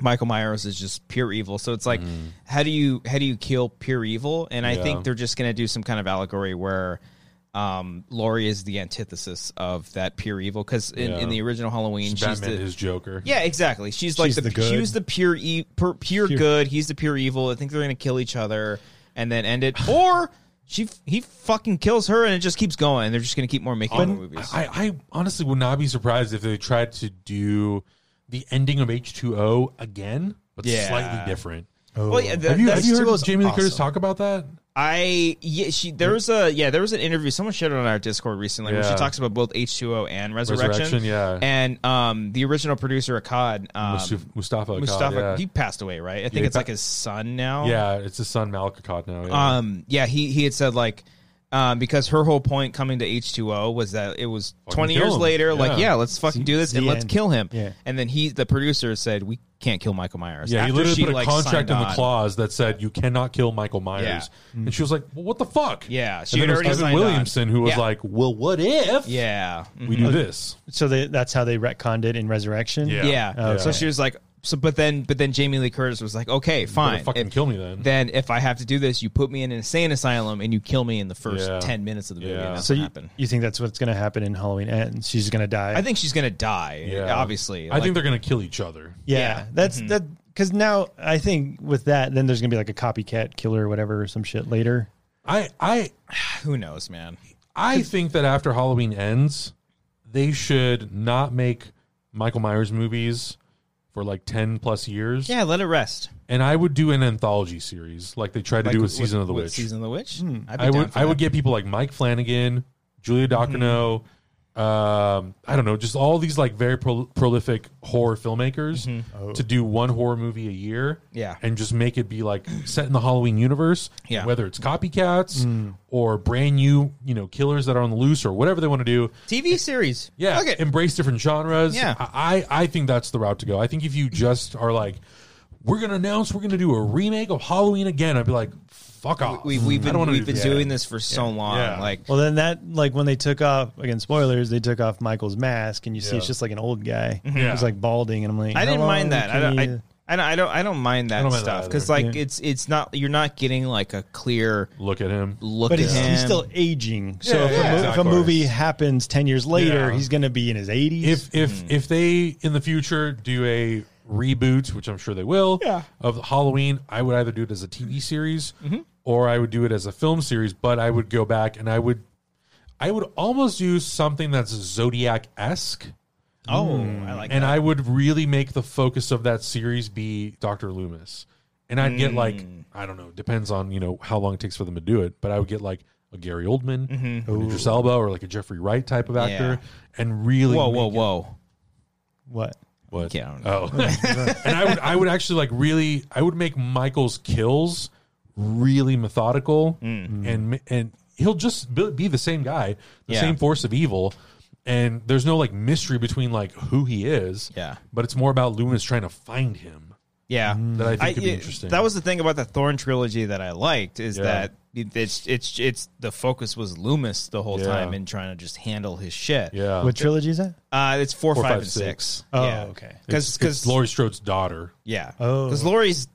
Michael Myers is just pure evil. So it's like how do you how do you kill pure evil? And I
Mm-hmm. Yeah.
think they're just gonna do some kind of allegory where. Um, Laurie is the antithesis of that pure evil because in,
Yeah.
in the original Halloween, she's
Batman
the,
is Joker.
yeah, exactly. She's like
She's
the,
the good.
she was the pure, e- pure pure good. He's the pure evil. I think they're gonna kill each other and then end it, or she he fucking kills her and it just keeps going. They're just gonna keep more making more movies.
I, I honestly would not be surprised if they tried to do the ending of H2O again, but
Yeah.
slightly different.
well, yeah, that-
Have you,
that's
have you heard
too-
Jamie Lee Curtis talk about that?
I yeah, she there was a yeah there was an interview someone shared it on our Discord recently where
Yeah.
she talks about both H two O and Resurrection.
Resurrection, yeah.
and um the original producer Akkad um,
Mustaf- Mustafa. Akkad,
Mustafa
yeah.
he passed away right. I think
he
it's like
pa-
his son now.
yeah, it's his son Malik Akkad now. Yeah.
um yeah he he had said like um because her whole point coming to h2o was that it was
Fucking
20
kill
years
him.
later like
Yeah.
yeah let's fucking do this
the
and let's
end.
kill him
Yeah.
and then he the producer said we can't kill michael myers
yeah, he
After
literally
she,
put a
like, signed
contract in the
on.
clause that said you cannot kill Michael Myers, and she was like, well, "What the fuck?"
Yeah, she
she and
had
then it
already
was Kevin
signed on.
Williamson who was
Yeah.
like, "Well, what if
yeah Mhm.
we do this?"
so they, that's how they retconned it in Resurrection.
Yeah. Oh,
yeah,
Okay.
so she was like so but then but then jamie lee curtis was like okay fine
fucking
If-
kill me then.
then if i have to do this you put me in an insane asylum and you kill me in the first
Yeah.
10 minutes of the movie
Yeah.
and that's
So
what
you,
happened
you think that's what's going to happen in Halloween ends? She's going to die.
i think she's gonna die
Yeah.
obviously
I think they're gonna kill each other.
Yeah,
Yeah. Mm-hmm.
that's that because now I think with that, then there's gonna be like a copycat killer or whatever or some shit later.
I, I,
who knows man
I think that after Halloween ends, they should not make Michael Myers movies for like 10 plus years.
yeah let it rest
And I would do an anthology series like they tried to do with Season of the
with
Witch.
Hmm.
Season of the Witch. I'd be
I
down
would
for Mm-hmm.
I would
that.
get people like Mike Flanagan, Julia Dockerno, um, I don't know, just all these like very pro- prolific horror filmmakers to do one horror movie a year,
Mm-hmm. Yeah.
and just make it be like set in the Halloween universe,
Yeah.
whether it's copycats or brand new, you know, killers that are on the loose or whatever they want to do.
TV series.
Yeah,
Fuck it.
embrace different genres.
Yeah.
I, I I think that's the route to go. I think if you just are like, we're gonna announce we're gonna do a remake of Halloween again, I'd be like, fuck off.
We, we've
I
been
don't wanna
we've
do
been
that.
doing this for so long.
Yeah.
Like
Well, then that like when they took off again, spoilers. They took off Michael's mask, and you see
Yeah. Mhm.
it's just like an old guy.
Yeah.
He's like balding, and I'm like,
I didn't
"Hello,
mind that. I
can
don't. I,
you-"
I don't. I don't. I don't mind that
don't mind that
stuff
either.
because like
Yeah.
it's it's not you're not getting like a clear
Look at him.
look
but
at
he's,
him.
he's still aging. So
Yeah,
if,
yeah,
a, mo- if a
exactly.
movie happens ten years later,
Yeah.
he's going to be in his 80s.
If if
Hmm.
if they in the future do a reboot, which I'm sure they will,
Yeah.
of Halloween, I would either do it as a TV series or I would do it as a film series. But I would go back and I would, I would almost do something that's Zodiac esque.
oh, I like
and I would really make the focus of that series be Doctor Loomis, and I'd get like
Hmm.
I don't know, depends on you know how long it takes for them to do it, but I would get like a Gary Oldman,
Mm-hmm.
or an Idris Elba, or like a Jeffrey Wright type of actor, and really
whoa, whoa,
make it-
whoa.
what?
what?
Yeah, I don't
oh, and I would I would actually like really I would make Michael's kills really methodical and ma- and he'll just be, be the same guy, the
Mm. Yeah.
same force of evil. And there's no like mystery between like who he is,
Yeah.
But it's more about Loomis trying to find him.
Yeah,
That I think could be interesting.
That was the thing about the Thorn trilogy that I liked is
Yeah.
that it's it's it's the focus was Loomis the whole
Yeah.
time and trying to just handle his shit.
Yeah,
what trilogy is that?
uh, it's four,
Four,
five,
five,
and
six.
six.
Oh,
yeah.
okay.
Because
because Laurie Strode's daughter.
Yeah.
Oh.
Because Lori's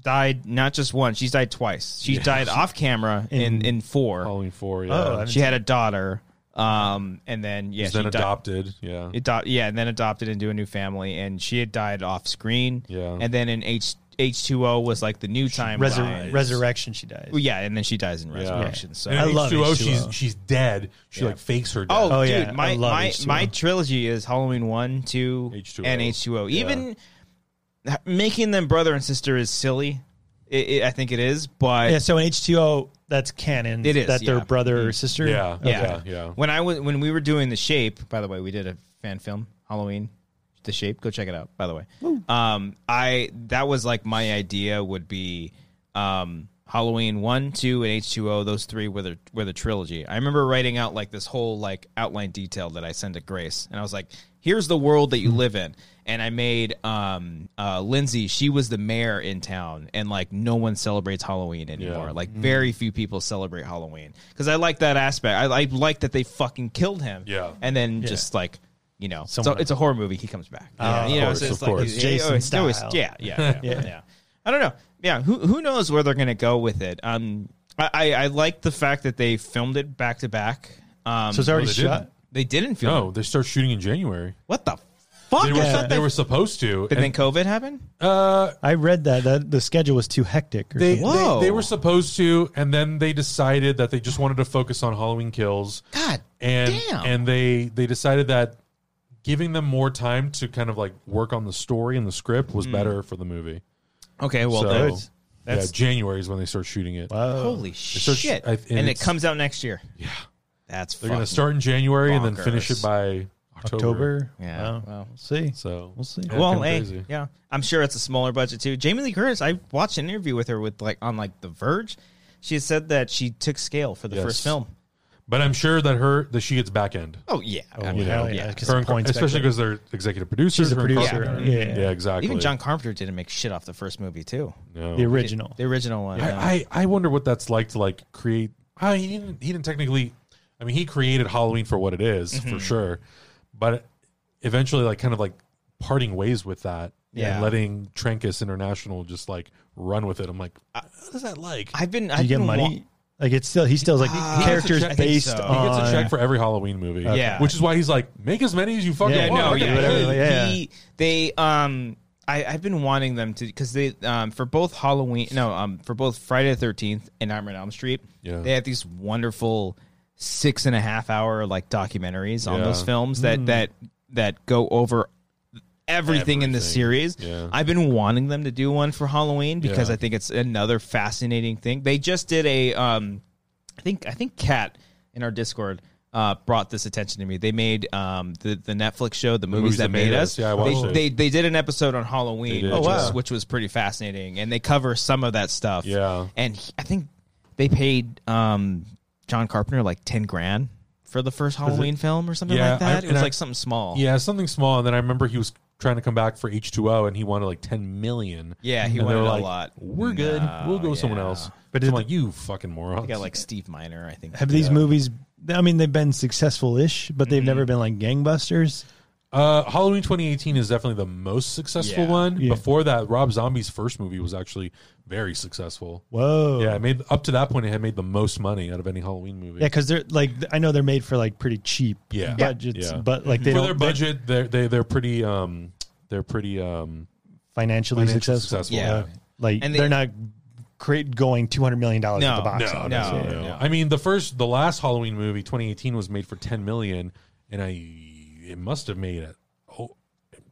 died not just once. She's died twice. She died off camera in in, four.
Halloween four, yeah.
Oh, I
she had a daughter. Um, and then yeah,
She's
she
then
died-
adopted. Yeah,
Ado- yeah, and then adopted into a new family, and she had died off screen.
Yeah.
and then in H H two O was like the new time.
Resur-
rise.
Resurrection, she dies.
Well, yeah, and then she dies in Resurrection. So
And
I
in
love
H2O,
H2O.
She's she's dead. She like fakes her. Death.
Oh,
Oh,
dude,
yeah, I
my
love
my,
H2O.
my trilogy is Halloween one, two,
H2O.
and H two O.
Yeah.
Even ha- making them brother and sister is silly. It, it, I think it is, but
yeah. So in H2O, that's canon.
It is,
that
yeah. Mm-hmm.
they're brother or sister.
Yeah,
yeah,
yeah, yeah.
When I was when we were doing the shape, by the way, we did a fan film Halloween, the shape. Go check it out. By the way, um, I that was like my idea would be um Halloween one, two, and H two O. Those three were the were the trilogy. I remember writing out like this whole like outline detail that I sent to Grace, and I was like, "Here's the world that you live in." And I made um uh Lindsay. She was the mayor in town, and like no one celebrates Halloween anymore.
Yeah.
Like. Like very few people celebrate Halloween because I like that aspect. I, I like that they fucking killed him.
Yeah.
and then just like you know, so
Someone-
it's a horror movie. He comes back. Yeah, you
of
know,
course,
so it's
of
like-
course.
yeah,
Jason
it's always-
style.
Yeah, yeah, yeah, yeah. I don't know. Yeah, who who knows where they're gonna go with it? Um, I I, I like the fact that they filmed it back to back. Um,
So it's already
they
shot.
didn't.
they didn't film.
No, they start shooting in January.
What the fuck?
They
I
were
thought
they were supposed to.
But
and,
then COVID happened.
uh,
I read that that the schedule was too hectic. Or
they,
something.
Whoa.
they they were supposed to, and then they decided that they just wanted to focus on Halloween kills.
God
and
damn.
and they they decided that giving them more time to kind of like work on the story and the script was better for the movie.
okay, well,
So-
that-
That's-
Yeah,
that's
January is when they start shooting Uh, it.
holy
starts-
shit!
I- and
and it
it's-
comes out next year. Yeah, that's
They're going to
fucking
start in January and then finish
bonkers.
it by October.
October.
Yeah,
Wow.
well.
we'll see.
So
We'll see.
Yeah,
well,
kinda
hey,
crazy.
yeah, I'm sure it's a smaller budget too. Jamie Lee Curtis, I watched an interview with her with like on like The Verge. She had said that she took scale for the
Yes.
first film.
But I'm sure that her that she gets back end.
Oh yeah, I
you
mean,
know,
yeah.
yeah, 'cause
Her
the
and Car-
points back
especially
there.
because they're executive producers.
She's a
her and
producer.
Carpenter.
Yeah, yeah, yeah.
exactly.
Even John Carpenter didn't make shit off the first movie too.
No.
the original.
The original one. yeah.
I, I I wonder what that's like to like create. I he didn't he didn't technically. I mean, he created Halloween for what it is, for sure, but eventually, like, kind of like parting ways with that
Yeah.
and letting Trankus International just like run with it. I'm like, "Uh, what is that like?
I've been.
Do
I've
you get
been
money?
wa- Ah.
like it's still he's still like
He gets a
characters
check- I think
based
so. He
he
on.
gets a check for every Halloween movie,
Yeah.
which is why he's like, make as many as you fucking
Yeah,
want.
no,
I
yeah,
can do
whatever,
it."
yeah.
He, they um I, I've been wanting them to because they um for both Halloween no um for both Friday the thirteenth and Nightmare on Elm Street
Yeah.
they have these wonderful six and a half hour like documentaries on
Yeah.
those films
Hmm.
that that that go over everything, in the series.
Yeah.
I've been wanting them to do one for Halloween because
Yeah.
I think it's another fascinating thing. They just did a um I think I think Kat in our Discord uh, uh, brought this attention to me. They made um, the the Netflix show, the movies,
movies
that made us.
Yeah, I watched
they,
it.
they they did an episode on Halloween,
did,
which,
yeah.
was, which was pretty fascinating, and they cover some of that stuff.
Yeah.
and he- I think they paid um, John Carpenter like ten grand for the first Halloween film or something
Yeah,
like
I-
that. it
and
was
I-
like something small.
Yeah, something small. And then I remember he was trying to come back for H two O, and he wanted like ten million.
Yeah, he
And they
wanted
were
a
like,
lot.
We're good.
No,
we'll go with someone
yeah.
else.
But
But I'm
did-
like, you fucking moron.
They got like Steve Miner, I think.
Have these movies? I mean, they've been successful-ish, but
Mm-hmm.
they've never been like gangbusters.
uh, Halloween 2018 is definitely the most successful
Yeah.
one.
Yeah.
Before that, Rob Zombie's first movie was actually very successful.
Whoa.
Yeah, it made up to that point, it had made the most money out of any Halloween movie.
Yeah, because they're like I know they're made for like pretty cheap
Yeah.
budgets,
Yeah.
but like they
for
don't
their
they're
budget, they're they, they're pretty um they're pretty um
financially,
financially
successful.
successful.
Yeah.
Like
And
they, are
they-
not create going two hundred million dollars
No.
at the box.
No,
office.
no,
Yeah.
no.
Yeah.
I mean, the first, the last Halloween movie, 2018, was made for 10 million, and I it must have made it oh,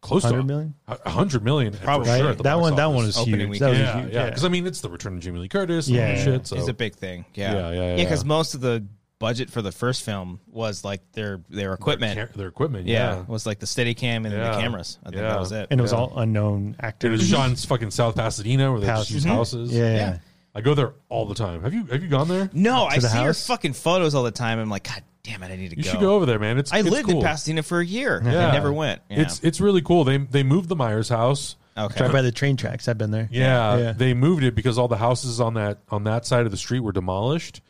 close to
100 million?
a- a hundred million, for
Probably.
sure
Right?
at the
that
box
one, that one was
office.
Opening
huge. That was
yeah,
huge.
yeah. Because I mean, it's the return of Jimmy Lee Curtis. Yeah,
Yeah.
shit. So
It's a big thing.
Yeah,
Yeah.
yeah, yeah,
Because
yeah.
most of the budget for the first film was like their their equipment.
their, their equipment.
yeah.
Yeah,
was like the steady cam and
Yeah.
the cameras. I think
Yeah.
that was it.
and it was
Yeah.
all unknown
it
actors.
was Sean's fucking South Pasadena where they just
Houses.
use
Mhm.
houses.
yeah,
Yeah.
I go there all the time. Have you have you gone there?
no, I
the
see your
house?
fucking photos all the time. I'm like, God damn it, I need to
You
go.
should go over there, man. It's
I
it's
lived
cool.
in Pasadena for a year.
Yeah.
I never went. Yeah.
It's it's really cool. They they moved the Myers house.
okay.
right by the train tracks. I've been there.
Yeah,
Yeah.
they moved it because all the houses on that on that side of the street were demolished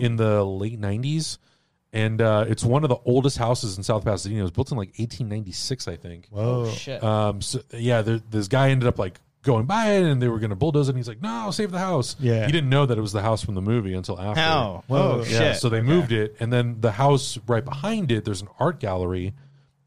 in the late '90s, and uh, it's one of the oldest houses in South Pasadena. It was built in like 1896, I think.
Whoa.
Shit.
Um, so yeah, there, this guy ended up like going by it, and they were going to bulldoze it. and He's like, "No, save the house."
Yeah.
he didn't know that it was the house from the movie until after.
How?
Whoa.
Oh,
Yeah,
shit.
Yeah, so they moved it, and then the house right behind it, there's an art gallery,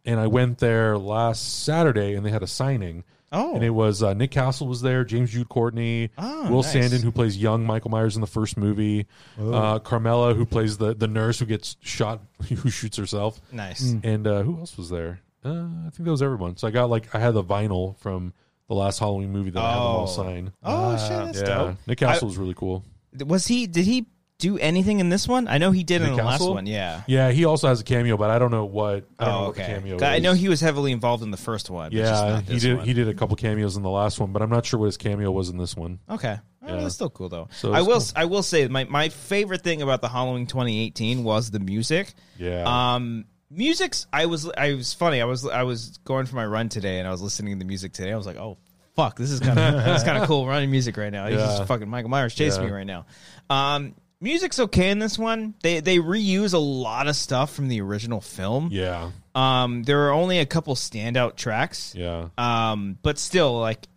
and I went there last Saturday, and they had a signing.
Oh.
and it was uh, Nick Castle was there, James Jude Courtney,
Oh,
Will
nice.
Sandon who plays young Michael Myers in the first movie, uh, Carmela who plays the the nurse who gets shot, who shoots herself,
nice.
and uh, who else was there? Uh, I think that was everyone. So I got like I had the vinyl from the last Halloween movie that I had them all
Oh.
sign.
Oh shit, that's
yeah,
dope.
Nick Castle was really cool.
Was he? Did he do anything in this one? I know he did in the last
Castle?
one. Yeah.
Yeah, he also has a cameo, but I don't know what. I don't know
Oh,
what the
okay.
cameo
I
is.
know he was heavily involved in the first one. but just
Yeah,
not
he
this
did.
one.
He did a couple cameos in the last one, but I'm not sure what his cameo was in this one.
Okay. Oh,
Yeah.
That's still cool though.
So
I
it's
will
cool.
I will say my, my favorite thing about the Halloween 2018 was the music.
Yeah.
Um music's I was I was funny. I was I was going for my run today and I was listening to the music today. I was like, "Oh, fuck, this is kind of this kind of cool running music right now." He's
Yeah.
just fucking Michael Myers chasing
Yeah.
me right now. Um music's okay in this one. They they reuse a lot of stuff from the original film.
Yeah,
Um there are only a couple standout tracks.
yeah,
Um, but still, like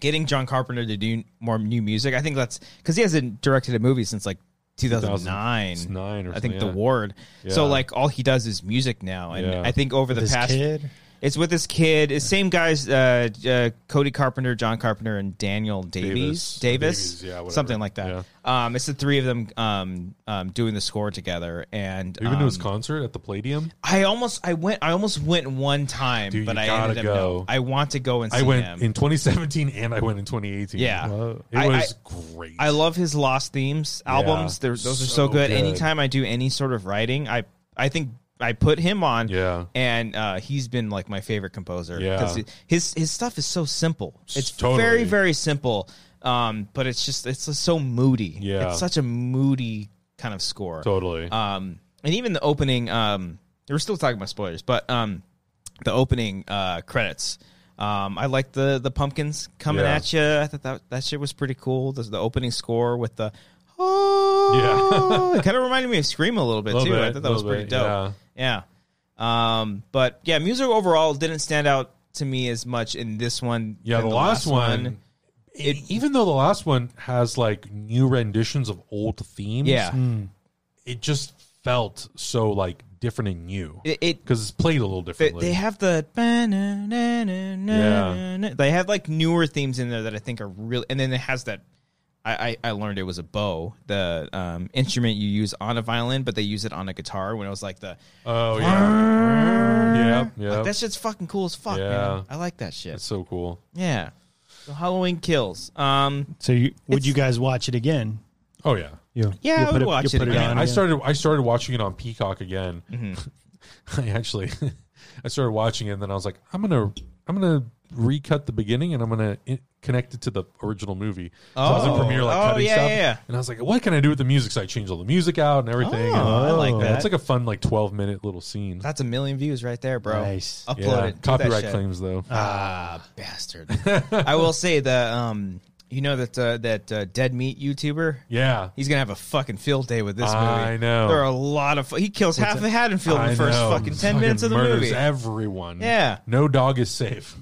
getting John Carpenter to do more new music, I think that's because he hasn't directed a movie since like 2009.
2009 or
I think
something,
The
yeah.
Ward. So
Yeah.
like all he does is music now, and
Yeah.
I think over the
This
past
kid.
it's with this kid, his same guys, uh, uh, Cody Carpenter, John Carpenter, and Daniel Davies,
Davis.
Davis,
Davies, yeah, whatever.
something like that. Um, it's the three of them um, um, doing the score together, and
Even to his
um,
concert at the Palladium,
I almost I went I almost went one time,
Dude,
but
you
I
gotta
ended up
go.
no. I want to go and see
I went
him.
in 2017 and I went in 2018.
Yeah.
Whoa. it
I-
was great.
I love his Lost Themes albums. They're, those are so
So
good.
good.
Anytime I do any sort of writing, I I think I put him on.
Yeah.
and uh, he's been like my favorite composer.
Yeah.
it- his his stuff is so simple. It's
totally.
very very simple. Um, but it's just it's just so moody.
Yeah.
it's such a moody kind of score.
totally.
Um, and even the opening. Um, we're still talking about spoilers, but um, the opening uh credits. Um, I like the the pumpkins coming
Yeah.
at you. I thought that that shit was pretty cool. The, the opening score with the oh, it kind of reminded me of Scream a little bit
Little
too. I
bit,
thought that was
little
pretty
bit,
dope. Yeah. Um, but yeah, music overall didn't stand out to me as much in this one.
yeah,
than
the, last, one.
it-
e- even though the last one has like new renditions of old themes,
Yeah,
it just felt so like different and new
it, it
because it's played a little
They,
differently.
they have the they have like newer themes in there that I think are real, and then it has that. I, I, I learned it was a bow, the um, instrument you use on a violin, but they use it on a guitar. When it was like the
oh yeah, yeah, yeah.
that shit's fucking cool as fuck.
Yeah.
Man. I like that shit.
That's so cool.
yeah. So Halloween kills. Um,
So you, would
It's-
you guys watch it again?
Oh yeah.
You,
Yeah,
you
I would watch it
put
again.
on
I started I started watching it on Peacock again.
Mm-hmm.
I actually I started watching it and then I was like, I'm gonna I'm gonna recut the beginning and I'm gonna i connect it to the original movie. So I was in
Oh.
Premiere like
Oh,
cutting
yeah,
stuff,
yeah, yeah.
and I was like, what can I do with the music? So I changed all the music out and everything.
Oh, I
and,
like
Yeah,
that.
It's like a fun like 12 minute little scene.
That's a million views right there, bro.
Nice.
Upload
yeah,
it. Do that
copyright
shit.
claims though.
Ah, bastard. I will say that um, you know that uh, that uh, dead meat YouTuber.
yeah,
He's gonna have a fucking field day with this movie.
I know.
There are a lot of he kills half of Haddonfield in
I
the first
know.
fucking ten
Fucking
minutes of the
murders
movie.
Everyone.
Yeah.
no dog is safe.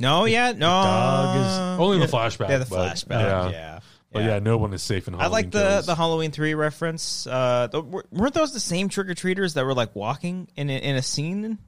no, yeah, no.
dog is-
Only in the flashback.
Uh, yeah, the
Oh, but-
flashback.
Yeah.
Yeah,
But yeah. no one is safe in
I
Halloween.
like the
Kills.
the Halloween three reference. Uh, the, weren't those the same trick or treaters that were like walking in a, in a scene?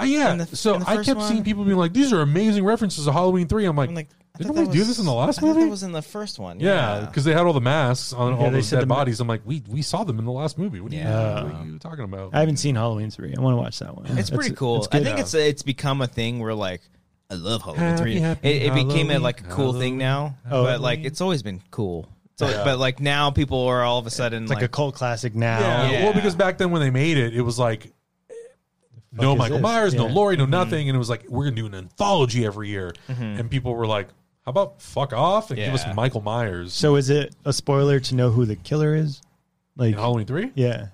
Uh, yeah.
in the-
so
in the
I
first
kept seeing
one?
people being like, "These are amazing references to Halloween 3. I'm like,
I'm like, I
didn't
thought
we
that
do
was-
this in the last
I thought
movie?
That was in the first one.
yeah, because they had all the masks on all
they
those
said
dead
the ma-
bodies. I'm like, we we saw them in the last movie. What are, you, what are you talking about?
I haven't seen Halloween three. I want to watch that one.
It's
That's-
pretty cool.
it's
I
good.
think it's it's become a thing where like I love Halloween
Happy,
three.
happy
it, it became a,
Halloween,
like a cool thing now,
Oh.
but like it's always been cool. So, but like now people are all of a sudden
It's like, a cult classic now.
yeah.
Yeah.
Well, because back then when they made it, it was like. No
is
Michael
this?
Myers, no
Yeah.
Laurie,
Mm-hmm.
no nothing, and it was like we're gonna do an anthology every year, and people were like, "How about fuck off and give
Yeah.
us Michael Myers?"
So is it a spoiler to know who the killer is? Like
in Halloween Oh, three,
yeah,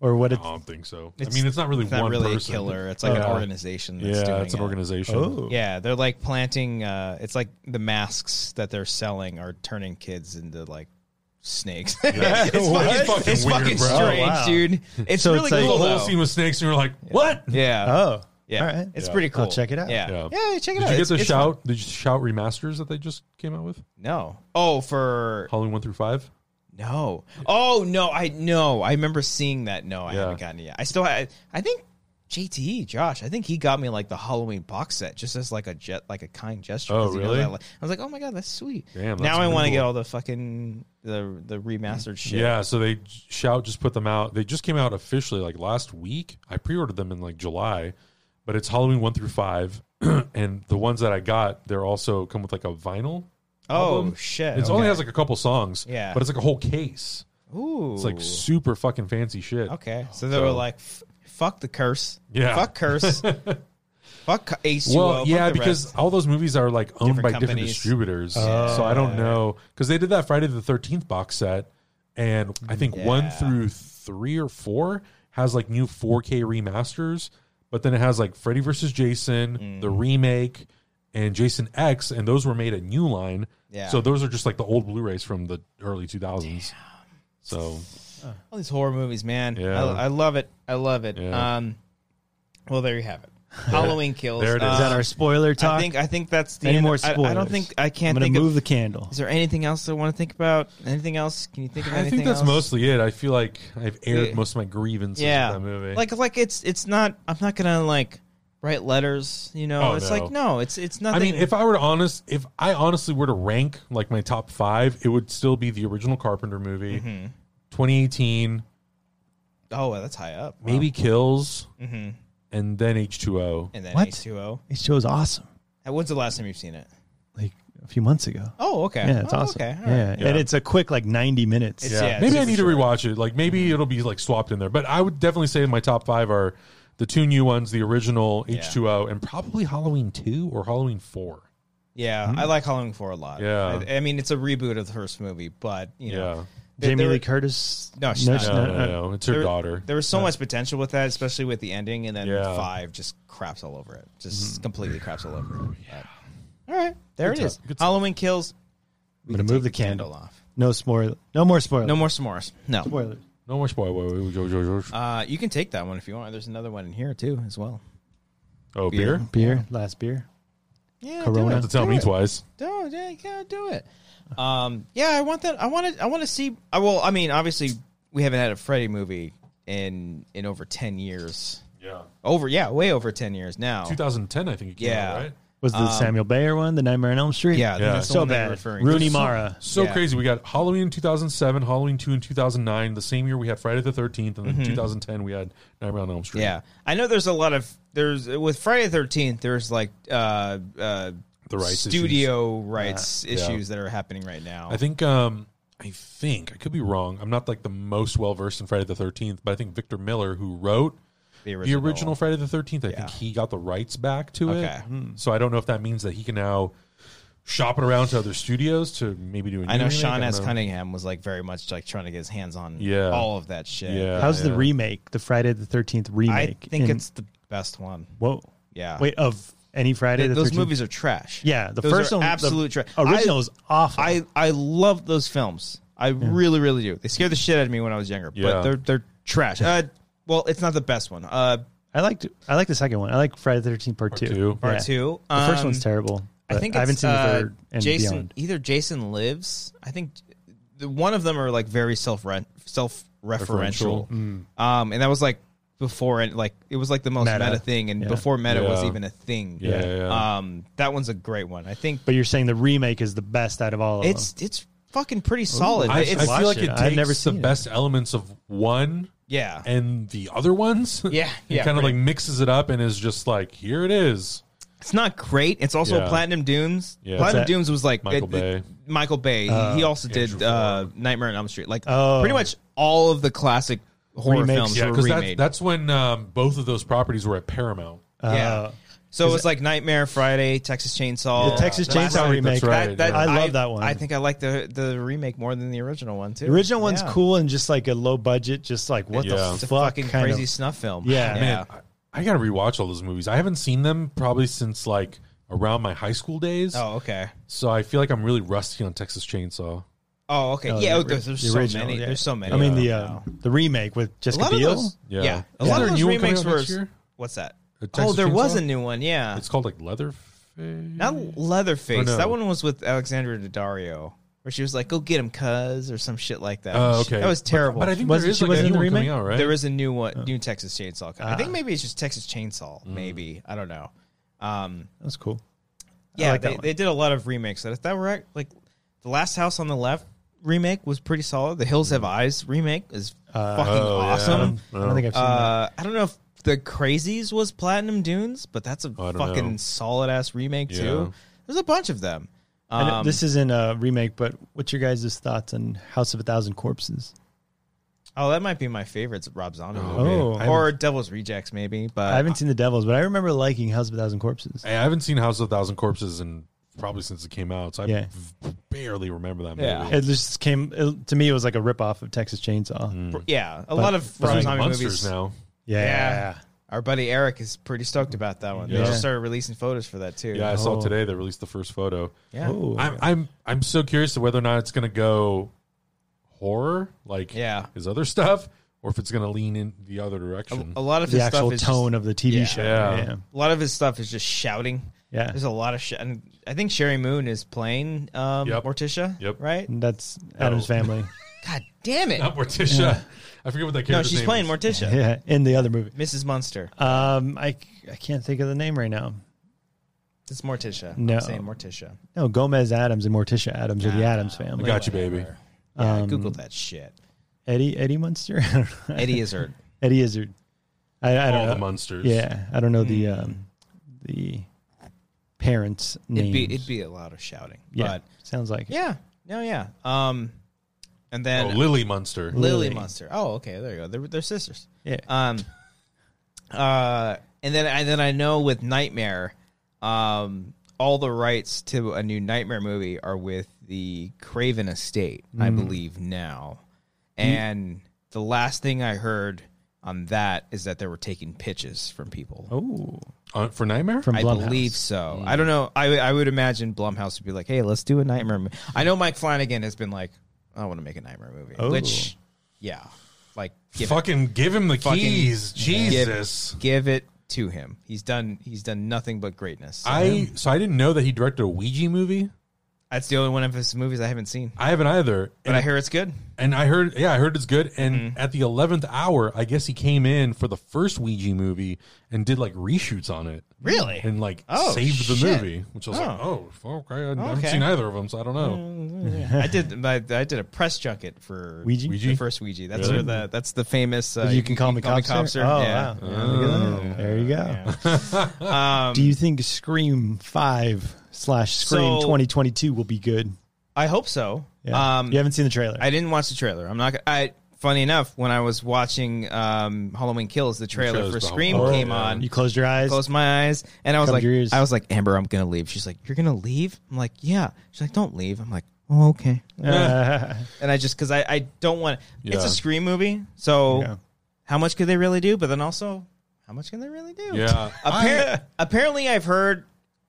or what? It's,
I don't think so.
It's-
I mean, it's not really
it's not
one
really
person.
a killer. It's like an
Yeah.
organization. That's
Yeah,
doing
it's an
it.
organization.
oh
Yeah, they're like planting. Uh, it's like the masks that they're selling are turning kids into like snakes. it's fucking,
What? That's fucking
it's
weird,
fucking
bro. Oh,
strange,
wow.
dude. It's
So
really
it's like-
cool.
the whole
though.
scene with snakes, and you're like, "What?"
Yeah.
oh
yeah.
All right.
It's
Yeah.
pretty cool.
I'll check it out.
Yeah.
Yeah.
Yeah, check it
Did
out.
you get
It's-
the
it's
shout? Did you shout remasters that they just came out with?
No. Oh, for
Halloween one through five.
no. Oh no, I no. I remember seeing that. No, I
Yeah.
haven't gotten it yet. I still. I, I think JTE Josh. I think he got me like the Halloween box set, just as like a jet, like a kind gesture.
Oh,
'cause he knows
really?
I, like- I was like, oh my god, that's sweet.
Damn, that's
now I want
really
to get
cool.
all the fucking the the remastered shit.
Yeah, so they shout just put them out. They just came out officially like last week. I pre-ordered them in like July, but it's Halloween one through five, and the ones that I got, they're also come with like a vinyl.
Oh
album.
shit.
It only has like a couple songs.
Yeah.
but it's like a whole case.
Ooh.
It's like super fucking fancy shit.
okay. So they
So-
were like, f- fuck the curse.
Yeah.
Fuck curse. fuck Ace.
Well, yeah, because all those movies are like owned
Different
by different
companies.
distributors. so I don't know because they did that Friday the Thirteenth box set, and I think one
Yeah.
through three or four has like new 4K remasters, but then it has like Freddy versus Jason,
Mm.
the remake, and Jason X, and those were made at New Line.
Yeah.
So those are just like the old Blu-rays from the early 2000s. So
all these horror movies, man.
Yeah.
I, I love it. I love it.
Yeah.
Um, well, there you have it. Halloween kills. Um,
There it is.
is that our spoiler talk?
Uh, I think I think that's the
Any
end.
more
I- I,
spoilers?
don't think I
I'm
can't
gonna
think
move
of.
the candle.
is there anything else I want to think about? Anything else? Can you think of
I
anything?
think that's
else?
mostly it. I feel like I've aired
Yeah.
most of my grievances
yeah.
with that movie.
Like like it's it's not. I'm not gonna like write letters. You know.
Oh,
it's
no.
like no. It's it's
I
nothing.
mean, if I were to honest, if I honestly were to rank like my top five, it would still be the original Carpenter movie,
Mm-hmm.
2018,
oh, well, that's high up. Wow. Mm-hmm.
maybe Kills, and then H2O.
And then
What?
H2O.
This show's awesome.
Uh, When's the last time you've seen it?
Like a few months ago.
Oh, okay.
Yeah, it's
oh,
awesome.
Okay. all right.
yeah.
Yeah.
and it's a quick like ninety minutes.
It's-
yeah,
yeah,
maybe I
super
need to
short.
rewatch it. Like maybe
Mm-hmm.
it'll be like swapped in there, but I would definitely say my top five are the two new ones, the original H2O, and probably Halloween two or Halloween four.
Yeah, I like Halloween 4 a lot.
Mm-hmm. Yeah.
I, I mean, it's a reboot of the first movie, but, you know.
Yeah.
there-
Jamie
there-
Lee Curtis.
No, she's not.
No, no, no, it's her
there-
daughter.
There was so much potential with that, especially with the ending, and then
Yeah.
5 just craps all over it. Just completely craps all over it. But- all right. There it is.
stuff, Oh, good stuff.
Halloween kills.
I'm gonna move the
Candle
candle.
off.
No spoiler. No more spoilers.
No more s'mores. No.
spoilers.
No more spoilers.
Uh, you can take that one if you want. There's another one in here, too, as well.
oh,
beer?
beer?
Beer. Last beer.
Yeah,
Corona.
do
You
it.
have to tell
Do
me
it.
twice.
Don't yeah, you can't do it. Um, yeah, I want that. I want to. I want to see. I well, I mean, obviously, we haven't had a Freddy movie in in over ten years.
Yeah.
Over, yeah, way over ten years now.
2010, I think it came
Yeah.
out, right?
Was the Samuel Bayer one the Nightmare on Elm Street?
Um, Yeah,
Yeah.
that's the
so
one that you're
bad.
referring to.
Rooney Mara.
So
Yeah.
crazy. We got Halloween in 2007, Halloween 2 in 2009. The same year we had Friday the 13th, and then 2010 we had Nightmare on Elm Street.
Mm-hmm. Yeah, I know. There's a lot of there's with Friday the Thirteenth. There's like uh, uh,
The rights
studio rights issues
Yeah.
that are happening right now.
I think um, I think I could be wrong. I'm not like the most well versed in Friday the 13th, but I think Victor Miller, who wrote
The
the original Friday the 13th, I think he got the rights back to
Okay. Hmm.
it. So I don't know if that means that he can now shop it around to other studios to maybe do. A
I
new
know
remake.
Sean
don't
S.
know.
Cunningham was like very much like trying to get his hands on
Yeah.
all of that shit.
Yeah.
How's the remake? The Friday the Thirteenth
I
remake?
think
in-
it's the best one.
whoa.
Yeah.
Wait, of any Friday
Th-
the
those
13th?
movies are trash.
Yeah, the
Those
first
are
one, the
absolute trash.
original is awful.
I I love those films. I really really do. They scared the shit out of me when I was younger,
Yeah.
but they're they're trash. Uh, well, it's not the best one. Uh,
I liked I like the second one. I like Friday the Thirteenth Part, Two.
two. Part
Yeah.
two.
The first one's
Um,
terrible.
I think
I haven't
it's,
seen the
uh,
third and
Jason,
beyond.
either Jason Lives. I think the, one of them are like very self self referential, um, and that was like before and like it was like the most meta,
Mm. Meta.
thing, and
Yeah.
before meta was
Yeah.
even a thing.
Yeah, yeah, yeah.
Um, that one's a great one. I think
But you're saying the remake is the best out of all of
it's it's fucking pretty solid.
I, I
it's
feel like it,
it. I've
takes
never
the
seen it.
best elements of one
yeah.
and the other ones.
Yeah, yeah,
kind of
pretty-
like mixes it up and is just like, here it is.
It's not great. It's also
Yeah.
Platinum Dunes.
Yeah.
Platinum
That-
Dunes was like
Michael Bay.
Michael Bay. He- he also did
Andrew
uh, Nightmare on Elm Street. Like
Oh.
pretty much all of the classic horror
Remakes.
films
Yeah,
were
because
remade.
that's when um, both of those properties were at Paramount.
yeah. So it was like Nightmare Friday, Texas Chainsaw,
uh, The Texas
Last
Chainsaw
Night-
remake.
That's right.
That-
yeah.
I love that one.
I think I like the the remake more than the original one too.
The original one's
Yeah.
cool and just like a low budget, just like what
Yeah.
the
It's
It's a
fuck
fucking
kind
crazy
of-
snuff film.
Yeah.
Man, I, I gotta rewatch all those movies. I haven't seen them probably since like around my high school days.
Oh okay.
So I feel like I'm really rusty on Texas Chainsaw.
Oh okay.
Oh,
yeah.
the
oh, there's,
ori-
there's
the
so
original,
many.
yeah.
There's so many.
I mean the
Yeah.
uh, the remake with
a
Jessica
lot of
Biel.
those. Yeah.
Yeah.
A
Is
lot
there
of
a
those
new one coming
remakes
out
were.
next year?
What's that?
A
Oh,
Texas
there was
Chainsaw?
a new one. Yeah.
It's called like Leatherface. Oh,
Not Leatherface.
Or no.
That one was with Alexandra Daddario, where she was like, "Go get him, cuz," or some shit like that.
Oh, okay.
That was terrible.
But, but I think
Wasn't-
there is
she
like a
wasn't
new
in the
one coming
remake?
out, right? Oh. Ah.
there is a new one, new Texas Chainsaw. I think maybe it's just Texas Chainsaw.
Mm.
Maybe I don't know. Um,
That's cool.
yeah,
like that
they,
one.
they did a lot of remakes. That that were act- like the Last House on the Left remake was pretty solid. The Hills Have Eyes remake is fucking
Mm. Oh, yeah.
awesome.
I don't think I've seen that.
Uh, I don't know if the Crazies was Platinum Dunes, but that's a
Oh, I don't
fucking
know.
solid ass remake
Yeah.
too. There's a bunch of them.
I know
Um,
this isn't a remake, but what's your guys' thoughts on House of a Thousand Corpses?
oh, that might be my favorites. Rob Zombie,
Oh,
movie.
Oh.
man. I
or Devil's Rejects, maybe. But
I haven't seen the Devils, but I remember liking House of a Thousand Corpses.
I haven't seen House of a Thousand Corpses in probably since it came out, so I
Yeah.
v- barely remember that movie.
Yeah.
It just came it, to me. It was like a ripoff of Texas Chainsaw.
Mm.
yeah, a lot of
There's
Rob Zombie
monsters
movies
now.
Yeah.
Yeah. Our buddy Eric is pretty stoked about that one. They
Yeah.
just started releasing photos for that too.
Yeah, I saw
Oh.
today they released the first photo.
Yeah.
Oh.
I'm I'm I'm so curious to whether or not it's gonna go horror, like
Yeah.
his other stuff, or if it's gonna lean in the other
A,
direction.
a lot of
The
his
actual
stuff is
tone of the TV
Yeah.
show.
Yeah.
Just, a lot of his stuff is just shouting.
Yeah.
There's a lot of sh- and I think Sherry Moon is playing um
Yep.
Morticia,
Yep.
right?
And that's Adam's family.
God damn it.
Not Morticia. I forget what that character.
No, she's playing Morticia.
yeah, in the other movie.
Mrs. Munster.
Um, I, I can't think of the name right now.
It's Morticia.
No.
I'm saying Morticia.
No, Gomez Adams and Morticia Adams are the Adams family.
I got you, baby.
Yeah,
Um,
Google that shit.
Eddie Eddie Munster. I don't know.
Eddie Izzard.
Eddie Izzard. I, I don't
All
know.
the monsters.
Yeah, I don't know the
Hmm.
um, the parents'
It'd
names.
be it'd be a lot of shouting.
yeah,
But
sounds like it.
yeah. No, yeah. Um and
Oh,
then
Lily Munster.
Lily,
Lily.
Munster. Oh, okay, there you go. They're, they're sisters.
Yeah.
Um, uh, and then and then I know with Nightmare, um, all the rights to a new Nightmare movie are with the Craven Estate,
Mm.
I believe now. And the last thing I heard on that is that they were taking pitches from people.
Oh,
Uh, for Nightmare?
from
I
Blumhouse.
believe so. I don't know. I I would imagine Blumhouse would be like, "Hey, let's do a nightmare." Mo-. I know Mike Flanagan has been like, "I want to make a nightmare movie,"
Oh.
which, yeah, like give it,
Fucking give him the
Fucking
keys.
give,
Jesus.
give it to him. He's done. He's done nothing but greatness.
I so I didn't know that he directed a Ouija movie.
That's the only one of his movies I haven't seen,
I haven't either.
but
And
I hear it's good.
And I heard, yeah, I heard it's good. And
Mm-hmm.
at the eleventh hour, I guess he came in for the first Ouija movie and did like reshoots on it.
Really?
And like
Oh,
saved the
shit.
movie, which I was like, oh, fuck, okay. I haven't
Okay.
seen either of them, so I don't know.
I did. My, I did a press junket for
Ouija?
the first Ouija. That's
Really?
where the that's the famous. Uh,
You can call me Copster.
Copster.
Oh,
yeah. Um,
wow. There you go. Do you think Scream Five slash Scream
So-
Twenty Twenty Two will be good?
I hope so.
Yeah.
Um,
you haven't seen the trailer.
I didn't watch the trailer. I'm not. gonna- I funny enough when I was watching um, Halloween Kills, the trailer
trailer's
for
the whole-
Scream
oh,
came
yeah.
on.
you closed your eyes.
closed my eyes and I was
Covered
like,
your ears.
I was like, Amber, I'm gonna leave. She's like, you're gonna leave? I'm like, yeah. She's like, don't leave. I'm like, oh okay. and I just because I I don't want. It's
Yeah.
a Scream movie, so
Yeah.
how much could they really do? But then also, how much can they really do?
Yeah.
Appar- apparently, I've heard.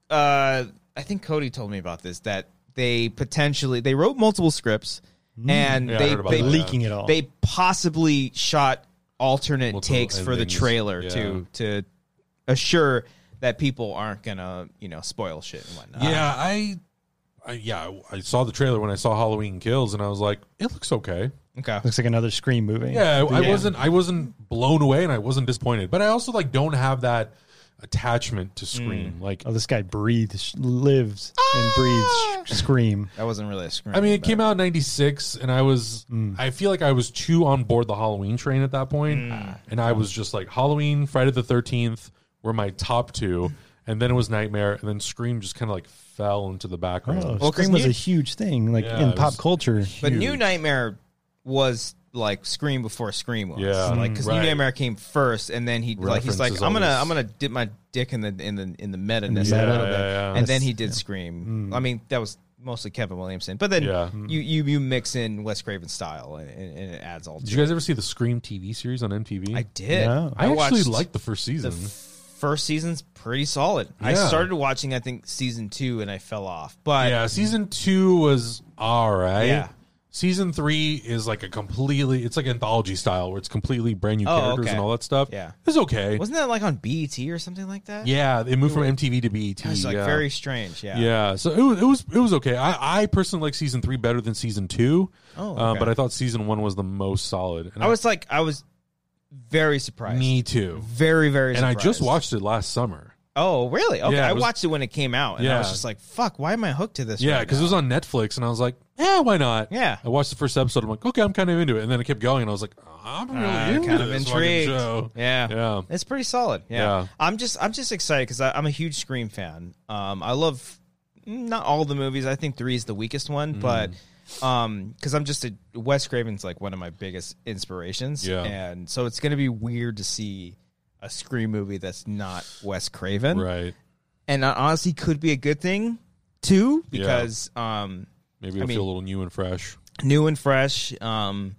Uh, I think Cody told me about this that they potentially they wrote multiple scripts and
Mm-hmm. Yeah, I
they,
heard about
they
that.
leaking it all.
they possibly shot alternate
Multiple
takes for the
endings.
trailer
Yeah.
to to assure that people aren't gonna you know spoil shit and whatnot.
Yeah, I, I yeah, I I saw the trailer when I saw Halloween Kills, and I was like, it looks okay.
Okay.
Looks like another Scream movie.
Yeah, I, I wasn't I wasn't blown away, and I wasn't disappointed. But I also like don't have that attachment to Scream.
Mm.
Like,
Oh, this guy breathes, lives, and breathes. sh- Scream.
That wasn't really a scream.
I mean, it
but-
came out in '96, and I was I feel like I was too on board the Halloween train at that point,
Mm.
and I was just like Halloween, Friday the Thirteenth were my top two, and then it was Nightmare, and then Scream just kind of like fell into the background.
Oh,
Well, 'cause
Scream was
new-
a huge thing, like
Yeah,
in
it
pop
was
culture.
But New
huge.
Nightmare was like Scream before Scream was.
Yeah,
like because
right.
New Nightmare came first, and then he like he's like
References
I'm gonna
always-
I'm gonna dip my dick in the in the in the meta a
meta.
little bit,
Yeah, yeah, yeah.
and then he did Scream. I mean that was mostly Kevin Williamson, but then
Yeah.
you you you mix in Wes Craven's style, and, and, and it adds all.
Did
To
you guys ever see the Scream TV series on MTV?
it. I did.
No.
Mm. I, actually
watched
liked the first
the
season.
first season's pretty solid. I
Yeah.
started watching I think season two, and I fell off. But
yeah, season two was all right.
Yeah.
Season three is like a completely, it's like anthology style where it's completely brand new
Oh,
characters
okay.
and all that stuff.
Yeah.
It's okay.
wasn't that like on BET or something like that?
yeah, it moved from MTV to BET.
it's like
yeah.
very strange. Yeah,
Yeah, so it was, it was it was okay. I, I personally like season three better than season two.
Oh,
Uh,
okay.
but I thought season one was the most solid. And
I was like, I was very surprised.
me too.
Very, very.
And I just
surprised.
watched it last summer.
Oh, really? Okay,
Yeah, it
I
was-
watched it when it came out, and I was
Yeah.
just like, "Fuck, why am I hooked to this?"
Yeah,
right
because it
now?
was on Netflix, and I was like, yeah, why not?
Yeah.
I watched the first episode. I'm like, okay, I'm kind of into it, and then it kept going, and I was like, I'm really
Uh,
into
kind of
this fucking
intrigued.
show.
Yeah,
yeah.
it's pretty solid. Yeah.
Yeah.
I'm just, I'm just excited because I'm a huge Scream fan. Um, I love not all the movies. I think three is the weakest one,
Mm-hmm.
but um, because I'm just a Wes Craven's like one of my biggest inspirations.
Yeah.
and so it's gonna be weird to see a Scream movie that's not Wes Craven,
Right.
and that honestly could be a good thing too because um
Maybe it'll
mean-
feel a little new and fresh.
new and fresh um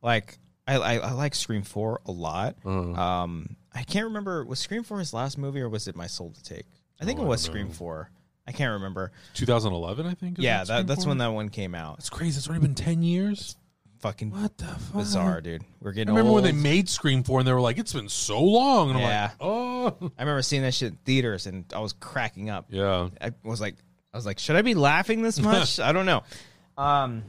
like I, I, I like Scream Four a lot.
Uh-huh.
Um, I can't remember was Scream Four his last movie or was it My Soul to Take? I
Oh,
think it was Scream Four. I can't remember.
2011, I think. is
yeah, that,
when Scream
that's
four-
when that one came out.
It's crazy. It's already been 10 years.
Fucking
What the fuck?
bizarre, dude. We're
I
getting.
remember
old.
when they made Scream 4 and they were like, it's been so long. And
Yeah.
I'm like, oh.
I remember seeing that shit in theaters and I was cracking up.
Yeah.
I was like, I was like, should I be laughing this much? I don't know. Um,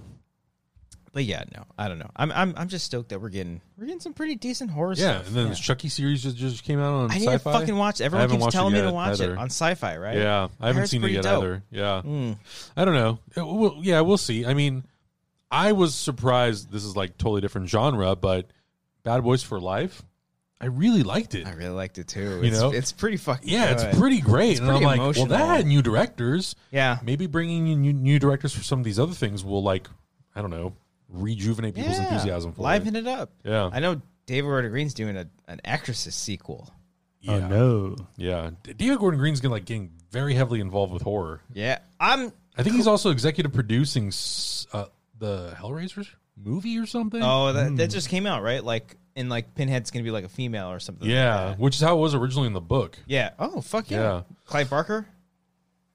but yeah, no, I don't know. I'm, I'm, I'm just stoked that we're getting, we're getting some pretty decent horror
Yeah.
stuff.
And then the Chucky series just, just came out on
I need
sci-fi.
to fucking watch. it.
I
Everyone
haven't
keeps
watched
telling me to
yet
watch
either.
it on Sci-Fi, right?
Yeah, I haven't
heard it's
seen it
pretty
yet
dope. Mm.
either. Yeah, I don't know. Uh, Well, yeah, we'll see. I mean, I was surprised. This is like totally different genre, but Bad Boys for Life, I really liked it.
I really liked it too.
You
it's,
know?
it's pretty fucking.
yeah, it's
good.
pretty great. and
pretty
I'm like,
emotional.
well, that had new directors.
Yeah.
maybe bringing in new, new directors for some of these other things will like, I don't know, rejuvenate people's
Yeah.
enthusiasm for
liven
it.
it up.
Yeah.
I know David Gordon Green's doing a, an Exorcist sequel.
Oh no!
Yeah, David Gordon Green's gonna like getting very heavily involved with horror.
Yeah, I'm.
I think he's also executive producing s- uh, the Hellraiser movie or something.
Oh, that, that just came out, right? Like, and like Pinhead's gonna be like a female or something. like
Yeah,
that.
which is how it was originally in the book.
Yeah. Oh fuck yeah.
Yeah.
Clive Barker.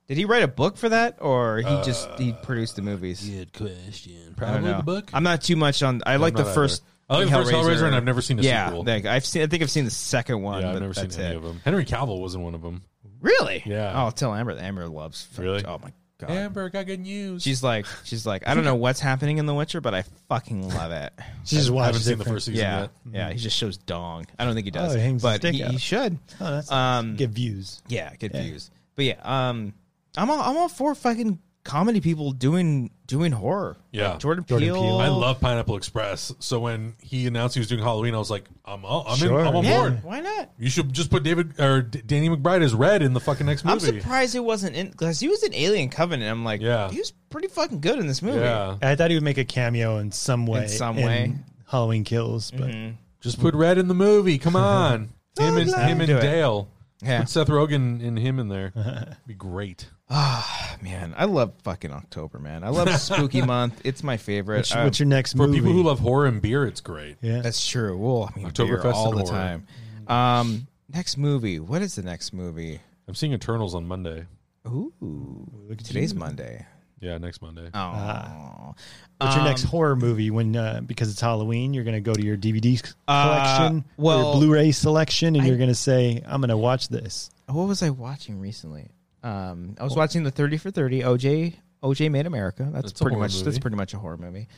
Did he write a book for that, or he
Uh,
just he produced the movies?
Good question.
I don't
Probably the
know.
book.
I'm not too much on. I like the
not
first.
either. I like the first Hellraiser, and I've never seen the
yeah,
sequel.
like, I've seen. I think I've seen the second one.
yeah, I've
but
never seen
that's
any
it.
of them. Henry Cavill was in one of them.
Really?
Yeah.
Oh, I'll tell Amber. that Amber loves.
Really?
Oh my god.
Amber got good news.
She's like, she's like, I don't know what's happening in The Witcher, but I fucking love it.
She just
I
watched
haven't seen the
different-
first season
yeah,
yet.
yeah. He just shows dong. I don't think he
Oh,
does,
he hangs his
but
dick
he,
out.
he should.
Oh, that's
Um,
get views.
Yeah, good views. But yeah, um, I'm all I'm all for fucking comedy people doing doing horror.
Yeah.
Like Jordan,
Jordan
Peele.
Peele.
I love Pineapple Express. So when he announced he was doing Halloween, I was like, I'm all, I'm,
Sure.
in, I'm on
Yeah,
board.
why not?
You should just put David or D- Danny McBride as Red in the fucking next
I'm
movie.
surprised it wasn't in because he was in Alien Covenant. I'm like,
Yeah.
he was pretty fucking good in this movie.
Yeah,
I thought he would make a cameo in some way. Mm-hmm.
some way.
Halloween Kills, but
just put Red in the movie. Come on, him and
Let
him
him
and
do it.
Dale.
Yeah.
Put Seth Rogen and him in there. Be great.
Ah, man, I love fucking October, man. I love spooky month. It's my favorite.
what's,
Um,
what's your next
For
movie?
people who love horror and beer, it's great.
yeah.
That's true. Well, I mean,
Oktoberfest
beer all
and
the
horror.
time. Um, next movie. What is the next movie?
I'm seeing Eternals on Monday.
Ooh, today's Monday.
Yeah, next Monday.
Oh,
What's
um,
your next horror movie when uh, because it's Halloween, you're going to go to your DVD c-
Uh,
collection or your
well,
Blu-ray selection and you're going to say I'm going to watch this.
Um, what was I watching recently? Um, I was watching the Thirty for Thirty. OJ, OJ made America. That's,
That's a
pretty
horror
much
movie.
that's pretty much a horror movie.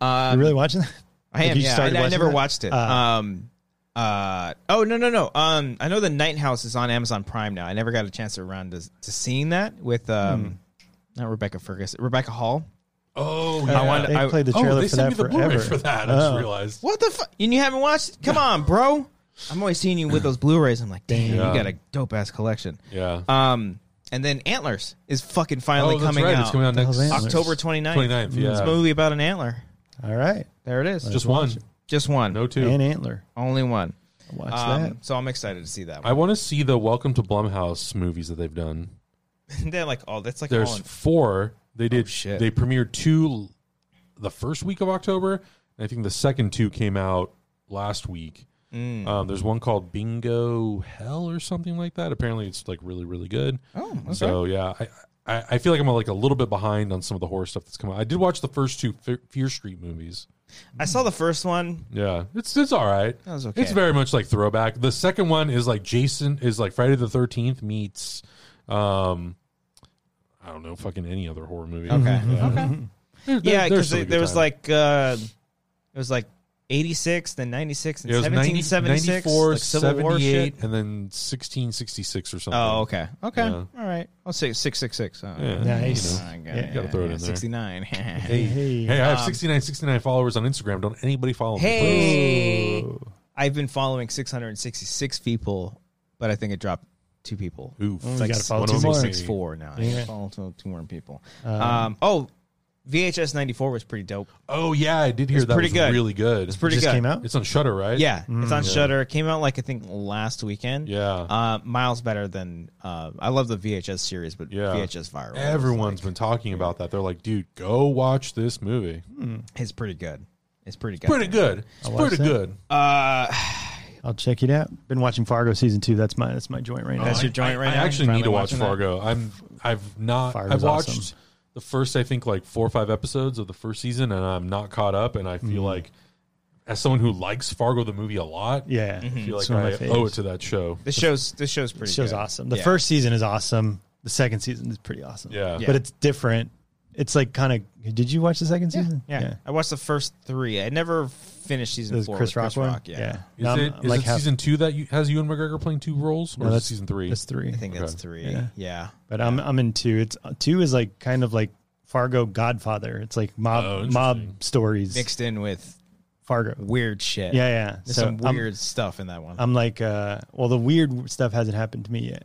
you really watching that?
I
Have
am.
you
Yeah, I,
started
I
watching
never
that?
watched it.
Uh,
Uh-huh.
um, uh, oh no no no. Um, I know the Night House is on Amazon Prime now. I never got a chance around to, to seeing that with um,
Hmm.
not Rebecca Ferguson, Rebecca Hall.
Oh,
I wanted-
they
I-
played the
oh,
trailer
they
for
sent
that
me the
forever.
Blu-ray for that. I
Oh.
just realized.
What the fuck? And you haven't watched? Come on, bro. I'm always seeing you with those Blu-rays. I'm like, damn,
Yeah.
you got a dope ass collection.
Yeah.
Um, and then Antlers is fucking finally
oh, that's
coming,
right.
out.
It's coming out next.
hell's that?
October 29th.
29th, yeah.
It's a movie about an antler.
All right.
There it is.
Just one,
just one.
no two.
Dan Antler.
Only one.
Watch that.
Um, so I'm excited to see that
I
one.
want to see the Welcome to Blumhouse movies that they've done.
They're like, oh, that's like all
There's
in-
four. They did.
shit.
They premiered two l- the first week of October. And I think the second two came out last week.
Mm.
Um, there's one called Bingo Hell or something like that. Apparently, it's like really, really good. Oh, so yeah, I, I I feel like I'm like a little bit behind on some of the horror stuff that's come out. I did watch the first two Fe- Fear Street movies.
I saw the first one.
Yeah, it's it's all right.
That was okay.
It's very much like throwback. The second one is like Jason is like Friday the Thirteenth meets, um, I don't know, fucking any other horror movie. Mm-hmm.
Okay.
Yeah.
Mm-hmm.
Okay.
They're- they're-
Yeah,
they're
because
still a good
there was
time.
like uh, it was like 86, then 96, and
it was 90,
1776,
94,
like Civil War shit.
78, and then sixteen sixty six or something.
Oh, okay. Okay.
Yeah.
All right. I'll say 666. Oh,
Yeah,
Nice.
I got
Yeah,
it.
gotta throw it in there.
69.
Hey,
Hey.
hey, I have 69, 69 followers on Instagram. Don't anybody follow me?
Um, hey. I've been following 666 people, but I think it dropped two people.
please. Oof.
you gotta follow
one
two
of them
more.
is
Six
me.
four now. I
Yeah.
follow two, two more people. Um, oh, VHS 94 was pretty dope.
Oh yeah, I did hear
It's
that
pretty
was
good.
really good. It's
Pretty
Just
good.
came out.
It's on Shutter, right?
Yeah, it's on Shutter. It came out like I think last weekend.
Mm. Yeah.
uh, miles better than uh, I love the VHS series, but
Yeah.
VHS viral.
Everyone's been talking about that. They're like, dude, go watch this movie.
It's pretty good. It's pretty good.
Pretty good. It's
watch
pretty
that.
good.
Uh,
I'll check it out. Been watching Fargo season 2. That's my that's my joint right now.
That's your joint right
Oh, I
now.
actually
Finally
need to watch
watching that?
Fargo. I'm I've not
Fargo's
I've watched
awesome.
the first I think like four or five episodes of the first season and I'm not caught up and I
Mm-hmm.
feel like as someone who likes Fargo the movie a lot,
yeah.
I feel
It's
like
one of
I
my faves.
owe it to that show.
This show's this show's pretty.
show's
good.
awesome. The
Yeah.
first season is awesome. The second season is pretty awesome.
Yeah.
Yeah.
But it's different. It's like kind of. Did you watch the second season?
Yeah. I watched the first three. I never finished season
The
four.
Chris
with
Rock
Chris
one.
Rock. Yeah.
Is
Now I'm-
it,
I'm
is
like
it
half-
season two that you, has Ewan McGregor playing two roles, or
No,
is
that's
it season three?
That's three.
I think that's
Okay.
three.
Yeah.
Yeah.
But I'm I'm in two. It's two is like kind of like Fargo Godfather. It's like mob
Oh, interesting.
mob stories.
Mixed in with
Fargo.
weird shit.
Yeah, yeah.
There's
so um,
some
I'm-
weird stuff in that one.
I'm, like, uh, well, the weird stuff hasn't happened to me yet.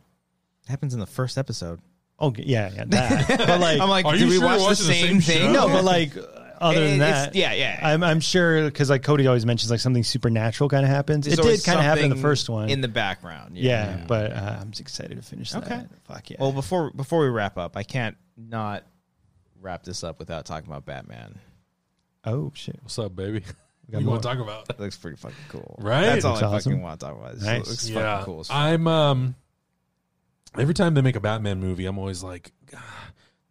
happens in the first episode.
Okay, yeah, yeah. That. but like,
I'm like,
Are
do
you
we
sure
watch
you're
the
watching the
same,
same
thing?
no,
show?
but like, other than
It's-
that,
yeah, yeah.
I'm I'm sure because like Cody always mentions like something supernatural kind of happens.
There's
it
always
did kind of happen in the
something
first one.
in the background.
yeah, but uh, I'm just excited to finish
Okay.
that. Fuck yeah.
Well, before before we wrap up, I can't not wrap this up without talking about Batman.
oh shit.
What's up, baby?
got
You want to
more.
talk about?
It looks pretty fucking cool.
Right?
That's all
Looks
I
awesome.
fucking want to talk about. It
Nice.
looks
yeah,
fucking cool. as fuck.
I'm um. Every time they make a Batman movie, I'm always like, "God,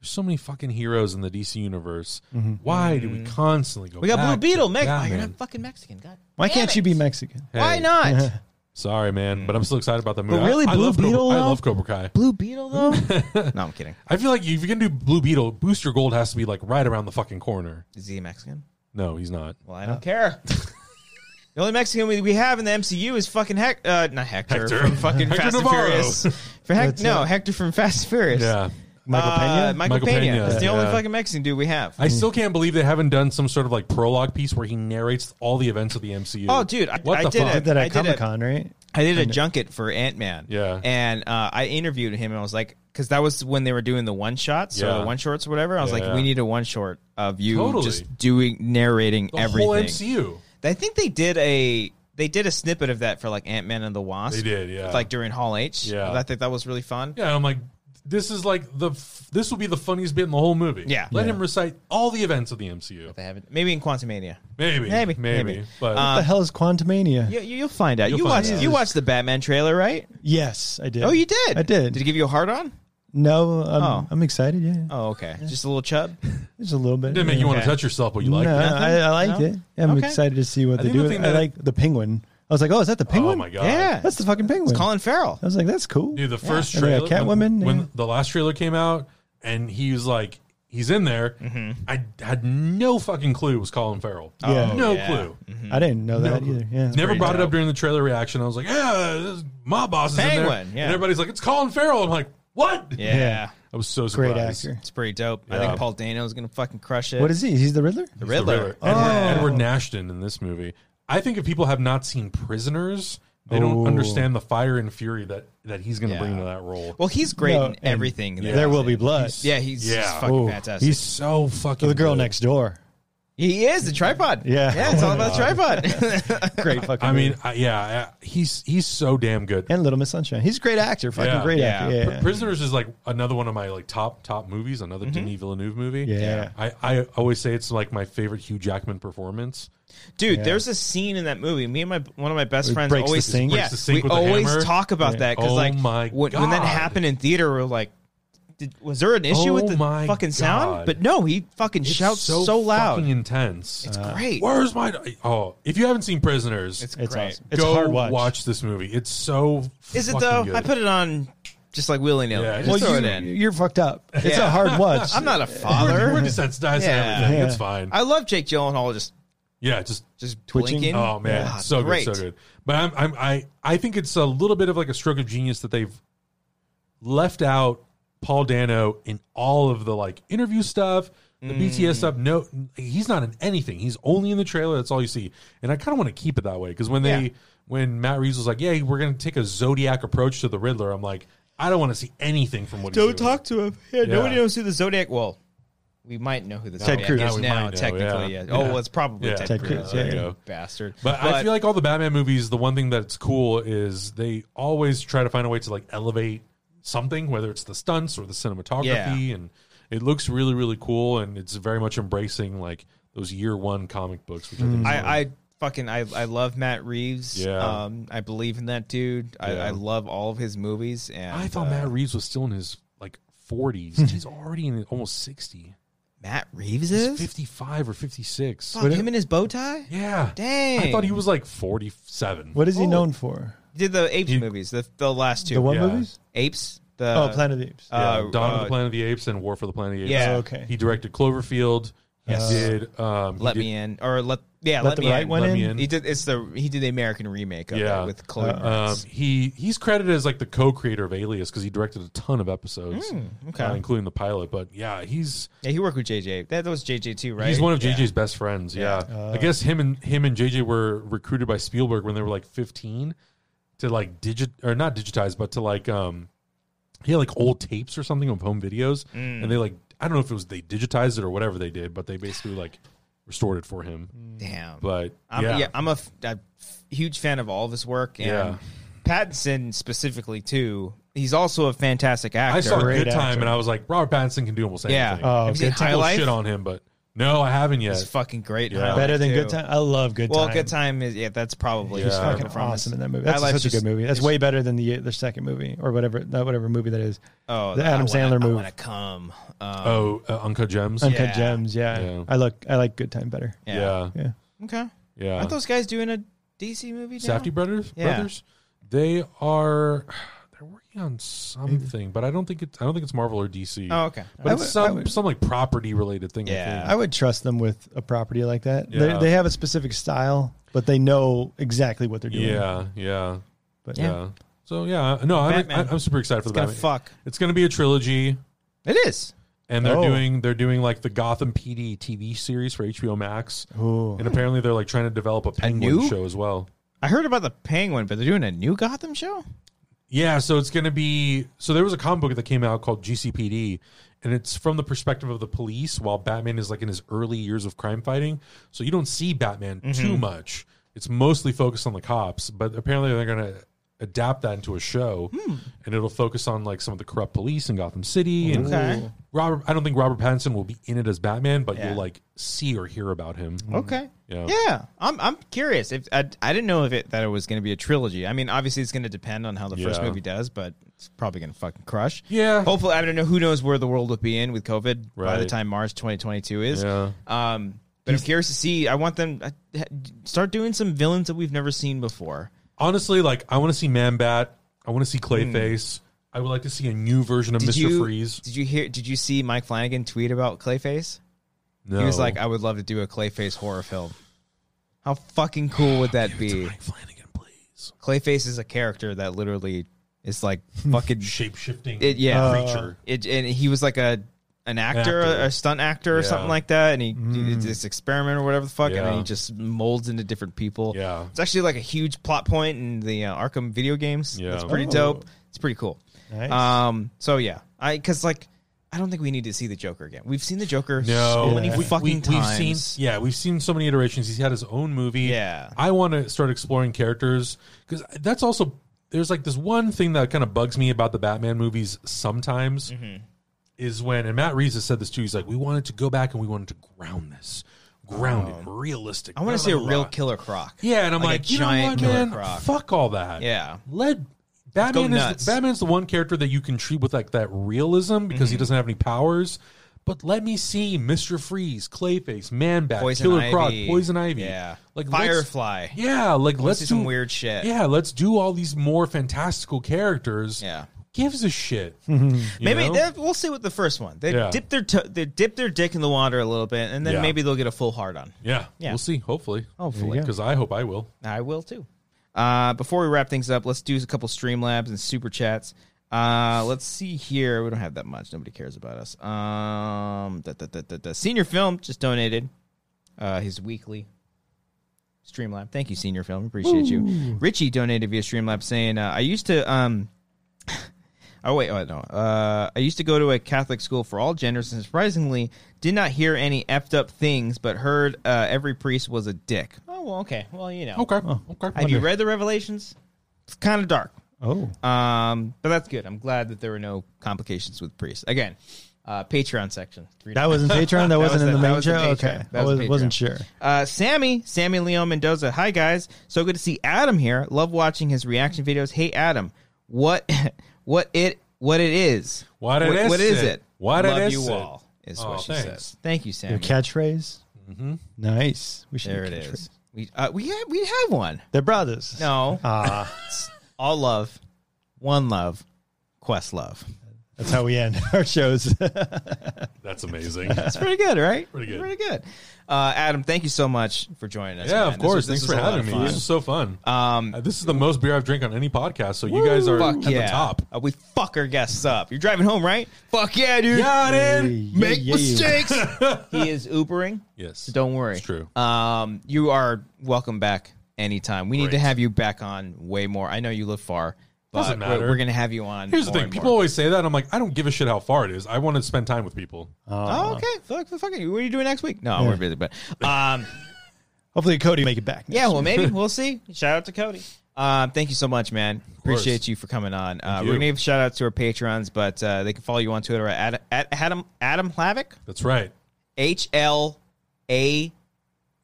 there's so many fucking heroes in the DC universe. Why do we constantly go?
Mm-hmm. We got Blue
back to
Beetle, Meg. Oh,
Batman?
you're not fucking Mexican. God.
Why
damn
can't
it.
you be Mexican?
Why
Hey,
not?
Sorry, man, but I'm still excited about the movie.
really,
I, I
Blue
love Cobra-
Beetle,
I
though?
love Cobra Kai.
Blue Beetle though? no, I'm kidding.
I feel like if you're gonna do Blue Beetle, Booster Gold has to be like right around the fucking corner.
Is he Mexican?
No, he's not.
Well, I don't
Oh.
care. the only Mexican we, we have in the MCU is fucking Hec- uh, not Hector,
Hector.
from fucking
Hector
Fast
Navarro.
and Furious. For Hec-
That's
no,
it.
Hector from Fast and Furious.
Yeah.
Michael
Uh,
Pena?
Michael,
Michael
Pena.
Pena,
It's the only
yeah.
fucking Mexican dude we have.
I still can't believe they haven't done some sort of like prologue piece where he narrates all the events of the MCU.
Oh, dude, I-
what
I
the
did
fuck?
it.
did that
I
at
did it.
Comic Con, right?
I did a junket for Ant Man.
Yeah.
And uh, I interviewed him and I was like, because that was when they were doing the one shots, so
Yeah.
the one shorts or whatever. I was
Yeah,
like,
yeah.
we need a one short of you
Totally.
just doing narrating
The
everything.
whole MCU.
I think they did a they did a snippet of that for like Ant Man and the Wasp.
They did, yeah.
Like during Hall H.
Yeah.
I think that was really fun.
Yeah, and I'm like, this is like the f- this will be the funniest bit in the whole movie.
Yeah.
let
Yeah.
him recite all the events of the MCU.
They haven't. Maybe in Quantumania.
Maybe,
Maybe,
maybe,
maybe.
maybe.
Uh,
But
What the hell is Quantumania?
You, you, you'll find out.
You'll
you
find
watched
out.
you watched the Batman trailer, right?
Yes, I did.
Oh, you did.
I did.
Did it give you a hard on?
No, I'm,
Oh.
I'm excited. Yeah,
Oh, okay. Just a little chub.
just a little bit.
it didn't make you want
Okay.
to touch yourself, but you like
no,
it.
I, I liked
No?
it. I'm
Okay.
excited to see what
I
they
think the
do.
thing
I
that-
like the penguin. I was like, oh, is that the penguin?
Oh my god,
Yeah.
That's the fucking penguin.
Colin Farrell.
I was like, that's cool.
Dude, the first
And they
trailer,
got Catwoman,
when, when
yeah.
the last trailer came out, and he was like, he's in there. I had no fucking clue it was Colin Farrell.
Yeah.
no
yeah.
clue.
Mm-hmm.
I didn't know that either. Yeah,
Never brought it
dope.
up during the trailer reaction. I was like, yeah, this is my boss is in there.
Penguin, yeah.
And everybody's like, it's Colin Farrell. I'm like, what?
Yeah.
Yeah.
I was so
great
surprised.
actor.
It's pretty dope. I
Yeah.
think Paul Dano is gonna fucking crush it.
What is Oh. he? He's the Riddler.
the
It's the
Riddler?
Riddler. Edward, Edward Nashton in this movie. I think if people have not seen Prisoners, they
Oh.
don't understand the fire and fury that, that he's going to
Yeah.
bring to that role.
Well, he's great
No,
in
and
everything. that he's
There will
in.
be blood.
Yeah, he's, he's
Yeah.
fucking
Ooh.
fantastic.
he's so fucking
the girl
good.
next door.
he is the tripod.
Yeah.
yeah, it's all about the tripod.
Great fucking.
I
movie.
mean, I, yeah, I, he's he's so damn good.
and Little Miss Sunshine. He's a great actor. Fucking
Yeah.
great
Yeah.
actor. Yeah.
Pr- Prisoners is like another one of my like top top movies. Another
Mm-hmm.
Denis Villeneuve movie.
Yeah.
I, I always say it's like my favorite Hugh Jackman performance.
Dude, there's a scene in that movie. Me and my one of my best
He
friends
breaks the
always
sink.
yeah,
Breaks the sink
we
with the
always
hammer.
talk about that because
Oh
like
my
when, when that
God.
happened in theater, we are like, did, was there an issue
Oh
with the
my
fucking sound?
God.
But no, he fucking
It's
shouts so, loud.
fucking intense. Uh,
it's great.
Where's my? Oh, if you haven't seen Prisoners,
It's
It's
great.
awesome. It's
go
a hard watch.
watch. this movie. It's so.
Is it
fucking
though?
Good.
I put it on just like willy nilly.
Yeah,
just
well,
throw it
you-
in.
You're fucked up. It's
Yeah.
a hard watch.
I'm not a
We're, we're
father.
desensitized
Yeah.
to everything.
Yeah.
It's fine.
I love Jake Gyllenhaal just
yeah, just
just
Twitching.
blinking.
Oh man,
God,
so
great.
good, so good. But I'm, I'm, I, I think it's a little bit of like a stroke of genius that they've left out Paul Dano in all of the like interview stuff, the
Mm.
BTS stuff. No, he's not in anything. He's only in the trailer. That's all you see. And I kind of want to keep it that way because when they,
Yeah.
when Matt Reeves was like, "Yeah, we're going to take a Zodiac approach to the Riddler," I'm like, I don't want to see anything from what. he's
Don't
doing.
talk to him. Yeah, nobody
Yeah.
knows who the Zodiac. Well, we might know who the Zodiac
Cruz.
is
Now we
now,
might know,
technically.
yeah.
yeah. Oh,
Yeah.
well, it's probably
Yeah.
Ted,
Ted
Cruz.
Cruz, yeah,
you
yeah.
bastard.
But, I feel like all the Batman movies, the one thing that's cool is they always try to find a way to like elevate something, whether it's the stunts or the cinematography,
Yeah.
and it looks really, really cool. And it's very much embracing like those year one comic books, which I
Mm.
think. is really-
I, I fucking I, I love Matt Reeves.
Yeah.
Um, I believe in that dude. I,
Yeah.
I love all of his movies. And
I thought
uh,
Matt Reeves was still in his like 40s. He's already in almost 60.
Matt Reeves
He's
is
55 or 56.
Fuck, him and his bow tie.
Yeah.
Dang.
I thought he was like 47.
What is he
Oh.
known for?
He did the Apes
He-
movies, the the last two
The what
Yeah.
movies?
Apes. The
Oh, Planet of the Apes.
uh,
Yeah, Dawn of
uh,
the Planet of the Apes and War for the Planet of the Apes.
Yeah.
Oh, okay.
He directed Cloverfield.
Yes.
He did. Um, he
Let
did-
me in, or let yeah,
Let
let,
the
me
Right
in.
One
Let
In.
Me In.
He did. It's the he did the American remake of
Yeah.
it with Chloe.
Uh,
Um,
Moretz.
he he's credited as like the co-creator of Alias because he directed a ton of episodes,
Hmm, okay.
uh, including the pilot. But yeah, he's
yeah, he worked with JJ. That, that was JJ too, right?
he's one of
Yeah.
JJ's best friends. Yeah,
Uh.
I guess him and him and JJ were recruited by Spielberg when they were like fifteen to like digit or not digitize, but to like um he had like old tapes or something of home videos,
Mm.
and they like I don't know if it was they digitized it or whatever they did, but they basically like restored it for him.
Mm.
Damn.
But
I'm,
yeah,
yeah. I'm a, f- a f- huge fan of all of his work, and
Yeah.
Pattinson specifically too. He's also a fantastic actor.
I saw
Great
Good Time
actor.
and I was like, Robert Pattinson can do almost anything.
yeah,
Oh,
have you seen
Good
High
People
Life?
shit on him, but no, I haven't yet.
It's fucking great. in
Yeah.
High
Better
Life,
than
too.
Good Time. I love Good
Well,
Time.
Good Time is yeah. That's probably his
Yeah.
fucking
Fucking
performance.
awesome in that movie.
High
That's
Life's
such a
just-
good movie. That's
it's-
way better than the the second movie or whatever that whatever movie that is.
Oh,
the
I
Adam
wanna-
Sandler
I
movie.
want to come. Um,
Oh, uh, Uncut Gems.
Uncut
Yeah.
Gems. Yeah.
Yeah.
I look. I like Good Time better.
yeah.
Yeah.
Yeah.
Okay.
Yeah.
Aren't those guys doing a DC movie now?
Safety Brothers?
Yeah.
Brothers? They are they're working on something, but I don't think it's I don't think it's Marvel or DC.
Oh, okay.
But
I
it's
would- I
some
would-
some like property related thing,
Yeah.
I
I would trust them with a property like that. They
Yeah.
They have a specific style, but they know exactly what they're
think.
doing.
Yeah, yeah.
But
Yeah. So yeah, no, I'm,
Batman.
I- I'm super excited for
It's
the
gonna
Batman.
fuck.
It's gonna be a trilogy.
It is.
and they're
Oh.
doing they're doing like the Gotham PD TV series for HBO Max, and apparently they're like trying to develop a penguin
new-
show as well.
I heard about the Penguin, but they're doing a new Gotham show.
Yeah, so it's gonna be so there was a comic book that came out called GCPD, and it's from the perspective of the police while Batman is like in his early years of crime fighting. So you don't see Batman
Mm-hmm.
too much. It's mostly focused on the cops, but apparently they're gonna adapt that into a show
Hmm.
and it'll focus on like some of the corrupt police in Gotham City and
Okay.
Robert I don't think Robert Pattinson will be in it as Batman, but
Yeah. Hmm.
you'll like see or hear about him.
Okay.
Mm-hmm. Yeah.
Yeah. I'm I'm curious if I, I didn't know if it that it was going to be a trilogy. I mean, obviously it's going to depend on how the first
Yeah.
movie does, but it's probably going to fucking crush.
Yeah.
Hopefully, I don't know who knows where the world will be in with COVID by the
Right.
time March 2022 is.
Yeah.
Um but I'm curious to see. I want them I, ha- start doing some villains that we've never seen before.
Honestly, like I want to see Man Bat, I want to see Clayface. I would like to see a new version of
Hmm. Did
Mr.
you
Freeze.
did you hear did you see Mike Flanagan tweet about Clayface?
No.
He was like, "I would love to do a Clayface horror film." How fucking cool would that be?
Flanagan, please.
Clayface is a character that literally is like fucking
Shape shifting
it,
Uh,
yeah.
creature.
It, and he was like a an actor,
actor.
a stunt actor or
Yeah.
something like that, and he
Mm.
did this experiment or whatever the fuck, and then
Yeah.
he just molds into different people.
Yeah.
it's actually like a huge plot point in the uh, Arkham video games.
Yeah.
it's pretty
Oh.
dope. It's pretty cool.
Nice.
Um, so yeah, I because like I don't think we need to see the Joker again. We've seen the Joker
no,
so many
We- we-
fucking times.
We've seen, yeah, we've seen so many iterations. He's had his own movie.
Yeah.
I want to start exploring characters because that's also there's like this one thing that kind of bugs me about the Batman movies sometimes
Mm-hmm.
is when and Matt Reeves has said this too. He's like, we wanted to go back and we wanted to ground this, ground it, realistic.
Um, I want to see a real Killer Croc.
Yeah, and I'm
Like a
like, you know
giant
what,
Killer
man?
Croc.
Fuck all that.
Yeah.
Let Batman
nuts.
is Batman's the one character that you can treat with like that realism because
Mm-hmm.
he doesn't have any powers. But let me see Mr. Freeze, Clayface, Man Bat,
Poison
Killer Croc,
Ivy.
Poison Ivy.
Yeah.
Like let's-
Firefly.
Yeah, like let's
see
do
some weird shit.
Yeah, let's do all these more fantastical characters.
Yeah.
Who gives a shit.
Maybe
know?
that- we'll see with the first one. They
Yeah.
dip their to- they dip their dick in the water a little bit, and then
Yeah.
maybe they'll get a full hard on.
yeah.
Yeah.
We'll see, hopefully.
Hopefully.
Because I hope I will.
I will too. Uh, before we wrap things up, let's do a couple Streamlabs and super chats. Uh, let's see here. We don't have that much. Nobody cares about us. Um, the, the, the, the senior film just donated uh, his weekly Streamlab. Thank you, senior film. Appreciate you. Richie donated via Streamlab, saying, uh, "I used to um." Oh wait, oh no. Uh, I used to go to a Catholic school for all genders, and surprisingly, did not hear any effed up things, but heard uh, every priest was a dick. Oh well, okay. Well, you know.
Okay. okay.
Have you read the Revelations? It's kind of dark.
oh,
Um, but that's good. I'm glad that there were no complications with priests. Again, uh, Patreon section. Three
that wasn't Patreon. That, wasn't
was
in
the- that
the main
was the
show.
Patreon.
okay,
That
I
was
was,
the Patreon.
wasn't sure.
Uh, Sammy, Sammy Leo Mendoza. Hi guys, so good to see Adam here. Love watching his reaction videos. Hey Adam, what, what it, what it is?
What it is
What is
it?
it?
What it
Love
is
you
it?
all is
Aw,
what she
thanks.
says. Thank you, Sammy.
Your catchphrase. Nice. We should.
Mm-hmm. there
do
it
catchphrase.
is. We uh, we have, we have one.
They're brothers.
No,
Ah,
all love, one love, quest love.
that's how we end our shows.
That's amazing.
It's pretty good, right?
Pretty good.
Pretty good. Uh, Adam, thank you so much for joining us.
Yeah,
man.
of
This was-
course.
this
Thanks
was
for
a lot
having
of
me.
fun.
This is so fun. Um, this is the most beer I've drank on any podcast, so you guys are
Fuck
at
yeah.
the top.
Uh, we fuck our guests up. You're driving home, right? Fuck yeah, dude.
Got it.
Yeah,
Make
yeah, yeah.
mistakes. he is Ubering.
Yes.
So don't worry.
It's true.
Um, you are welcome back anytime. We need to
Great.
have you back on way more. I know you live far, but
Doesn't
we're-
matter.
We're, going to have you on.
Here's the
more
thing:
and
people
more.
always say that. I'm like, I don't give a shit how far it is. I want to spend time with people.
Uh,
Uh-huh.
Oh, okay. Fuck, fuck it. What are you doing next week? No, we're busy, but um,
Hopefully, Cody make it back.
Yeah, well, maybe we'll see. Shout out to Cody. Um, thank you so much, man.
course.
Appreciate you for coming on. Uh, we're
you.
gonna give shout outs to our patrons, but uh, they can follow you on Twitter at, at Adam Adam Havoc
That's right.
H L A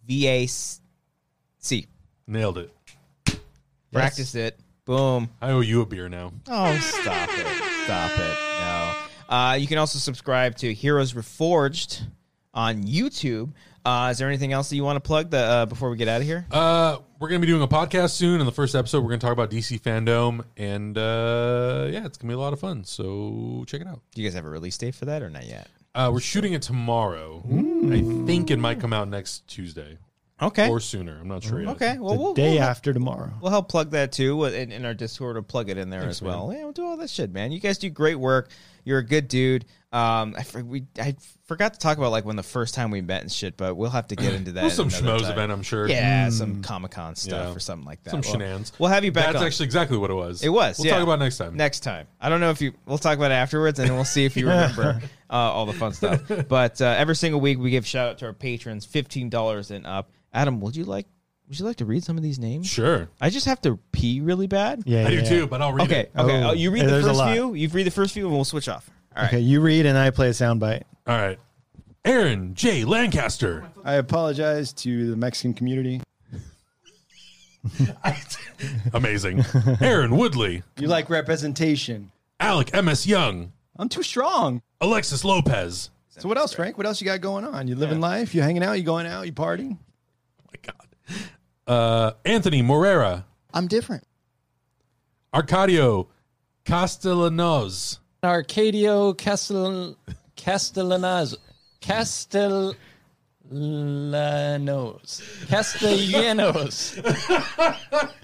V A C.
Nailed it.
Practice it. Boom.
I owe you a beer now.
Oh, stop it. Stop it. No. Uh, you can also subscribe to Heroes Reforged on YouTube. Uh, is there anything else that you want to plug the, uh, before we get out of here?
Uh, we're gonna be doing a podcast soon. In the first episode, we're gonna talk about DC fandom, and uh, yeah, it's gonna be a lot of fun. So check it out.
Do you guys have a release date for that or not yet?
Uh, we're shooting it tomorrow. I think it might come out next Tuesday
Okay.
or sooner. I'm not sure yet.
Okay. Well,
The
we'll,
day
we'll-
after tomorrow.
We'll help plug that too, uh, and in our Discord, we'll plug it in there as well. Yeah, we'll do all that shit, man. You guys do great work. You're a good dude. Um, I for- we I forgot to talk about like when the first time we met and shit, but we'll have to get into that.
There's some
another
schmoes
time.
event, I'm sure.
Yeah, some Comic Con stuff
Yeah.
or something like that.
Some
Well,
shenanigans.
We'll have you back.
That's
on.
actually exactly what it was.
It was.
We'll
yeah.
talk about it next time.
Next time. I don't know if you. We'll talk about it afterwards, and then we'll see if you remember uh, all the fun stuff. But uh, every single week, we give shout out to our patrons, fifteen dollars and up. Adam, would you like? Would you like to read some of these names?
Sure.
I just have to pee really bad.
Yeah,
I do
yeah,
too, but I'll read
Okay.
it.
Okay.
Oh,
uh, you read
yeah,
the
there's a
first
lot.
few. You read the first few, and we'll switch off. All right.
Okay, you read and I play a soundbite.
All right. Aaron J. Lancaster.
I apologize to the Mexican community.
Amazing. Aaron Woodley.
You like representation.
Alec M.S. Young.
I'm too strong.
Alexis Lopez.
So what else, Frank? What else you got going on? You living life? You hanging out? You going out? You partying?
Oh my God. Uh, Anthony Morera.
I'm different.
Arcadio Castellanos.
Arcadio Castel Castellanos Castellanos Castellanos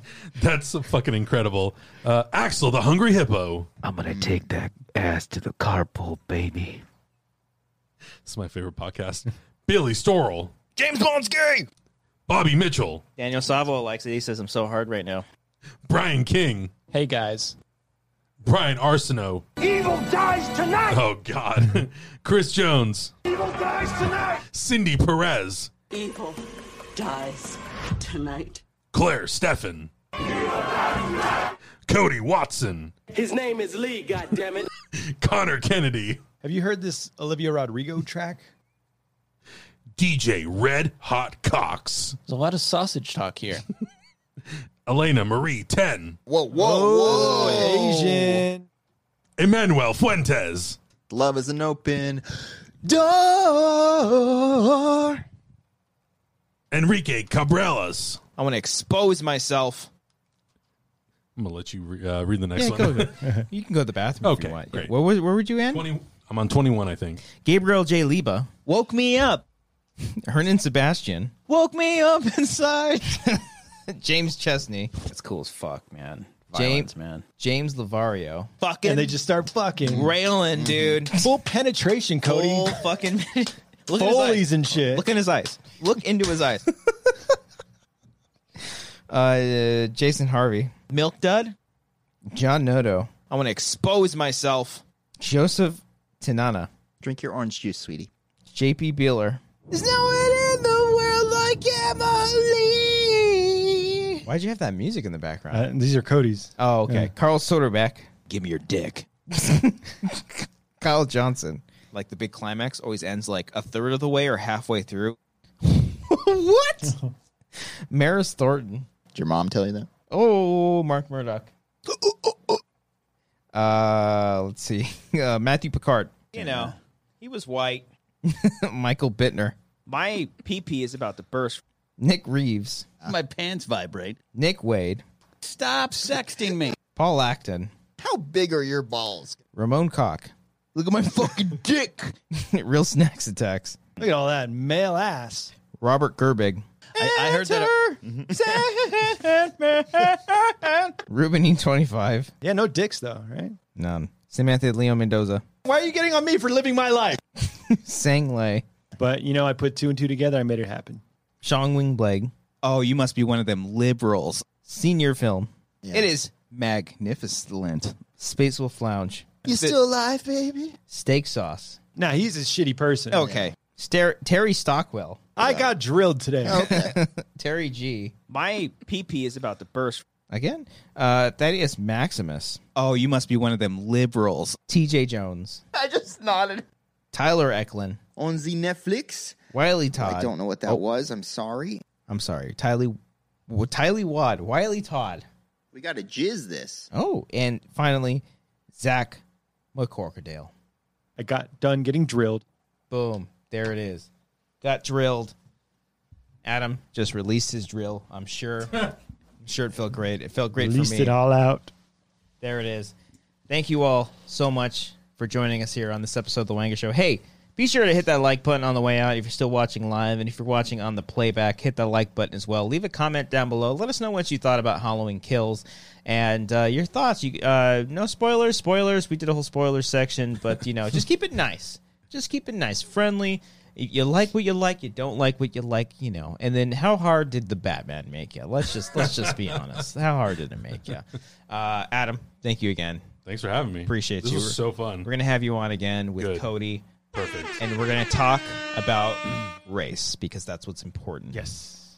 That's fucking incredible. Uh, Axel the Hungry Hippo.
I'm gonna
Mm.
take that ass to the carpool, baby.
It's my favorite podcast. Billy Storrell. James Bond's gay. Bobby Mitchell.
Daniel Savo likes it. He says I'm so hard right now.
Brian King.
Hey guys,
Brian Arsenault. Evil dies tonight. Oh God. Chris Jones. Evil dies tonight. Cindy Perez.
Evil dies tonight.
Claire Steffen. Cody Watson.
His name is Lee, God damn it.
Connor Kennedy.
Have you heard this Olivia Rodrigo track?
DJ Red Hot Cox.
there's a lot of sausage talk here.
Elena Marie Ten.
Whoa, whoa, whoa.
Oh. Asian.
Emmanuel Fuentes.
Love is an open door.
Enrique Cabrales.
I want to expose myself.
I'm gonna let you re- uh, read the next
Yeah,
one.
go with it. you can go to the bathroom if
Okay,
you want.
great.
Where, was- where would you end?
20, I'm on 21, I think.
Gabriel J. Liba,
Woke me up.
Hernan Sebastian,
Woke me up inside.
James Chesney,
That's cool as fuck, man.
James-
Violence, man.
James Lavario,
Fucking
And they just start fucking.
Mm-hmm.
railing, dude.
Full penetration, Cody.
Full fucking. Look at his
Foley's
eyes.
and shit.
Look in his eyes. Look into his eyes. uh, Jason Harvey,
milk dud.
John Noto,
I want to expose myself.
Joseph Tanana,
Drink your orange juice, sweetie.
J.P. Beeler.
There's no one in the world like Emily.
Why'd you have that music in the background?
Uh, these are Cody's.
oh, okay. Carl Soderbeck,
Give me your dick.
Kyle Johnson.
Like the big climax always ends like a third of the way or halfway through.
what? Maris Thornton.
Did your mom tell you that?
Oh, Mark Murdoch.
Oh,
Uh, let's see. Uh, Matthew Picard,
You know, he was white.
Michael Bittner,
My PP is about to burst.
Nick Reeves,
My pants vibrate.
Nick Wade,
Stop sexting me.
Paul Acton,
How big are your balls?
Ramon Cock,
Look at my fucking dick.
Real Snacks Attacks,
Look at all that male ass.
Robert Gerbig,
I, I heard that. uh, mm-hmm.
Ruben E25,
Yeah, no dicks though, right?
none. Samantha Leo Mendoza,
Why are you getting on me for living my life?
Sang Lei,
But you know, I put two and two together. I made it happen.
Shang Wing Blake,
Oh, you must be one of them liberals.
Senior Film,
It is magnificent.
Space Wolf Lounge,
You still alive, baby?
Steak Sauce,
Now he's a shitty person.
Okay.
Star- Terry Stockwell,
I got drilled today.
Terry G.
My PP is about to burst.
Again, uh, Thaddeus Maximus,
Oh, you must be one of them liberals.
TJ Jones,
I just nodded.
Tyler Eklund,
On the Netflix?
Wiley Todd.
I don't know what that was. I'm sorry.
I'm sorry, Tylee, w- Tylee Wad, Wiley Todd.
We got to jizz this.
Oh, and finally, Zach McCorkadale.
I got done getting drilled.
Boom, there it is. Got drilled. Adam just released his drill. I'm sure. I'm sure it felt great. It felt great
Released
for me.
it all out.
There it is. Thank you all so much for joining us here on this episode of The Wanger Show. Hey, Be sure to hit that like button on the way out if you're still watching live. And if you're watching on the playback, hit that like button as well. Leave a comment down below. Let us know what you thought about Halloween Kills and uh, your thoughts. You uh, No spoilers, spoilers. We did a whole spoiler section, but, you know, just keep it nice. Just keep it nice, friendly. You you like what you like, you don't like what you like, you know. And then, how hard did the Batman make you? Let's just let's just be honest. How hard did it make you? Uh, Adam, thank you again.
Thanks for having me.
Appreciate
This
you.
was
We're-
so fun.
We're gonna have you on again with Cody. Perfect. And we're gonna talk about race because that's what's important. Yes.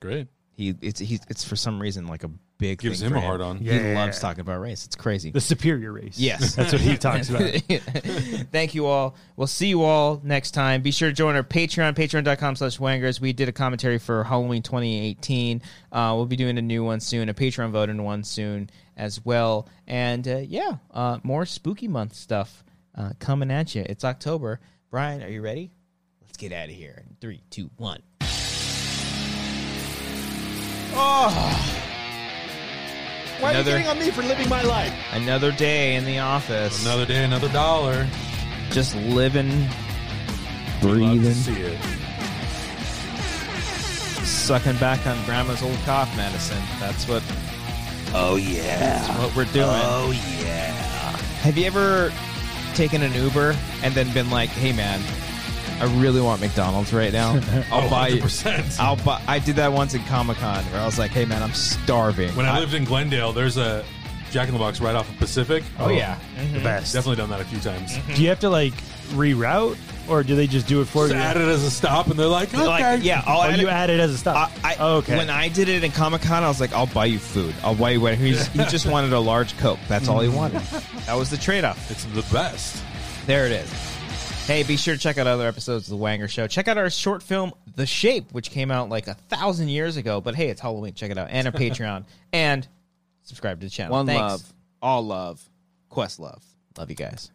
Great.
He it's he, it's for some reason like a big
Gives
thing
him
for
a hard on.
He
Yeah.
loves talking about race. It's crazy.
The superior race.
Yes,
That's what he talks about.
Thank you all. We'll see you all next time. Be sure to join our Patreon, patreon.com slash wangers. We did a commentary for Halloween 2018. Uh, we'll be doing a new one soon, a Patreon voting one soon as well. And uh, yeah, uh, more spooky month stuff uh, coming at you. It's October. Brian, are you ready? Let's get out of here. In Three, two, one. Oh.
Why
Another-
are you getting on me for living my life?
Another day in the office.
Another day, another dollar.
Just living, breathing,
See it.
sucking back on grandma's old cough medicine. That's what. Oh yeah. That's what we're doing.
Oh,
yeah. Have you ever taken an Uber and then been like, "Hey man, I really want McDonald's right now. I'll
Oh,
buy you.
100%.
I'll buy." I did that once in Comic Con where I was like, "Hey man, I'm starving."
When I, lived in Glendale, there's a Jack in the Box right off of Pacific.
Oh, yeah. Mm-hmm.
The best.
Definitely done that a few times.
Do you have to like reroute, or do they just do it for
Just
you?
add it as a stop, and they're like, okay.
Like, yeah, I'll
oh,
add
you
it-
add it as a stop.
I,
oh, okay.
When I did it in Comic Con, I was like, "I'll buy you food. I'll buy you whatever." He's, he just wanted a large Coke. That's all he
Mm.
wanted. That was the trade-off.
It's the best.
There it is. Hey, be sure to check out other episodes of The Wanger Show. Check out our short film, The Shape, which came out like a thousand years ago. But hey, it's Halloween. Check it out. And our Patreon. and subscribe to the channel.
One
Thanks.
love, all love, quest love.
Love you guys.